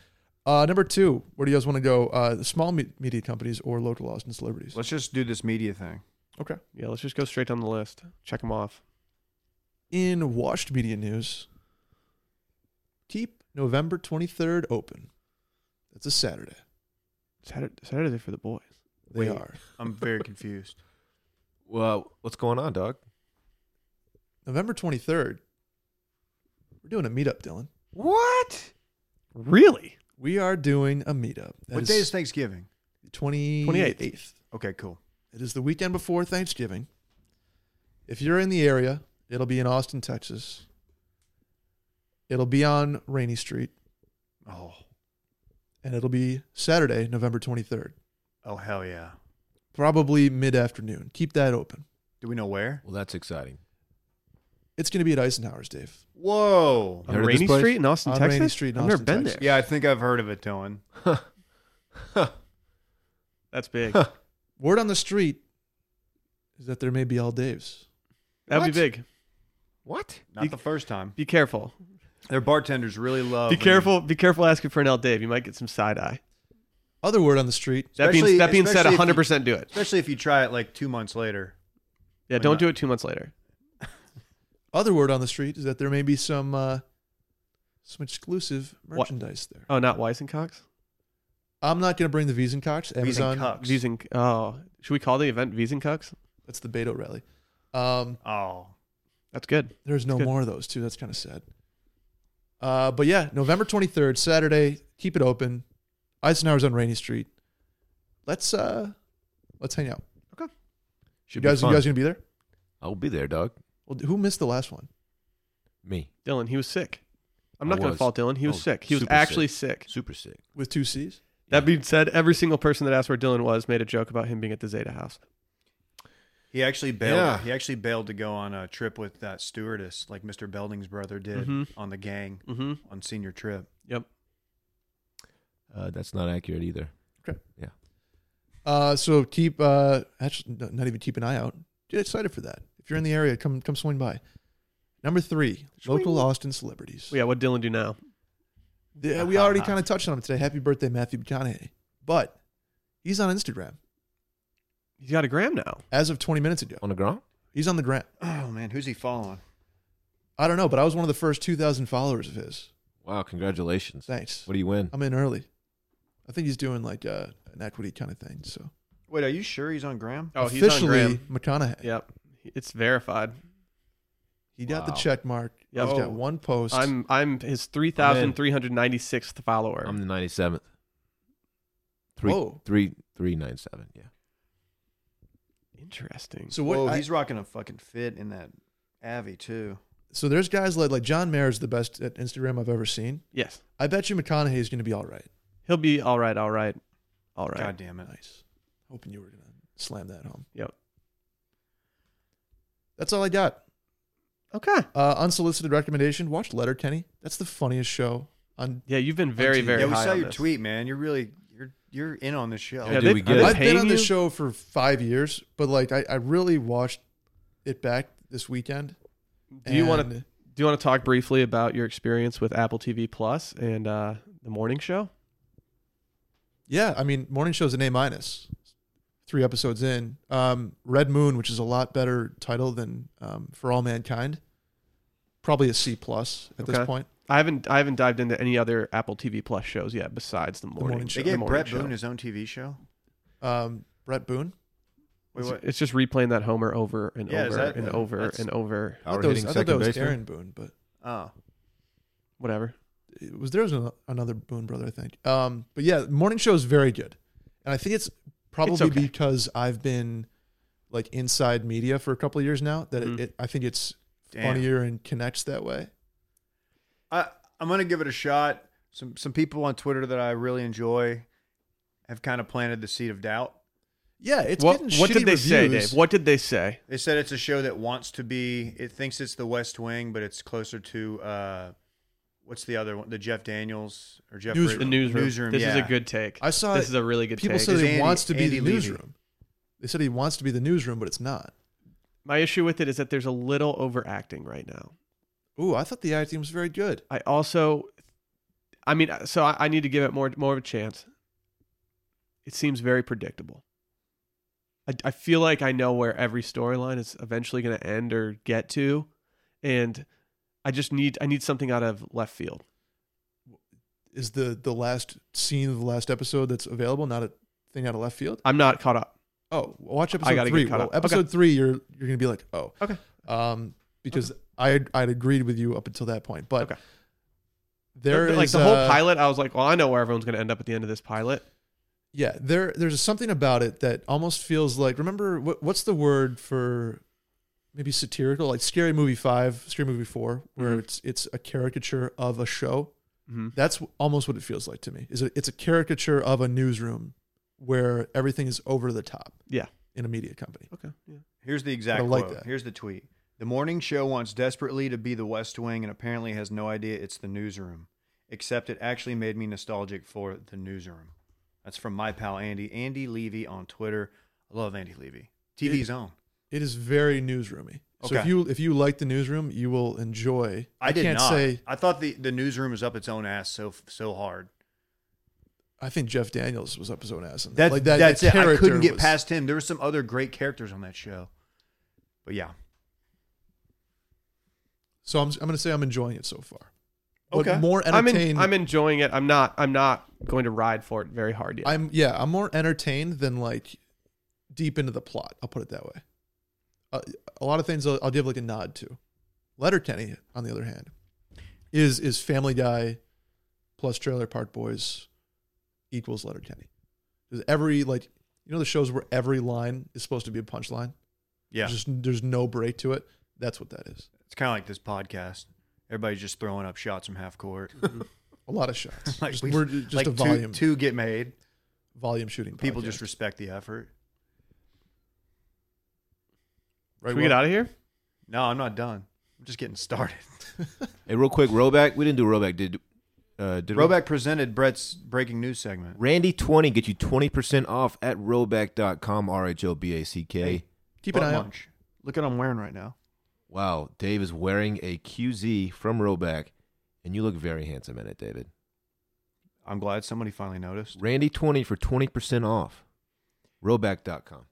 [SPEAKER 4] Uh, number two, where do you guys want to go? Uh, the small me- media companies or local Austin celebrities?
[SPEAKER 2] Let's just do this media thing.
[SPEAKER 4] Okay.
[SPEAKER 1] Yeah, let's just go straight down the list. Check them off.
[SPEAKER 4] In washed media news, keep November 23rd open. That's a Saturday.
[SPEAKER 1] Saturday, Saturday for the boys.
[SPEAKER 4] They
[SPEAKER 3] Wait.
[SPEAKER 4] are.
[SPEAKER 2] I'm very confused.
[SPEAKER 3] Well, what's going on, dog?
[SPEAKER 4] November 23rd, we're doing a meetup, Dylan.
[SPEAKER 2] What?
[SPEAKER 1] Really?
[SPEAKER 4] We are doing a meetup. That
[SPEAKER 2] what
[SPEAKER 4] is
[SPEAKER 2] day is Thanksgiving?
[SPEAKER 4] 28th.
[SPEAKER 2] Okay, cool.
[SPEAKER 4] It is the weekend before Thanksgiving. If you're in the area, it'll be in Austin, Texas. It'll be on Rainy Street,
[SPEAKER 2] Oh,
[SPEAKER 4] and it'll be Saturday, November 23rd,
[SPEAKER 2] oh hell yeah.
[SPEAKER 4] probably mid afternoon. Keep that open.
[SPEAKER 2] Do we know where?
[SPEAKER 3] Well, that's exciting.
[SPEAKER 4] It's going to be at Eisenhower's, Dave.
[SPEAKER 2] Whoa.
[SPEAKER 3] You heard
[SPEAKER 1] On
[SPEAKER 3] of this
[SPEAKER 1] Rainy
[SPEAKER 3] place?
[SPEAKER 1] Street in Austin,
[SPEAKER 4] On
[SPEAKER 1] Texas.
[SPEAKER 4] Rainey Street in
[SPEAKER 1] I've
[SPEAKER 4] Austin,
[SPEAKER 1] never been
[SPEAKER 4] Texas.
[SPEAKER 1] there.
[SPEAKER 2] Yeah, I think I've heard of it, Dylan.
[SPEAKER 1] that's big.
[SPEAKER 3] Huh.
[SPEAKER 4] Word on the street is that there may be all Daves.
[SPEAKER 1] That'd
[SPEAKER 3] What?
[SPEAKER 1] be big.
[SPEAKER 3] What?
[SPEAKER 2] Not the first time.
[SPEAKER 1] Be careful.
[SPEAKER 2] Their bartenders really love.
[SPEAKER 1] Be
[SPEAKER 2] when-
[SPEAKER 1] careful. Be careful asking for an L Dave. You might get some side eye.
[SPEAKER 4] Other word on the street,
[SPEAKER 1] That being
[SPEAKER 2] Especially-
[SPEAKER 1] that being said,
[SPEAKER 2] especially if you-
[SPEAKER 1] 100 percent do it.
[SPEAKER 2] Especially if you try it like two months later.
[SPEAKER 1] Yeah,
[SPEAKER 2] Why
[SPEAKER 1] don't
[SPEAKER 2] not?
[SPEAKER 1] do it two months later.
[SPEAKER 4] other word on the street is that there may be some uh, some exclusive
[SPEAKER 1] What?
[SPEAKER 4] merchandise there.
[SPEAKER 1] Oh, not Weisencox.
[SPEAKER 4] I'm not going to bring the Wiesenkox.
[SPEAKER 2] Bees and
[SPEAKER 4] Amazon.
[SPEAKER 2] cucks.
[SPEAKER 1] Wiesen. Oh, should we call the event Wiesencox?
[SPEAKER 4] That's the Beto rally. Um,
[SPEAKER 2] Oh,
[SPEAKER 1] That's good.
[SPEAKER 4] There's no
[SPEAKER 1] Good.
[SPEAKER 4] more of those too. That's kind of sad. Uh, but yeah, November 23rd, Saturday. Keep it open. Eisenhower's on Rainy Street. Let's uh, let's hang out. You
[SPEAKER 3] Should be
[SPEAKER 4] guys, you
[SPEAKER 3] fun.
[SPEAKER 4] guys gonna be there?
[SPEAKER 3] I will be there, dog.
[SPEAKER 4] Well, who missed the last one?
[SPEAKER 3] Me.
[SPEAKER 1] Dylan, he was sick. I'm
[SPEAKER 3] I
[SPEAKER 1] not going to
[SPEAKER 3] was.
[SPEAKER 1] fault Dylan. He was
[SPEAKER 3] Oh,
[SPEAKER 1] sick. He was
[SPEAKER 3] super
[SPEAKER 1] actually sick.
[SPEAKER 3] Super sick.
[SPEAKER 4] With two C's.
[SPEAKER 1] That being said, every single person that asked where Dylan was made a joke about him being at the Zeta house.
[SPEAKER 2] he actually bailed.
[SPEAKER 3] Yeah.
[SPEAKER 2] He actually bailed to go on a trip with that stewardess, like Mr. Belding's brother did
[SPEAKER 1] Mhm.
[SPEAKER 2] on the gang
[SPEAKER 1] Mm-hmm.
[SPEAKER 2] on senior trip.
[SPEAKER 1] Yep.
[SPEAKER 3] Uh, that's not accurate either.
[SPEAKER 4] Uh, so keep uh, actually no- not even keep an eye out. Get excited for that. If you're in the area, come come swing by. Number three, local Austin celebrities.
[SPEAKER 1] Well, yeah, what Dylan do now?
[SPEAKER 4] Yeah, we already kind of touched on him today. Happy birthday, Matthew McConaughey. But he's on Instagram
[SPEAKER 1] He's got a gram now.
[SPEAKER 4] as of 20 minutes ago.
[SPEAKER 3] On the ground?
[SPEAKER 4] He's on the gram.
[SPEAKER 2] Oh man, who's he following?
[SPEAKER 4] I don't know, but I was one of the first 2,000 followers of his.
[SPEAKER 3] Wow, congratulations.
[SPEAKER 4] Thanks.
[SPEAKER 3] What do you win?
[SPEAKER 4] I'm in early. I think he's doing like uh, an equity kind of thing. So
[SPEAKER 2] Wait, are you sure Oh, he's on Graham?
[SPEAKER 1] Oh,
[SPEAKER 4] officially, McConaughey.
[SPEAKER 1] Yep. It's verified.
[SPEAKER 4] He got the
[SPEAKER 3] Wow.
[SPEAKER 4] check mark.
[SPEAKER 1] Yep.
[SPEAKER 4] He's got
[SPEAKER 1] Oh.
[SPEAKER 4] one post.
[SPEAKER 1] I'm I'm his 3,396th follower.
[SPEAKER 3] I'm the 97th. Three,
[SPEAKER 4] Whoa.
[SPEAKER 3] three, three, nine, seven. Yeah.
[SPEAKER 1] Interesting.
[SPEAKER 4] So what?
[SPEAKER 2] Whoa,
[SPEAKER 4] I-
[SPEAKER 2] he's rocking a fucking fit in that Avi too.
[SPEAKER 4] so there's guys like like John Mayer is the best at Instagram I've ever seen.
[SPEAKER 1] yes.
[SPEAKER 4] I bet you McConaughey is going to be all right.
[SPEAKER 1] He'll be all right, all right. All right.
[SPEAKER 2] God damn it.
[SPEAKER 4] Nice. Hoping you were going to slam that home.
[SPEAKER 1] Yep.
[SPEAKER 4] That's all I got.
[SPEAKER 1] Okay.
[SPEAKER 4] Uh, unsolicited recommendation: Watch Letter Kenny. That's the funniest show on
[SPEAKER 1] Yeah, you've been very,
[SPEAKER 4] TV.
[SPEAKER 1] very
[SPEAKER 2] yeah, we
[SPEAKER 1] high
[SPEAKER 2] saw
[SPEAKER 1] on
[SPEAKER 2] your
[SPEAKER 1] this.
[SPEAKER 2] tweet, man. You're really you're you're in on this show.
[SPEAKER 1] Yeah,
[SPEAKER 3] Dude,
[SPEAKER 1] they,
[SPEAKER 3] we
[SPEAKER 1] are
[SPEAKER 3] get
[SPEAKER 1] they
[SPEAKER 3] it.
[SPEAKER 4] I've been on
[SPEAKER 1] paying
[SPEAKER 4] this
[SPEAKER 1] you?
[SPEAKER 4] show for five years, but like I, I really watched it back this weekend.
[SPEAKER 1] Do you want
[SPEAKER 4] and
[SPEAKER 1] to do you want to talk briefly about your experience with Apple TV Plus and uh, the morning show?
[SPEAKER 4] Yeah, I mean, morning show's an A minus. Three episodes in, um, Red Moon, which is a lot better title than um, For All Mankind, probably a C plus at
[SPEAKER 1] Okay.
[SPEAKER 4] this point.
[SPEAKER 1] I haven't I haven't dived into any other Apple TV Plus shows yet besides the morning,
[SPEAKER 4] morning
[SPEAKER 1] show.
[SPEAKER 2] They
[SPEAKER 4] show.
[SPEAKER 1] the
[SPEAKER 2] gave
[SPEAKER 1] morning
[SPEAKER 2] Brett
[SPEAKER 1] show.
[SPEAKER 2] Boone his own TV show.
[SPEAKER 4] Um, Brett Boone,
[SPEAKER 2] Wait,
[SPEAKER 1] It's-
[SPEAKER 2] what?
[SPEAKER 1] It's just replaying that Homer over and
[SPEAKER 2] Yeah, is
[SPEAKER 1] over
[SPEAKER 2] that-
[SPEAKER 1] and
[SPEAKER 2] yeah,
[SPEAKER 1] over
[SPEAKER 2] that's-
[SPEAKER 1] and over.
[SPEAKER 4] I thought
[SPEAKER 3] Power
[SPEAKER 4] that was,
[SPEAKER 3] hitting
[SPEAKER 4] I thought that
[SPEAKER 3] second
[SPEAKER 4] was
[SPEAKER 3] baseman.
[SPEAKER 4] Aaron Boone, but
[SPEAKER 2] Oh,
[SPEAKER 1] Whatever.
[SPEAKER 4] it was there was an, another Boone brother, I think. Um, but yeah, morning show is very good, and I think it's probably
[SPEAKER 1] okay.
[SPEAKER 4] because I've been like inside media for a couple of years now that
[SPEAKER 1] Mhm.
[SPEAKER 4] it, it, I think it's
[SPEAKER 2] Damn.
[SPEAKER 4] funnier and connects that way.
[SPEAKER 2] I I'm gonna give it a shot. Some some people on Twitter that I really enjoy have kind of planted the seed of doubt.
[SPEAKER 4] Yeah, it's
[SPEAKER 1] what
[SPEAKER 4] getting
[SPEAKER 1] what
[SPEAKER 4] shitty
[SPEAKER 1] did they say,
[SPEAKER 4] reviews.
[SPEAKER 1] Dave? What did they say?
[SPEAKER 2] They said it's a show that wants to be. It thinks it's the West Wing, but it's closer to uh, what's the other one? The Jeff Daniels or Jeff
[SPEAKER 4] Newsroom.
[SPEAKER 1] The
[SPEAKER 2] Ritchie-
[SPEAKER 1] newsroom. This is
[SPEAKER 2] yeah.
[SPEAKER 1] a good take.
[SPEAKER 4] I saw
[SPEAKER 1] this
[SPEAKER 4] it-
[SPEAKER 1] is a really good
[SPEAKER 4] People
[SPEAKER 1] take.
[SPEAKER 4] said he
[SPEAKER 2] Andy-
[SPEAKER 4] wants to be
[SPEAKER 2] Andy
[SPEAKER 4] the
[SPEAKER 2] Levy.
[SPEAKER 4] newsroom. They said he wants to be the newsroom, but it's not.
[SPEAKER 1] My issue with it is that there's a little overacting right now.
[SPEAKER 4] Ooh, I thought the I team was very good.
[SPEAKER 1] I also, I mean, uh, so I, I need to give it more more of a chance. It seems very predictable. I, I feel like I know where every storyline is eventually going to end or get to, and I just need I need something out of left field.
[SPEAKER 4] Is the the last scene of the last episode that's available not a thing out of left field?
[SPEAKER 1] I'm not caught up.
[SPEAKER 4] Oh, watch
[SPEAKER 1] I
[SPEAKER 4] episode
[SPEAKER 1] gotta get
[SPEAKER 4] three.
[SPEAKER 1] caught
[SPEAKER 4] Well,
[SPEAKER 1] up.
[SPEAKER 4] episode three, you're you're gonna be like, oh,
[SPEAKER 1] Okay.
[SPEAKER 4] um, because I I'd agreed with you up until that point, but
[SPEAKER 1] Okay.
[SPEAKER 4] there is
[SPEAKER 1] like the whole
[SPEAKER 4] uh,
[SPEAKER 1] pilot, I was like, well, I know where everyone's going to end up at the end of this pilot.
[SPEAKER 4] Yeah, there there's something about it that almost feels like remember what what's the word for maybe satirical like scary movie 5, scary movie 4 where
[SPEAKER 2] Mm-hmm.
[SPEAKER 1] Mhm.
[SPEAKER 4] it's it's a caricature of a show.
[SPEAKER 1] hmm
[SPEAKER 4] That's almost what it feels like to me. Is it, it's a caricature of a newsroom where everything is over the top.
[SPEAKER 1] Yeah.
[SPEAKER 4] In a media company.
[SPEAKER 1] Okay, yeah.
[SPEAKER 2] Here's the exact
[SPEAKER 4] I like
[SPEAKER 2] quote.
[SPEAKER 4] that.
[SPEAKER 2] Here's the tweet. The morning show wants desperately to be the West Wing and apparently has no idea it's the newsroom. Except it actually made me nostalgic for the newsroom. That's from my pal Andy, Andy Levy on Twitter. I love Andy Levy. TV's own.
[SPEAKER 4] It is very newsroomy. So if
[SPEAKER 2] Okay.
[SPEAKER 4] you if you like the newsroom, you will enjoy.
[SPEAKER 2] I, did
[SPEAKER 4] can't
[SPEAKER 2] not.
[SPEAKER 4] say
[SPEAKER 2] I thought the, the newsroom was up its own ass so so hard.
[SPEAKER 4] I think Jeff Daniels was up his own ass. in
[SPEAKER 2] That,
[SPEAKER 4] Like
[SPEAKER 2] that's
[SPEAKER 4] that
[SPEAKER 2] it. I
[SPEAKER 4] character
[SPEAKER 2] couldn't get
[SPEAKER 4] was-
[SPEAKER 2] past him. There were some other great characters on that show. But yeah.
[SPEAKER 4] So I'm, I'm going to say I'm enjoying it so far.
[SPEAKER 2] Okay.
[SPEAKER 4] But more
[SPEAKER 1] I'm en-
[SPEAKER 4] entertained. I'm,
[SPEAKER 1] I'm enjoying it. I'm not I'm not going to ride for it very hard yet.
[SPEAKER 4] yeah. I'm more entertained than like deep into the plot. I'll put it that way. Uh, a lot of things I'll, I'll give like a nod to. Letterkenny, on the other hand, is is Family Guy plus Trailer Park Boys equals Letterkenny. Because every like you know the shows where every line is supposed to be a punchline.
[SPEAKER 2] Yeah.
[SPEAKER 4] There's just there's no break to it. That's what that is.
[SPEAKER 2] It's kind of like this podcast. Everybody's just throwing up shots from half court.
[SPEAKER 4] A lot of shots.
[SPEAKER 2] Like
[SPEAKER 4] just,
[SPEAKER 2] we-
[SPEAKER 4] we're just
[SPEAKER 2] like
[SPEAKER 4] a
[SPEAKER 2] two-
[SPEAKER 4] volume
[SPEAKER 2] two get made.
[SPEAKER 4] volume shooting.
[SPEAKER 2] People
[SPEAKER 4] podcast.
[SPEAKER 2] just respect the effort.
[SPEAKER 4] right.
[SPEAKER 1] Can we
[SPEAKER 4] Will?
[SPEAKER 1] get out of here?
[SPEAKER 2] No, I'm not done. I'm just getting started.
[SPEAKER 3] Hey, real quick, Roback. We didn't do Roback. Did uh, did we?
[SPEAKER 2] Roback presented Brett's breaking news segment.
[SPEAKER 3] Randy twenty get you twenty percent off at roback.com, R H O B A C K.
[SPEAKER 2] Hey.
[SPEAKER 4] Keep
[SPEAKER 2] Butt
[SPEAKER 4] an eye out.
[SPEAKER 2] munch. Look at what I'm wearing right now.
[SPEAKER 3] Wow, Dave is wearing a QZ from Roback, and you look very handsome in it, David.
[SPEAKER 2] I'm glad somebody finally noticed.
[SPEAKER 3] Randy twenty for twenty percent off. Roback.com.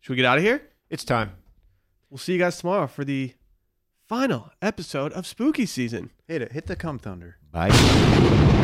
[SPEAKER 1] Should we get out of here?
[SPEAKER 3] It's time.
[SPEAKER 1] We'll see you guys tomorrow for the final episode of spooky season.
[SPEAKER 2] Hit it. Hit the cum thunder.
[SPEAKER 3] Bye.